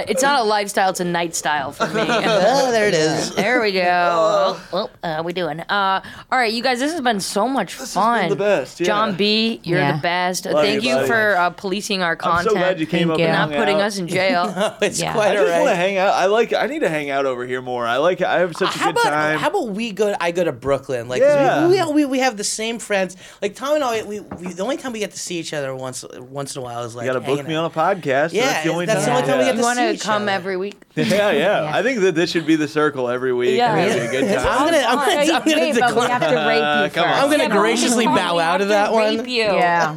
it's not a lifestyle; it's a night style for
*laughs*
me.
Oh, there it *laughs* is.
there we go. Oh, oh, uh, we doing? Uh, all right, you guys. This has been so much fun.
the best, yeah.
John B, you're
Yeah.
the best.
Love
Thank
you,
you
buddy.
for uh, policing our
I'm
content.
so glad you came
Thank
up
you.
and
not
hung
putting
out.
us in
*laughs*
jail.
Oh, It's
Yeah.
quite
I
all
just want to
right.
hang out. I like. I need to hang out over here more. I like. I have such a
how
good
about
time.
how about we go? I go to Brooklyn. Like 'cause
Yeah.
we, we, we we have the same friends. Like Tom and I, we, we the only time we get to see each other once once in a while is like
you gotta book
hanging
me on
out.
a podcast.
Yeah,
that's the only
that's the
time.
only time we
yeah.
get
You
to
want
see
to
each
come
other.
every week?
yeah, *laughs* yeah,
Yeah.
I think that this should be the circle every week.
Yeah.
Yeah, a good
I'm
time.
gonna *laughs* I'm gonna,
Hey,
I'm gonna
babe,
decline.
but
We have to rape you
come on.
first.
I'm gonna
Yeah, but
*laughs*
graciously
we
bow out of that
have to
one.
rape you.
yeah,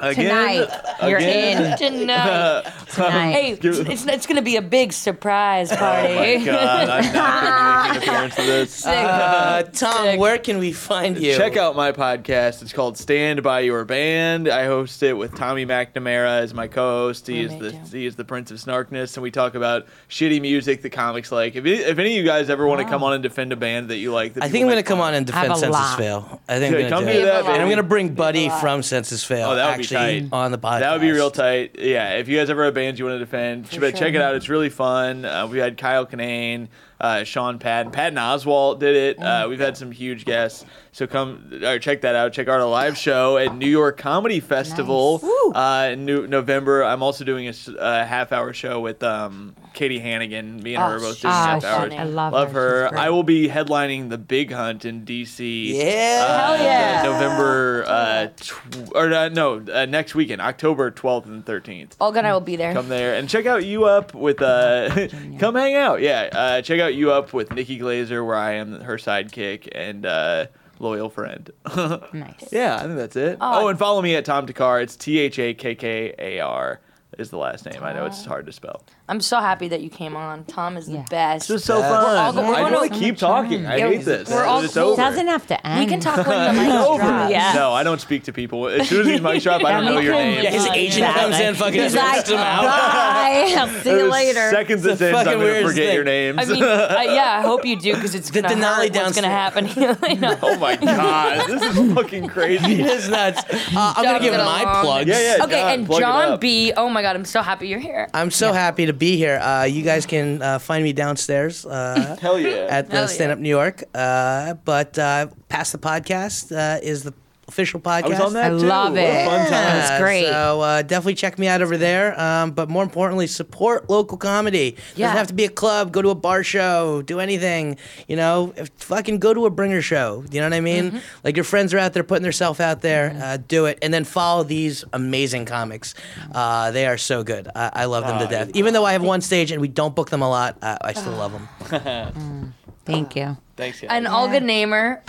Again,
tonight you're
Again. *laughs*
in.
*laughs* Tonight.
Tonight.
Hey,
Give-
it's, it's going to be a big surprise
Oh my
party.
god, I'm not
*laughs*
making an appearance to
*laughs*
this.
Sick.
Uh, Tom, where can we find you?
Check out my podcast. It's called Stand by Your Band. I host it with Tommy McNamara as my co-host. He is
me
the
too.
he is the Prince of Snarkness, and we talk about shitty music that comics like. If, any- if any of you guys ever want to come on and defend a band that you like, that
I
people
think I'm
like
gonna come
fun-
on and
have
defend
a
Census
lot.
Fail. I think
Yeah,
I'm gonna
come
do
do
it.
that,
And I'm
baby.
gonna bring Buddy
lot.
from Census Fail.
Oh, that would be
actually
tight.
on the podcast.
That would be real tight. Yeah, if you guys ever have bands you want to defend, but check it out. It's really fun. Uh, we had Kyle Kinane, uh, Sean Patton, Patton Oswalt did it. Uh,
Oh,
we've had some huge guests. So come or check that out. Check out our live show at New York Comedy Festival uh, in New- November. I'm also doing a s- a half hour show with um, Katie Hannigan. Me and her
Oh,
are both
she's
doing
so
half hours.
funny.
I love,
Love
her.
her. I will be headlining the Big Hunt in DC.
Yeah.
uh,
Hell yeah.
the November uh, tw- or uh, no, uh, next weekend, October 12th and 13th.
Olga and I will be there.
Come there and check out you up with uh, *laughs* come hang out. Yeah, uh, check out you up with Nikki Glazer, where I am her sidekick and uh, loyal friend. *laughs*
Nice.
yeah, I think that's it. Oh, and follow me at Tom Takar. It's T H A K K A R is the last name. I know it's hard to spell.
I'm so happy that you came on. Tom is the
Yeah.
best.
It's just so
We're all
fun.
go- we're
I
gonna-
want to keep talking. I
Yeah,
hate this.
we're all
it's
cool.
over.
Doesn't have to end.
we can talk
*laughs*
when the mic
It's over.
drops.
Yeah.
No, I don't speak to people. As soon as he's mic drop,
*laughs*
I don't know your name.
Yeah, his
Oh,
agent
yeah.
comes in, fucking
He's like,
rips him out.
bye. I'll see you
There's
later.
Seconds
It's
at
the
ends, I'm
fucking
gonna
weirdest
forget
thing.
your names.
I mean, uh, yeah, I hope you do because it's
The
gonna
Denali
hurt what's gonna happen. *laughs* You know?
*laughs* oh my god, this is
*laughs*
fucking crazy.
It's nuts. Uh, I'm gonna
Dogs
give
that are
my
long.
plugs.
*laughs* Yeah, yeah.
Okay,
John,
and
plug it
John
up.
B. Oh my God, I'm so happy you're here.
I'm so happy to be here. Uh, you guys can uh, find me downstairs uh,
Hell yeah.
at the
Hell yeah.
Stand Up New York. Uh, but uh, Past the Podcast uh, is the official podcast.
I was on that
I
too.
love
What a
it.
fun time.
That was
Yeah,
great.
So uh, definitely check me out over there. Um, but more importantly, support local comedy.
Yeah.
Doesn't have to be a club. Go to a bar show. Do anything. You know, if, fucking go to a bringer show. You know what I mean? Like your friends are out there putting themselves out there. Uh, do it, and then follow these amazing comics. Uh, they are so good. I, I love them to death. Even though I have one stage and we don't book them a lot, uh, I still love them.
Thank you.
Thanks, guys.
And Olga Namer.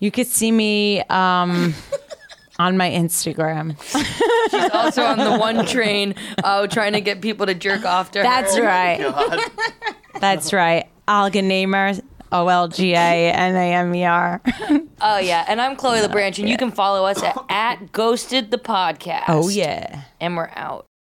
You could see me um, on my Instagram.
She's also on the one
*laughs*
train, uh, trying to get people to jerk off to
That's
her.
right. *laughs* That's right. Olga Namer, O L G A N A M E R.
Oh yeah, and I'm Chloe LeBranch, and you can follow us at, at Ghosted the Podcast.
Oh, yeah.
and we're out.